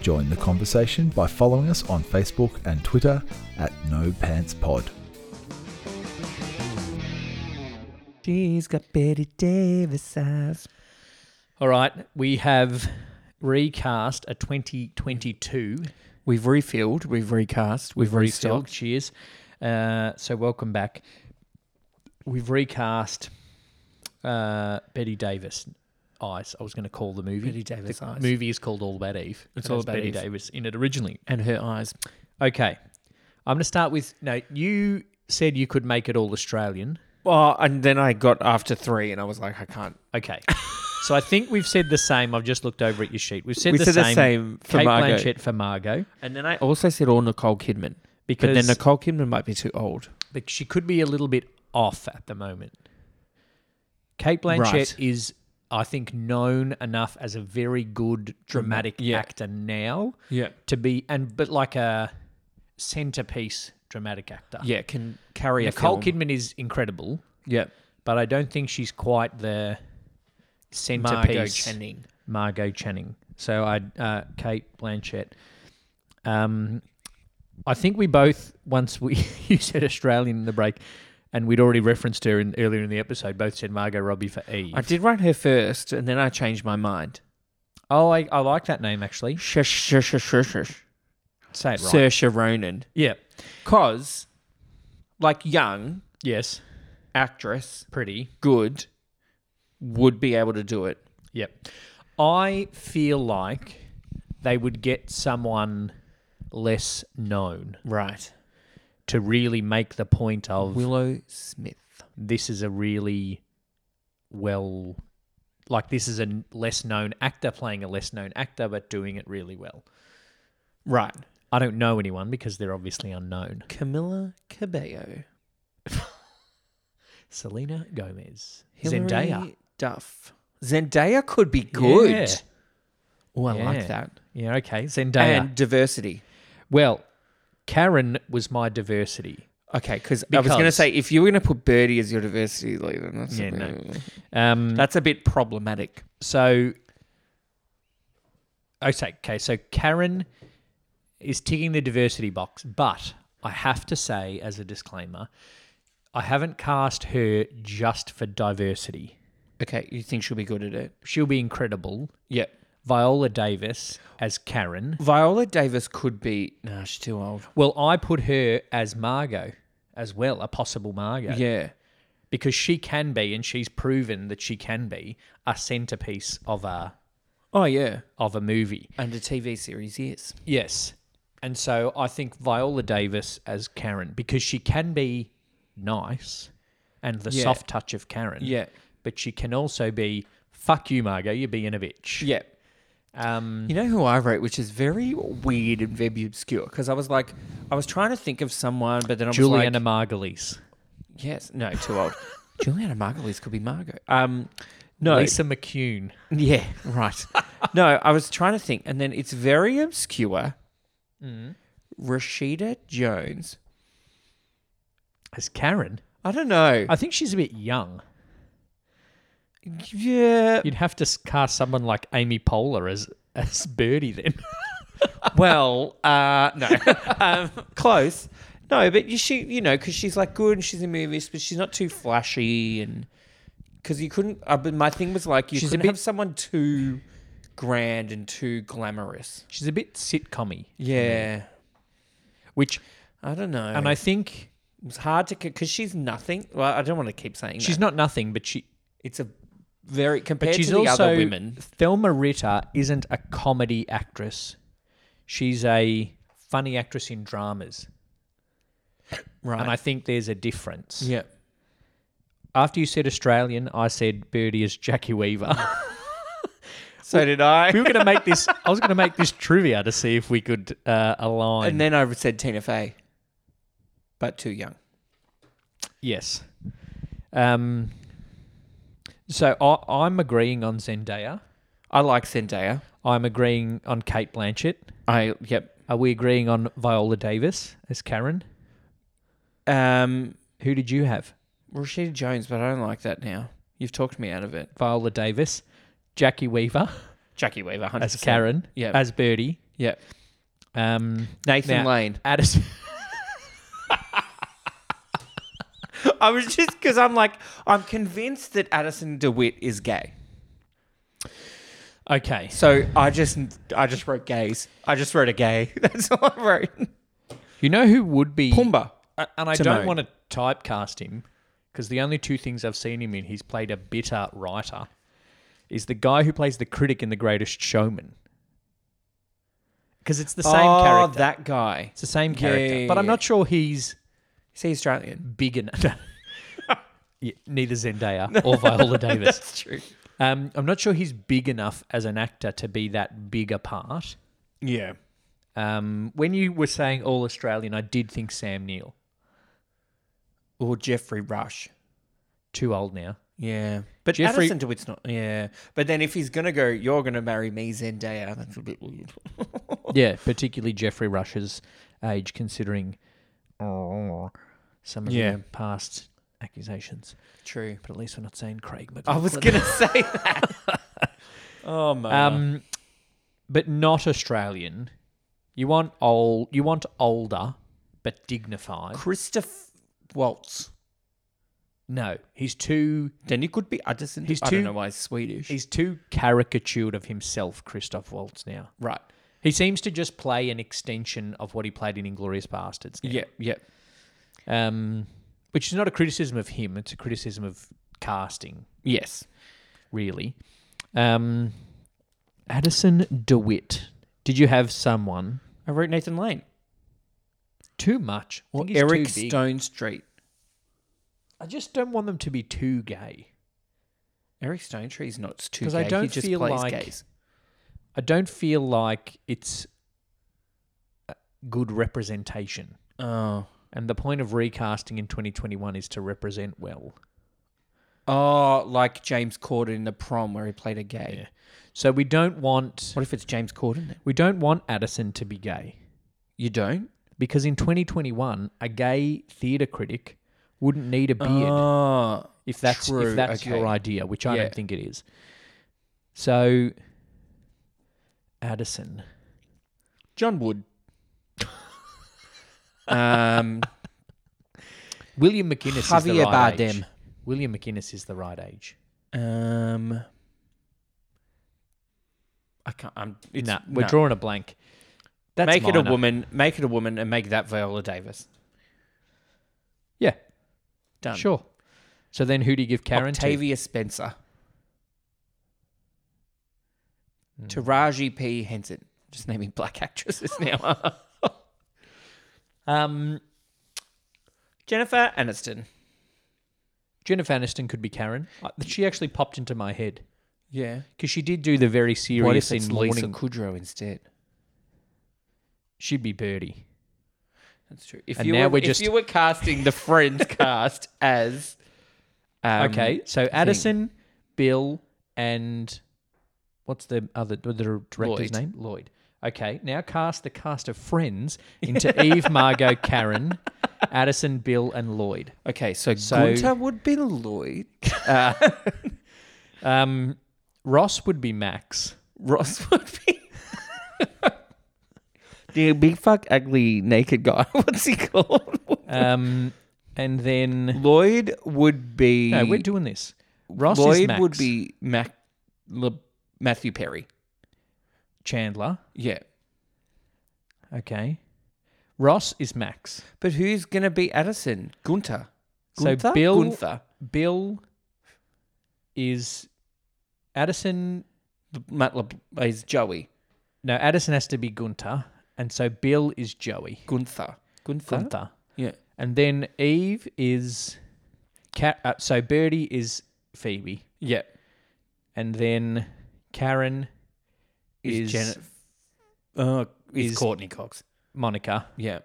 Speaker 4: Join the conversation by following us on Facebook and Twitter at No Pants Pod.
Speaker 2: She's got Betty Davis eyes.
Speaker 1: All right, we have recast a 2022
Speaker 2: We've refilled, we've recast, we've
Speaker 1: restock.
Speaker 2: restocked.
Speaker 1: Cheers. Uh, so welcome back. We've recast uh, Betty Davis Eyes. I was going to call the movie.
Speaker 2: Betty Davis
Speaker 1: the
Speaker 2: Eyes.
Speaker 1: movie is called All About Eve.
Speaker 2: It's
Speaker 1: and
Speaker 2: All
Speaker 1: it's
Speaker 2: About
Speaker 1: Betty
Speaker 2: Eve.
Speaker 1: Davis in it originally.
Speaker 2: And her eyes.
Speaker 1: Okay, I'm going to start with no. You said you could make it all Australian.
Speaker 2: Well, and then I got after three, and I was like, I can't.
Speaker 1: Okay. So I think we've said the same. I've just looked over at your sheet. We've said,
Speaker 2: We
Speaker 1: the,
Speaker 2: said the
Speaker 1: same
Speaker 2: same for
Speaker 1: Kate
Speaker 2: Margot.
Speaker 1: Blanchett for Margot
Speaker 2: And then I also said all Nicole Kidman,
Speaker 1: because
Speaker 2: but then Nicole Kidman might be too old.
Speaker 1: but she could be a little bit off at the moment. Kate Blanchett
Speaker 2: Right.
Speaker 1: is, I think, known enough as a very good dramatic
Speaker 2: yeah.
Speaker 1: actor now
Speaker 2: Yeah,
Speaker 1: to be, and but like a centerpiece dramatic actor.
Speaker 2: yeah, can carry
Speaker 1: Nicole
Speaker 2: a film.
Speaker 1: Kidman is incredible,
Speaker 2: Yeah,
Speaker 1: but I don't think she's quite the centerpiece.
Speaker 2: Margot Channing.
Speaker 1: Margot Channing. So I, uh, Kate Blanchett. Um, I think we both once we you said Australian in the break, and we'd already referenced her in, earlier in the episode. Both said Margot Robbie for Eve.
Speaker 2: I did write her first, and then I changed my mind.
Speaker 1: Oh, I, I like that name actually.
Speaker 2: Shush, shush, shush, shush, shush.
Speaker 1: Say it right.
Speaker 2: Saoirse Ronan,
Speaker 1: yeah.
Speaker 2: cause like young
Speaker 1: Yes.
Speaker 2: actress,
Speaker 1: Pretty.
Speaker 2: good, would be able to do it.
Speaker 1: Yep. I feel like they would get someone less known
Speaker 2: Right,
Speaker 1: to really make the point of
Speaker 2: Willow Smith.
Speaker 1: this is a really well like this is a n- less known actor playing a less known actor but doing it really well
Speaker 2: Right,
Speaker 1: i don't know anyone because they're obviously unknown
Speaker 2: Camilla Cabello.
Speaker 1: selena gomez
Speaker 2: Hilary
Speaker 1: zendaya
Speaker 2: Duff. Zendaya could be good.
Speaker 1: Yeah.
Speaker 2: Oh, I
Speaker 1: Yeah.
Speaker 2: like that.
Speaker 1: yeah okay zendaya
Speaker 2: And diversity.
Speaker 1: well karen was my diversity
Speaker 2: Okay, because I was going to
Speaker 1: Because-
Speaker 2: say if you were going to put Birdie as your diversity leader, then that's
Speaker 1: Yeah,
Speaker 2: a bit,
Speaker 1: um
Speaker 2: that's a bit problematic.
Speaker 1: so okay okay so karen is ticking the diversity box but i have to say as a disclaimer i haven't cast her just for diversity
Speaker 2: Okay, you think she'll be good at it?
Speaker 1: she'll be incredible
Speaker 2: Yeah.
Speaker 1: viola davis as karen
Speaker 2: Viola Davis could be. Nah, she's too old.
Speaker 1: well i put her as margot as well a possible margot
Speaker 2: Yeah.
Speaker 1: because she can be and she's proven that she can be a centerpiece of a
Speaker 2: Oh yeah.
Speaker 1: of a movie
Speaker 2: And a TV series, yes.
Speaker 1: Yes. And so I think Viola Davis as Karen because she can be nice and the
Speaker 2: Yeah.
Speaker 1: soft touch of Karen.
Speaker 2: Yeah.
Speaker 1: But she can also be fuck you Margot, you're being a bitch.
Speaker 2: Yeah.
Speaker 1: Um
Speaker 2: You know who I wrote, which is very weird and very obscure, because I was like, I was trying to think of someone, but then I was like,
Speaker 1: Juliana Margulies.
Speaker 2: Yes. No, too old. Juliana Margulies could be Margot. Um, no.
Speaker 1: Lisa McCune.
Speaker 2: Yeah, right. no, I was trying to think, and then it's very obscure. Mm. Rashida Jones.
Speaker 1: As Karen.
Speaker 2: I don't know.
Speaker 1: I think she's a bit young.
Speaker 2: yeah.
Speaker 1: You'd have to s- cast someone like Amy Poehler as as Birdie then.
Speaker 2: Well, uh, no. um, close. No, but you, she, you know, because she's like good and she's in movies, but she's not too flashy and because you couldn't. Uh, but my thing was like you
Speaker 1: She's a
Speaker 2: couldn't
Speaker 1: bit-
Speaker 2: have someone too grand and too glamorous.
Speaker 1: she's a bit sitcommy,
Speaker 2: Yeah.
Speaker 1: which
Speaker 2: I don't know.
Speaker 1: and I think
Speaker 2: It's hard to because she's nothing. Well, I don't want to keep saying
Speaker 1: she's
Speaker 2: that.
Speaker 1: not nothing but she
Speaker 2: It's a very compared
Speaker 1: she's
Speaker 2: to the
Speaker 1: also
Speaker 2: other women.
Speaker 1: Thelma Ritter isn't a comedy actress. She's a funny actress in dramas,
Speaker 2: Right.
Speaker 1: and I think there's a difference.
Speaker 2: yeah.
Speaker 1: After you said Australian, I said Birdie is Jackie Weaver.
Speaker 2: So did I.
Speaker 1: we were going to make this. I was going to make this trivia to see if we could uh, align.
Speaker 2: And then I said Tina Fey, but too young.
Speaker 1: yes. Um. So I, I'm agreeing on Zendaya.
Speaker 2: I like Zendaya.
Speaker 1: I'm agreeing on Kate Blanchett.
Speaker 2: I yep.
Speaker 1: Are we agreeing on Viola Davis as Karen?
Speaker 2: Um,
Speaker 1: Who did you have?
Speaker 2: Rashida Jones, but I don't like that now. You've talked me out of it.
Speaker 1: Viola Davis, Jackie Weaver
Speaker 2: Jackie Weaver, 100%.
Speaker 1: as Karen,
Speaker 2: Yeah.
Speaker 1: as Birdie,
Speaker 2: Yep.
Speaker 1: um,
Speaker 2: Nathan
Speaker 1: Now-
Speaker 2: Lane.
Speaker 1: Addison.
Speaker 2: I was just because I'm like I'm convinced that Addison DeWitt is gay.
Speaker 1: Okay,
Speaker 2: So I just I just wrote gays. I just wrote a gay. That's all I wrote.
Speaker 1: you know who would be
Speaker 2: Pumba.
Speaker 1: A- and I
Speaker 2: Timon.
Speaker 1: don't want to typecast him because the only two things I've seen him in, he's played a bitter writer, is the guy who plays the critic in The Greatest Showman. Because it's the same
Speaker 2: oh,
Speaker 1: character.
Speaker 2: that guy.
Speaker 1: it's the same character,
Speaker 2: yeah,
Speaker 1: but I'm
Speaker 2: yeah.
Speaker 1: not sure he's
Speaker 2: Is he Australian?
Speaker 1: big enough. Yeah, neither Zendaya or Viola Davis.
Speaker 2: That's true.
Speaker 1: Um, I'm not sure he's big enough as an actor to be that big a part.
Speaker 2: Yeah.
Speaker 1: Um, when you were saying all Australian, I did think Sam Neill.
Speaker 2: Or Jeffrey Rush.
Speaker 1: Too old now.
Speaker 2: Yeah. But
Speaker 1: Jeffrey-
Speaker 2: Jeffrey- Addison DeWitt's not. Yeah. But then if he's going to go, you're going to marry me, Zendaya, that's a bit weird.
Speaker 1: Yeah, particularly Jeffrey Rush's age, considering oh, some of
Speaker 2: Yeah.
Speaker 1: the past accusations.
Speaker 2: True.
Speaker 1: But at least we're not saying Craig
Speaker 2: I
Speaker 1: McLaughlin.
Speaker 2: was going to say that. oh, my.
Speaker 1: um, but not Australian. You want old. You want older, but dignified.
Speaker 2: Christoph Waltz.
Speaker 1: No, he's too.
Speaker 2: Then he could be Addison.
Speaker 1: He's
Speaker 2: I
Speaker 1: too-
Speaker 2: don't know why he's Swedish.
Speaker 1: He's too caricatured of himself, Christoph Waltz. Now
Speaker 2: right.
Speaker 1: he seems to just play an extension of what he played in Inglorious Bastards.
Speaker 2: Yeah. Yeah.
Speaker 1: Um, which is not a criticism of him. It's a criticism of casting,
Speaker 2: Yes.
Speaker 1: really. Um, Addison DeWitt. Did you have someone
Speaker 2: I wrote Nathan Lane.
Speaker 1: too much? I
Speaker 2: Or
Speaker 1: think he's too
Speaker 2: Eric
Speaker 1: big.
Speaker 2: Stone Street.
Speaker 1: I just don't want them to be too gay.
Speaker 2: Eric Stone Street's not too
Speaker 1: 'Cause
Speaker 2: gay.
Speaker 1: I
Speaker 2: he
Speaker 1: don't
Speaker 2: just
Speaker 1: feel
Speaker 2: plays
Speaker 1: like-
Speaker 2: gays.
Speaker 1: I don't feel like it's a good representation.
Speaker 2: Oh.
Speaker 1: And the point of recasting in 2021 is to represent well.
Speaker 2: Oh, like James Corden in the prom where he played a gay.
Speaker 1: So we don't want
Speaker 2: What if it's James Corden then?
Speaker 1: we don't want Addison to be gay
Speaker 2: You don't?
Speaker 1: because in 2021 a gay theatre critic wouldn't need a beard
Speaker 2: Oh,
Speaker 1: if that's
Speaker 2: true,
Speaker 1: if that's
Speaker 2: okay.
Speaker 1: your idea, which I
Speaker 2: Yeah.
Speaker 1: don't think it is. So Addison,
Speaker 2: John Wood. um,
Speaker 1: William McInnes is the
Speaker 2: Javier
Speaker 1: right
Speaker 2: Bardem.
Speaker 1: age. William McInnes is the right age.
Speaker 2: um, I can't. I'm. It's,
Speaker 1: nah, we're
Speaker 2: no.
Speaker 1: drawing a blank. That's
Speaker 2: make it a
Speaker 1: minor.
Speaker 2: woman. Make it a woman, and make that Viola Davis.
Speaker 1: Yeah,
Speaker 2: Done.
Speaker 1: sure. So then, who do you give Karen
Speaker 2: Octavia Spencer.
Speaker 1: Mm.
Speaker 2: Taraji P Henson. Just naming black actresses now.
Speaker 1: to? Um,
Speaker 2: Jennifer Aniston.
Speaker 1: Jennifer Aniston could be Karen. Uh, She actually popped into my head
Speaker 2: Yeah.
Speaker 1: because she did do the very serious
Speaker 2: What if it's
Speaker 1: in
Speaker 2: Lisa
Speaker 1: morning.
Speaker 2: Kudrow instead?
Speaker 1: She'd be Birdie.
Speaker 2: That's true. If
Speaker 1: And
Speaker 2: you
Speaker 1: now
Speaker 2: were,
Speaker 1: we're
Speaker 2: if
Speaker 1: just-
Speaker 2: you were casting the Friends cast as um,
Speaker 1: okay, so Addison, Bill, and what's the other the director's
Speaker 2: Lloyd.
Speaker 1: name? Lloyd. Okay, now cast the cast of Friends into Eve, Margot, Karen, Addison, Bill, and Lloyd.
Speaker 2: okay, so,
Speaker 1: So-
Speaker 2: Gunter would be Lloyd,
Speaker 1: Um, Ross would be Max.
Speaker 2: Ross would be the big fuck ugly naked guy. What's he called?
Speaker 1: Um, and then
Speaker 2: Lloyd would be
Speaker 1: no, we're doing this. Ross
Speaker 2: Lloyd
Speaker 1: is Max.
Speaker 2: would be Mac, Le, Matthew Perry.
Speaker 1: Chandler.
Speaker 2: Yeah,
Speaker 1: Okay, Ross is Max.
Speaker 2: but who's gonna be Addison? Gunter.
Speaker 1: So Bill-
Speaker 2: Gunther.
Speaker 1: Bill is Addison.
Speaker 2: Matt Le, is Joey.
Speaker 1: No, Addison has to be Gunter, and so Bill is Joey.
Speaker 2: Gunther. Gunther.
Speaker 1: Gunther.
Speaker 2: Yeah.
Speaker 1: And then Eve is Cat. Uh, so Birdie is Phoebe,
Speaker 2: Yeah.
Speaker 1: and then Karen is,
Speaker 2: Jennifer? Uh, is,
Speaker 1: is-
Speaker 2: Courtney Cox?
Speaker 1: Monica,
Speaker 2: Yeah,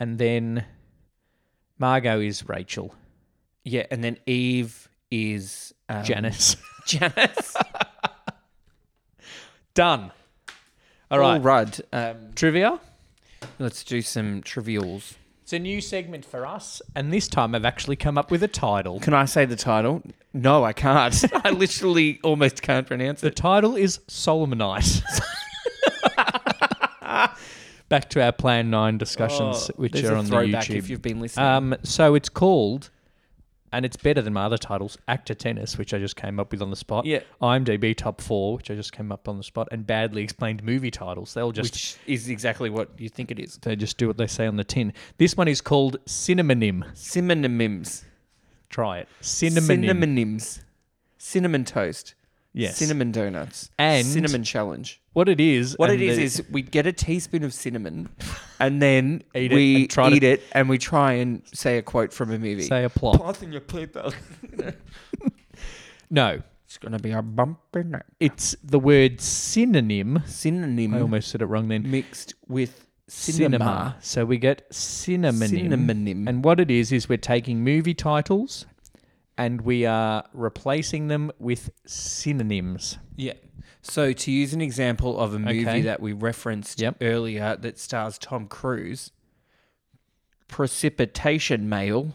Speaker 1: and then Margot is Rachel.
Speaker 2: yeah, and then Eve is um,
Speaker 1: Janice.
Speaker 2: Janice.
Speaker 1: Done. All
Speaker 2: All
Speaker 1: right.
Speaker 2: right, All Rudd. Um,
Speaker 1: Trivia.
Speaker 2: let's do some trivials.
Speaker 1: It's a new segment for us, and this time I've actually come up with a title.
Speaker 2: Can I say the title? No, I can't. I literally almost can't pronounce
Speaker 1: The
Speaker 2: it.
Speaker 1: title is Solomonite. Back to our Plan 9 discussions, which
Speaker 2: Oh, There's
Speaker 1: are
Speaker 2: a
Speaker 1: on the
Speaker 2: throwback
Speaker 1: YouTube.
Speaker 2: If you've been listening,
Speaker 1: Um, so it's called, and it's better than my other titles, Actor Tennis, which I just came up with on the spot.
Speaker 2: Yeah.
Speaker 1: IMDb Top 4, which I just came up on the spot, and Badly Explained Movie Titles. They'll just,
Speaker 2: which is exactly what you think it is.
Speaker 1: they just do what they say on the tin. This one is called Cinnamonym.
Speaker 2: Synonyms.
Speaker 1: Try it. Cinnamonym.
Speaker 2: Synonyms. Cinnamon toast.
Speaker 1: Yes.
Speaker 2: Cinnamon donuts.
Speaker 1: And-
Speaker 2: cinnamon challenge.
Speaker 1: What it is.
Speaker 2: What
Speaker 1: and
Speaker 2: it is
Speaker 1: the-
Speaker 2: is we get a teaspoon of cinnamon and then
Speaker 1: Eat it
Speaker 2: we
Speaker 1: and try to-
Speaker 2: eat it and we try and say a quote from a movie.
Speaker 1: Say a plot.
Speaker 2: Passing your paper.
Speaker 1: No,
Speaker 2: It's gonna be a bumper night.
Speaker 1: it's the word synonym.
Speaker 2: Synonym
Speaker 1: I almost said it wrong then.
Speaker 2: mixed with
Speaker 1: Cinema.
Speaker 2: Hmm? cinema.
Speaker 1: So we get cinnamon.
Speaker 2: Cinnamon.
Speaker 1: And what it is is we're taking movie titles and we are replacing them with synonyms.
Speaker 2: Yeah. So to use an example of a movie
Speaker 1: Okay.
Speaker 2: that we referenced
Speaker 1: Yep.
Speaker 2: earlier that stars Tom Cruise, Precipitation Mail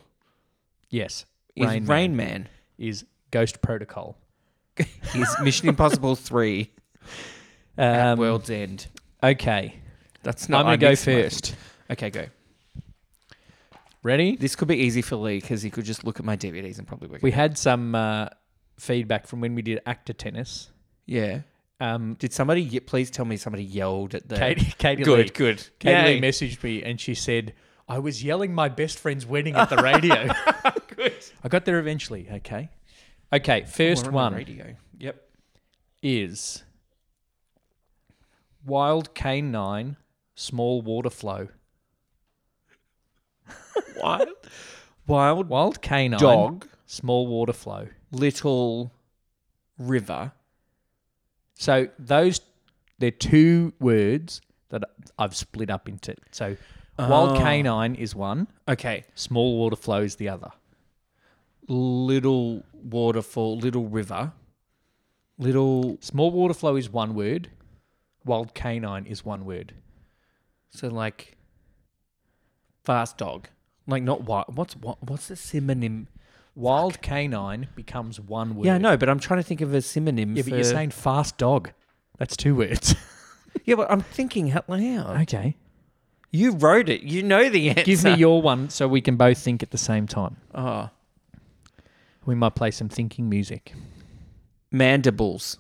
Speaker 1: Yes.
Speaker 2: is
Speaker 1: Rain
Speaker 2: Rain,
Speaker 1: Man.
Speaker 2: Man.
Speaker 1: Is Ghost Protocol.
Speaker 2: is Mission Impossible Three at
Speaker 1: Um,
Speaker 2: World's End.
Speaker 1: okay.
Speaker 2: That's
Speaker 1: I'm
Speaker 2: not.
Speaker 1: going to go
Speaker 2: mixed my-
Speaker 1: first.
Speaker 2: Okay, go.
Speaker 1: Ready?
Speaker 2: This could be easy for Lee because he could just look at my DVDs and probably work.
Speaker 1: We
Speaker 2: it out.
Speaker 1: had some uh, feedback from when we did actor tennis.
Speaker 2: yeah.
Speaker 1: Um,
Speaker 2: Did somebody? ye- Please tell me somebody yelled at the.
Speaker 1: Katie, Katie Lee.
Speaker 2: Good, good.
Speaker 1: Katie Lee
Speaker 2: Yay.
Speaker 1: messaged me and she said, I was yelling my best friend's wedding at the radio. I got there eventually. Okay. Okay. First
Speaker 2: We're on
Speaker 1: one
Speaker 2: the Radio. Yep.
Speaker 1: is Wild Canine Small Water Flow.
Speaker 2: Wild. Wild
Speaker 1: Wild Canine
Speaker 2: dog.
Speaker 1: Small Water Flow.
Speaker 2: Little river.
Speaker 1: So those, they're two words that I've split up into. So Wild
Speaker 2: Ah.
Speaker 1: Canine is one,
Speaker 2: Okay.
Speaker 1: Small Water Flow is the other.
Speaker 2: Little waterfall. Little river. Little.
Speaker 1: Small Water Flow is one word, Wild Canine is one word.
Speaker 2: So like. Fast dog. Like not what? What's what? What's the synonym?
Speaker 1: Wild canine becomes one word.
Speaker 2: Yeah, no, but I'm trying to think of a synonym.
Speaker 1: Yeah,
Speaker 2: for,
Speaker 1: but you're saying fast dog. That's two words.
Speaker 2: Yeah, but I'm thinking out loud.
Speaker 1: okay.
Speaker 2: You wrote it. You know the answer.
Speaker 1: Give me your one so we can both think at the same time.
Speaker 2: oh.
Speaker 1: We might play some thinking music.
Speaker 2: mandibles.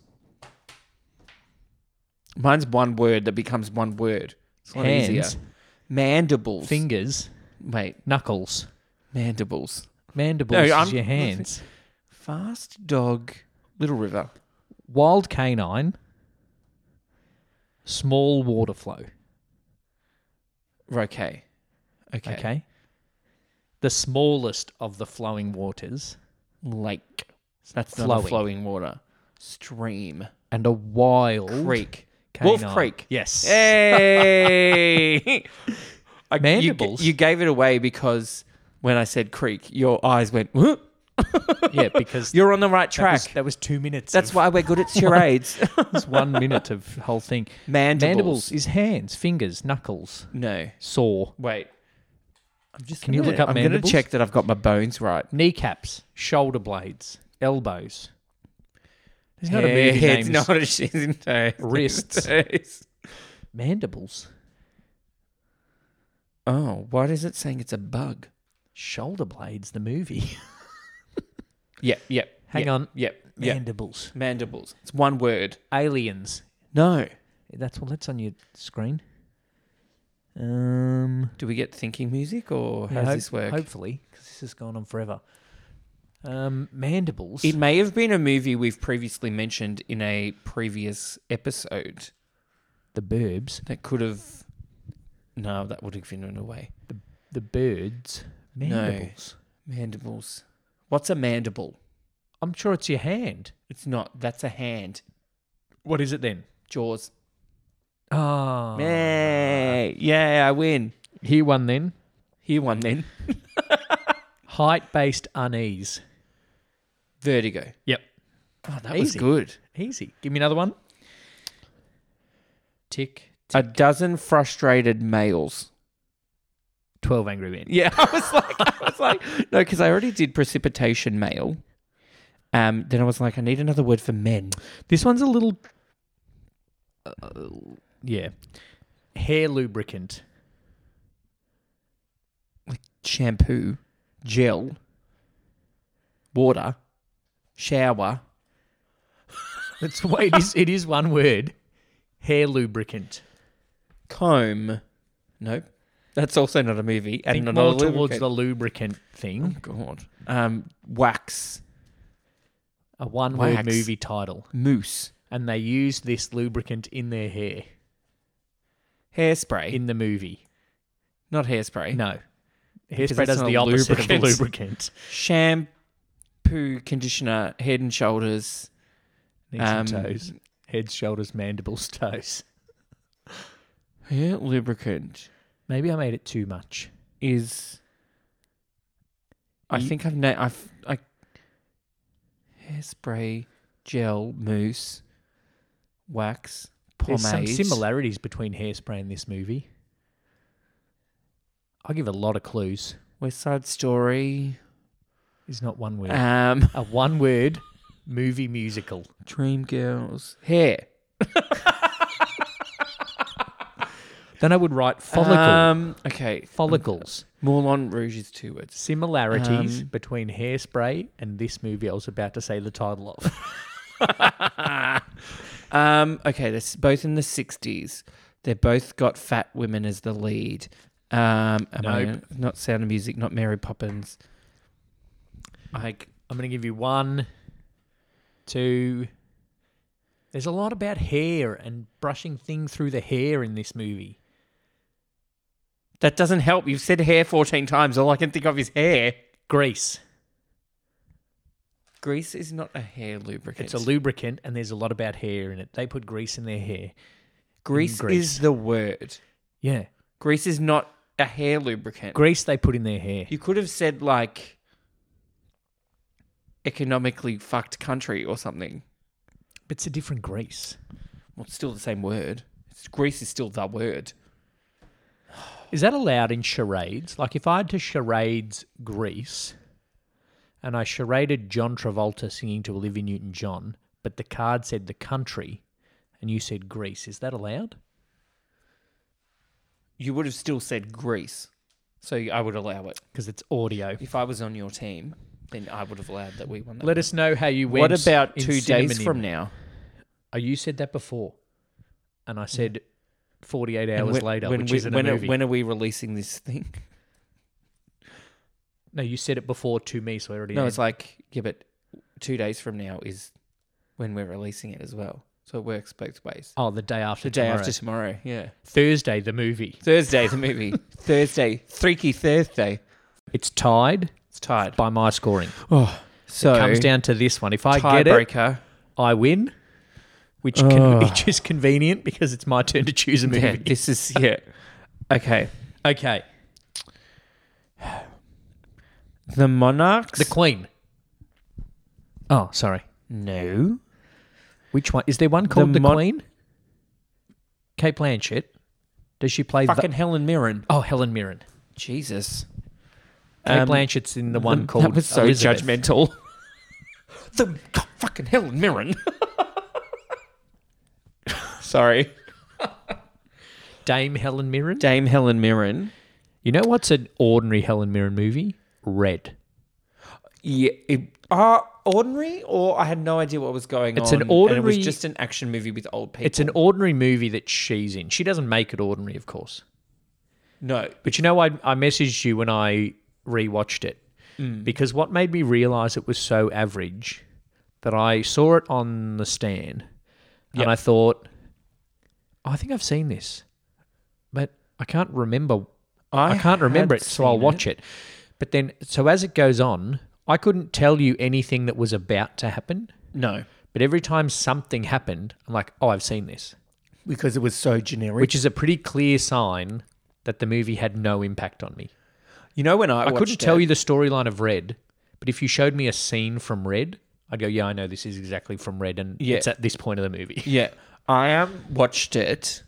Speaker 2: Mine's one word that becomes one word. It's a lot
Speaker 1: Hands,
Speaker 2: easier. Mandibles.
Speaker 1: fingers,
Speaker 2: Wait,
Speaker 1: knuckles,
Speaker 2: mandibles.
Speaker 1: mandibles
Speaker 2: No,
Speaker 1: is
Speaker 2: I'm-
Speaker 1: your hands.
Speaker 2: Fast dog. Little river.
Speaker 1: Wild canine, small water flow.
Speaker 2: Okay. Okay.
Speaker 1: Okay. The smallest of the flowing waters
Speaker 2: Lake. That's
Speaker 1: Flowing.
Speaker 2: not a flowing water. Stream.
Speaker 1: and a wild
Speaker 2: Creek.
Speaker 1: canine.
Speaker 2: Wolf Creek.
Speaker 1: Yes.
Speaker 2: Hey. I- you-
Speaker 1: Mandibles.
Speaker 2: You, gave it away because when I said creek, your eyes went, "Huh?
Speaker 1: Yeah, because
Speaker 2: you're on the right
Speaker 1: that was,
Speaker 2: track.
Speaker 1: that was two minutes.
Speaker 2: That's
Speaker 1: of-
Speaker 2: why we're good at charades.
Speaker 1: It's one minute of whole thing.
Speaker 2: Mandibles.
Speaker 1: Mandibles is hands, fingers, knuckles,
Speaker 2: No.
Speaker 1: saw,
Speaker 2: Wait. I'm just
Speaker 1: Can you
Speaker 2: gonna-
Speaker 1: look up
Speaker 2: I'm
Speaker 1: mandibles?
Speaker 2: to check that I've got my bones right.
Speaker 1: kneecaps, shoulder blades, elbows. There's not a movie
Speaker 2: Heads,
Speaker 1: named
Speaker 2: not a shins and toes.
Speaker 1: Wrists.
Speaker 2: Toes.
Speaker 1: mandibles,
Speaker 2: Oh, what is it saying it's a bug?
Speaker 1: shoulder blades. The movie.
Speaker 2: Yep, yep.
Speaker 1: Hang
Speaker 2: yep,
Speaker 1: on.
Speaker 2: Yep, yep.
Speaker 1: Mandibles.
Speaker 2: Mandibles. It's one word.
Speaker 1: Aliens.
Speaker 2: No.
Speaker 1: That's well. That's on your screen. Um.
Speaker 2: Do we get thinking music or how
Speaker 1: yeah,
Speaker 2: does
Speaker 1: hope-
Speaker 2: this work?
Speaker 1: Hopefully, because this has gone on forever. Um, mandibles.
Speaker 2: It may have been a movie we've previously mentioned in a previous episode
Speaker 1: the burbs.
Speaker 2: that could have. No, that would have been in a way.
Speaker 1: The birds. Mandibles.
Speaker 2: Mandibles. What's a mandible?
Speaker 1: I'm sure it's your hand.
Speaker 2: It's not. That's a hand.
Speaker 1: What is it then?
Speaker 2: Jaws.
Speaker 1: Ah.
Speaker 2: Yay! Yeah, I win.
Speaker 1: Here one then.
Speaker 2: Here one then.
Speaker 1: Height based unease.
Speaker 2: Vertigo.
Speaker 1: Yep.
Speaker 2: Oh, that
Speaker 1: Easy.
Speaker 2: good.
Speaker 1: Easy. Give me another one. Tick.
Speaker 2: A dozen frustrated males.
Speaker 1: 12 Angry Men.
Speaker 2: Yeah, I was like, I was like, no, because I already did precipitation male. Um, then I was like, I need another word for men.
Speaker 1: This one's a little. Uh, yeah. Hair lubricant.
Speaker 2: Shampoo, gel, water, shower.
Speaker 1: That's why it is, it is one word. Hair lubricant.
Speaker 2: comb. Nope. That's also not a movie. And
Speaker 1: Think
Speaker 2: not
Speaker 1: more
Speaker 2: a
Speaker 1: towards
Speaker 2: lubricant.
Speaker 1: the lubricant thing.
Speaker 2: Oh God. Um, wax,
Speaker 1: A one word
Speaker 2: Wax.
Speaker 1: movie title.
Speaker 2: mousse,
Speaker 1: And they use this lubricant in their hair
Speaker 2: hairspray,
Speaker 1: in the movie.
Speaker 2: Not hairspray.
Speaker 1: No.
Speaker 2: Because
Speaker 1: Hairspray
Speaker 2: that's
Speaker 1: does
Speaker 2: not
Speaker 1: the
Speaker 2: a
Speaker 1: opposite
Speaker 2: lubricant.
Speaker 1: of lubricant.
Speaker 2: Shampoo, conditioner, head and shoulders.
Speaker 1: Knees and
Speaker 2: Um,
Speaker 1: toes. Heads, shoulders, mandibles, toes.
Speaker 2: Hair lubricant
Speaker 1: Maybe I made it too much.
Speaker 2: is. I
Speaker 1: Ye-
Speaker 2: think I've na- I've I. Hairspray, gel, mousse, wax, pomades.
Speaker 1: There's some similarities between hairspray and this movie. I'll give a lot of clues.
Speaker 2: West Side Story.
Speaker 1: It's not one word.
Speaker 2: Um,
Speaker 1: a one word movie musical.
Speaker 2: Dream Girls. Hair.
Speaker 1: Then I would write follicle.
Speaker 2: Um, okay.
Speaker 1: follicles.
Speaker 2: Moulin Rouge is two words.
Speaker 1: Similarities
Speaker 2: um,
Speaker 1: between hairspray and this movie I was about to say the title of.
Speaker 2: um, okay, they're s- both in the 60s. They both got fat women as the lead. Um, am I-
Speaker 1: Nope.
Speaker 2: not Sound of Music, not Mary Poppins. I,
Speaker 1: I'm going to give you one, two. There's a lot about hair and brushing things through the hair in this movie.
Speaker 2: that doesn't help. You've said hair 14 times. All I can think of is hair.
Speaker 1: Grease.
Speaker 2: Grease is not a hair lubricant.
Speaker 1: It's a lubricant and there's a lot about hair in it. They put grease in their hair.
Speaker 2: grease,
Speaker 1: grease.
Speaker 2: is the word.
Speaker 1: Yeah.
Speaker 2: Grease is not a hair lubricant.
Speaker 1: Grease they put in their hair.
Speaker 2: You could have said like economically fucked country or something.
Speaker 1: But it's a different grease.
Speaker 2: Well, it's still the same word. It's, Greece is still the word.
Speaker 1: Is that allowed in charades? Like if I had to charades Greece and I charaded John Travolta singing to Olivia Newton John, but the card said the country and you said Greece, is that allowed?
Speaker 2: You would have still said Greece, so I would allow it.
Speaker 1: Because it's audio.
Speaker 2: If I was on your team, then I would have allowed that we won. That
Speaker 1: Let us know how you went.
Speaker 2: What about
Speaker 1: in
Speaker 2: two days
Speaker 1: synonym.
Speaker 2: from now?
Speaker 1: Oh, you said that before. And I said 48 hours
Speaker 2: And when-
Speaker 1: later,
Speaker 2: when
Speaker 1: which
Speaker 2: we-
Speaker 1: isn't
Speaker 2: when
Speaker 1: a
Speaker 2: are-
Speaker 1: movie.
Speaker 2: when are we releasing this thing?
Speaker 1: no, you said it before to me, so I already
Speaker 2: No,
Speaker 1: had-
Speaker 2: it's like yeah, but two days from now is when we're releasing it as well. So it works both ways.
Speaker 1: Oh, the day after
Speaker 2: The day
Speaker 1: tomorrow.
Speaker 2: after tomorrow, yeah.
Speaker 1: Thursday, the movie.
Speaker 2: Thursday, the movie. Thursday, Freaky Thursday.
Speaker 1: It's tied
Speaker 2: It's tied.
Speaker 1: by my scoring.
Speaker 2: So
Speaker 1: Comes down to this one. If I get it,
Speaker 2: tiebreaker.
Speaker 1: I win, which
Speaker 2: Oh.
Speaker 1: can, which is convenient because it's my turn to choose a movie.
Speaker 2: Yeah, this is yeah. Okay,
Speaker 1: Okay,
Speaker 2: the Monarchs.
Speaker 1: The Queen. Oh, sorry.
Speaker 2: no,
Speaker 1: Which one is there? One called The,
Speaker 2: Mon-
Speaker 1: Queen. Kate Blanchett. Does she play? the-
Speaker 2: fucking Helen Mirren.
Speaker 1: oh, Helen Mirren.
Speaker 2: Jesus,
Speaker 1: Kate
Speaker 2: Um,
Speaker 1: Blanchett's in the one
Speaker 2: The-
Speaker 1: called.
Speaker 2: that was so
Speaker 1: Elizabeth.
Speaker 2: judgmental. the God, fucking Helen Mirren. Sorry,
Speaker 1: Dame Helen Mirren.
Speaker 2: Dame Helen Mirren.
Speaker 1: You know what's an ordinary Helen Mirren movie? Red.
Speaker 2: Yeah, it, uh, ordinary, or I had no idea what was going
Speaker 1: It's an
Speaker 2: on. And it was
Speaker 1: ordinary-
Speaker 2: just an action movie with old people.
Speaker 1: It's an ordinary movie that she's in. She doesn't make it ordinary, of course.
Speaker 2: no.
Speaker 1: But you know, I, I messaged you when I rewatched it because what made me realize it was so average that I saw it on the stand and I thought, "Oh, I think I've seen this, but I can't remember. I, can't remember
Speaker 2: had
Speaker 1: it, so I'll
Speaker 2: seen
Speaker 1: watch it. But then, so as it goes on, I couldn't tell you anything that was about to happen.
Speaker 2: No,
Speaker 1: But every time something happened, I'm like, oh, I've seen this,
Speaker 2: because it was so generic.
Speaker 1: which is a pretty clear sign that the movie had no impact on me.
Speaker 2: you know when I,
Speaker 1: I
Speaker 2: watched
Speaker 1: couldn't tell
Speaker 2: it-
Speaker 1: you the storyline of Red, but if you showed me a scene from Red, I'd go, yeah, I know this is exactly from Red, and
Speaker 2: Yeah.
Speaker 1: it's at this point of the movie.
Speaker 2: Yeah, I um, watched it.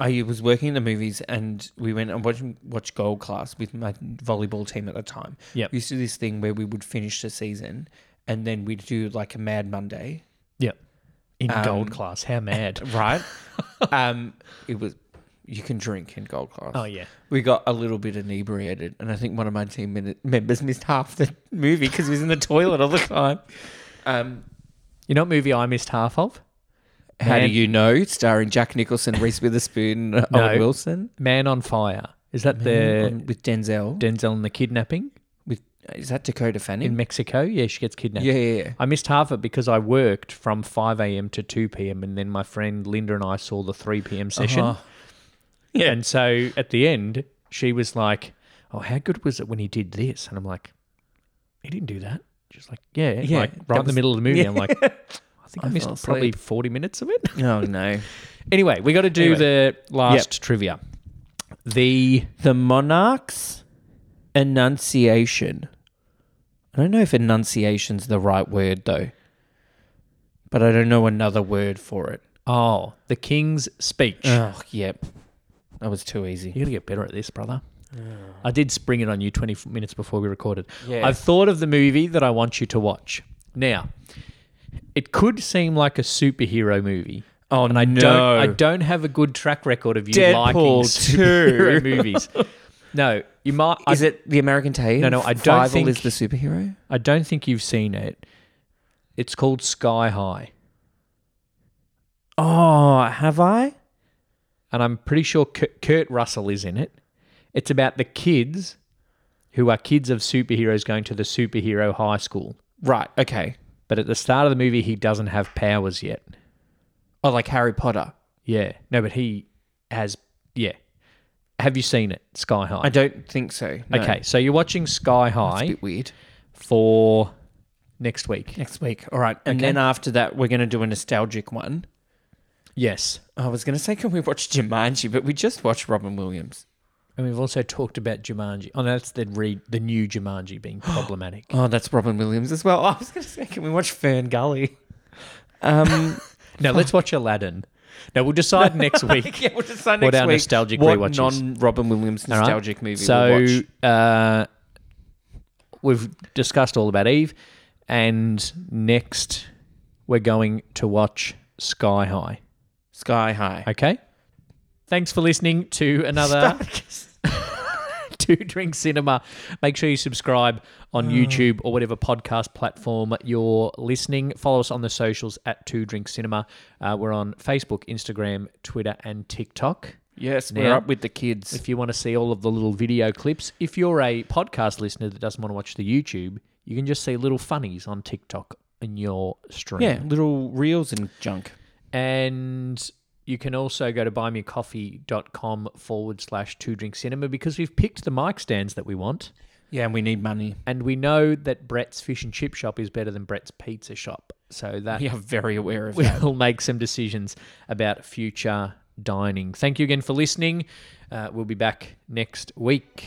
Speaker 2: I was working in the movies, and we went and watched watched Gold Class with my volleyball team at the time.
Speaker 1: Yep.
Speaker 2: we used to do this thing where we would finish the season, and then we'd do like a Mad Monday,
Speaker 1: Yeah. In
Speaker 2: Um,
Speaker 1: gold class, how mad?
Speaker 2: right? um, it was you can drink in Gold Class.
Speaker 1: Oh yeah,
Speaker 2: We got a little bit inebriated, and I think one of my team men- members missed half the movie because he was in the toilet all the time. Um,
Speaker 1: you know what movie I missed half of?
Speaker 2: how do
Speaker 1: Man-
Speaker 2: you know? Starring Jack Nicholson, Reese Witherspoon, and
Speaker 1: No.
Speaker 2: Owen Wilson. Mm-hmm.
Speaker 1: Man on Fire. Is that the
Speaker 2: on- with Denzel.
Speaker 1: Denzel and the kidnapping
Speaker 2: with is that Dakota Fanning?
Speaker 1: in Mexico? Yeah, she gets kidnapped.
Speaker 2: yeah, yeah, yeah.
Speaker 1: I missed half of it because I worked from 5 a.m. to 2 p.m. and then my friend Linda and I saw the 3 p.m. session.
Speaker 2: Uh-huh.
Speaker 1: And so at the end, she was like, "Oh, how good was it when he did this?" And I'm like, "He didn't do that." She's like, "Yeah,
Speaker 2: Yeah,
Speaker 1: like
Speaker 2: that
Speaker 1: right in the
Speaker 2: was-
Speaker 1: middle of the movie."
Speaker 2: Yeah.
Speaker 1: I'm like, "I think I,
Speaker 2: I
Speaker 1: missed
Speaker 2: fell
Speaker 1: probably 40 minutes of it."
Speaker 2: Oh no.
Speaker 1: Anyway, we got to do
Speaker 2: Anyway.
Speaker 1: the last trivia. The
Speaker 2: The monarch's enunciation. I don't know if enunciation's the right word though. But I don't know another word for it.
Speaker 1: oh, the king's speech.
Speaker 2: Oh, yep. That was too easy.
Speaker 1: You got to get better at this, brother. I did spring it on you 20 f- minutes before we recorded.
Speaker 2: Yeah.
Speaker 1: I've thought of the movie that I want you to watch. Now, it could seem like a superhero movie.
Speaker 2: Oh, and I
Speaker 1: Don't, I don't have a good track record of you liking
Speaker 2: Deadpool 2.
Speaker 1: superhero movies. No, you might. I,
Speaker 2: is it the American Tale?
Speaker 1: No, no, I don't
Speaker 2: Fievel
Speaker 1: think-
Speaker 2: is the superhero.
Speaker 1: I don't think you've seen it. It's called Sky High,
Speaker 2: Oh, have I?
Speaker 1: and I'm pretty sure Kurt, Kurt Russell is in it. It's about the kids who are kids of superheroes going to the superhero high school.
Speaker 2: Right. Okay.
Speaker 1: But at the start of the movie, he doesn't have powers yet.
Speaker 2: Oh, like Harry Potter.
Speaker 1: Yeah. No, but he has. Yeah. Have you seen it? Sky High.
Speaker 2: I don't think so. no.
Speaker 1: Okay. So you're watching Sky
Speaker 2: It's a
Speaker 1: High
Speaker 2: bit weird.
Speaker 1: for next week.
Speaker 2: Next week. All right. And
Speaker 1: Okay.
Speaker 2: then after that, we're going to do a nostalgic one.
Speaker 1: Yes.
Speaker 2: I was going to say, can we watch Jumanji? But we just watched Robin Williams.
Speaker 1: And we've also talked about Jumanji. Oh, no, that's the re- the new Jumanji being problematic.
Speaker 2: Oh, that's Robin Williams as well. I was going to say, can we watch Fern Gully? Um,
Speaker 1: now let's watch Aladdin. Now we'll decide next week.
Speaker 2: yeah, we'll decide
Speaker 1: What
Speaker 2: next
Speaker 1: our
Speaker 2: week
Speaker 1: nostalgic
Speaker 2: what
Speaker 1: rewatches.
Speaker 2: non-Robin Williams
Speaker 1: All right.
Speaker 2: nostalgic movie
Speaker 1: So
Speaker 2: we'll watch.
Speaker 1: uh, we've discussed all about Eve, and next we're going to watch Sky High.
Speaker 2: Sky High.
Speaker 1: Okay. Thanks for listening to another Two Drink Cinema. Make sure you subscribe
Speaker 2: Oh.
Speaker 1: on YouTube or whatever podcast platform you're listening. Follow us on the socials at Two Drink Cinema. Uh, we're on Facebook, Instagram, Twitter, and TikTok.
Speaker 2: Yes, we're
Speaker 1: Now-
Speaker 2: up with the kids.
Speaker 1: If you want to see all of the little video clips, if you're a podcast listener that doesn't want to watch the YouTube, you can just see little funnies on TikTok in your stream.
Speaker 2: Yeah, little reels and junk.
Speaker 1: And you can also go to buymeacoffee.com forward slash two drink cinema because we've picked the mic stands that we want.
Speaker 2: Yeah, and we need money.
Speaker 1: And we know that Brett's fish and chip shop is better than Brett's pizza shop. So that
Speaker 2: We are very aware of that.
Speaker 1: we'll make some decisions about future dining. Thank you again for listening. Uh, we'll be back next week.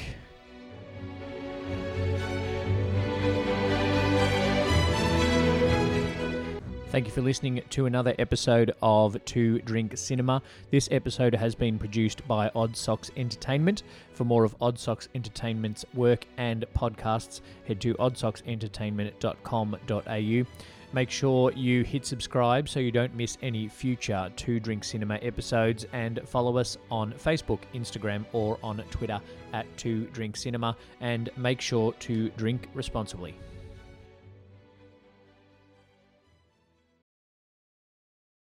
Speaker 1: Thank you for listening to another episode of Two Drink Cinema. This episode has been produced by Odd Socks Entertainment. For more of Odd Socks Entertainment's work and podcasts, head to oddsocksentertainment.com.au. Make sure you hit subscribe so you don't miss any future Two Drink Cinema episodes and follow us on Facebook, Instagram, or on Twitter at Two Drink Cinema. And make sure to drink responsibly.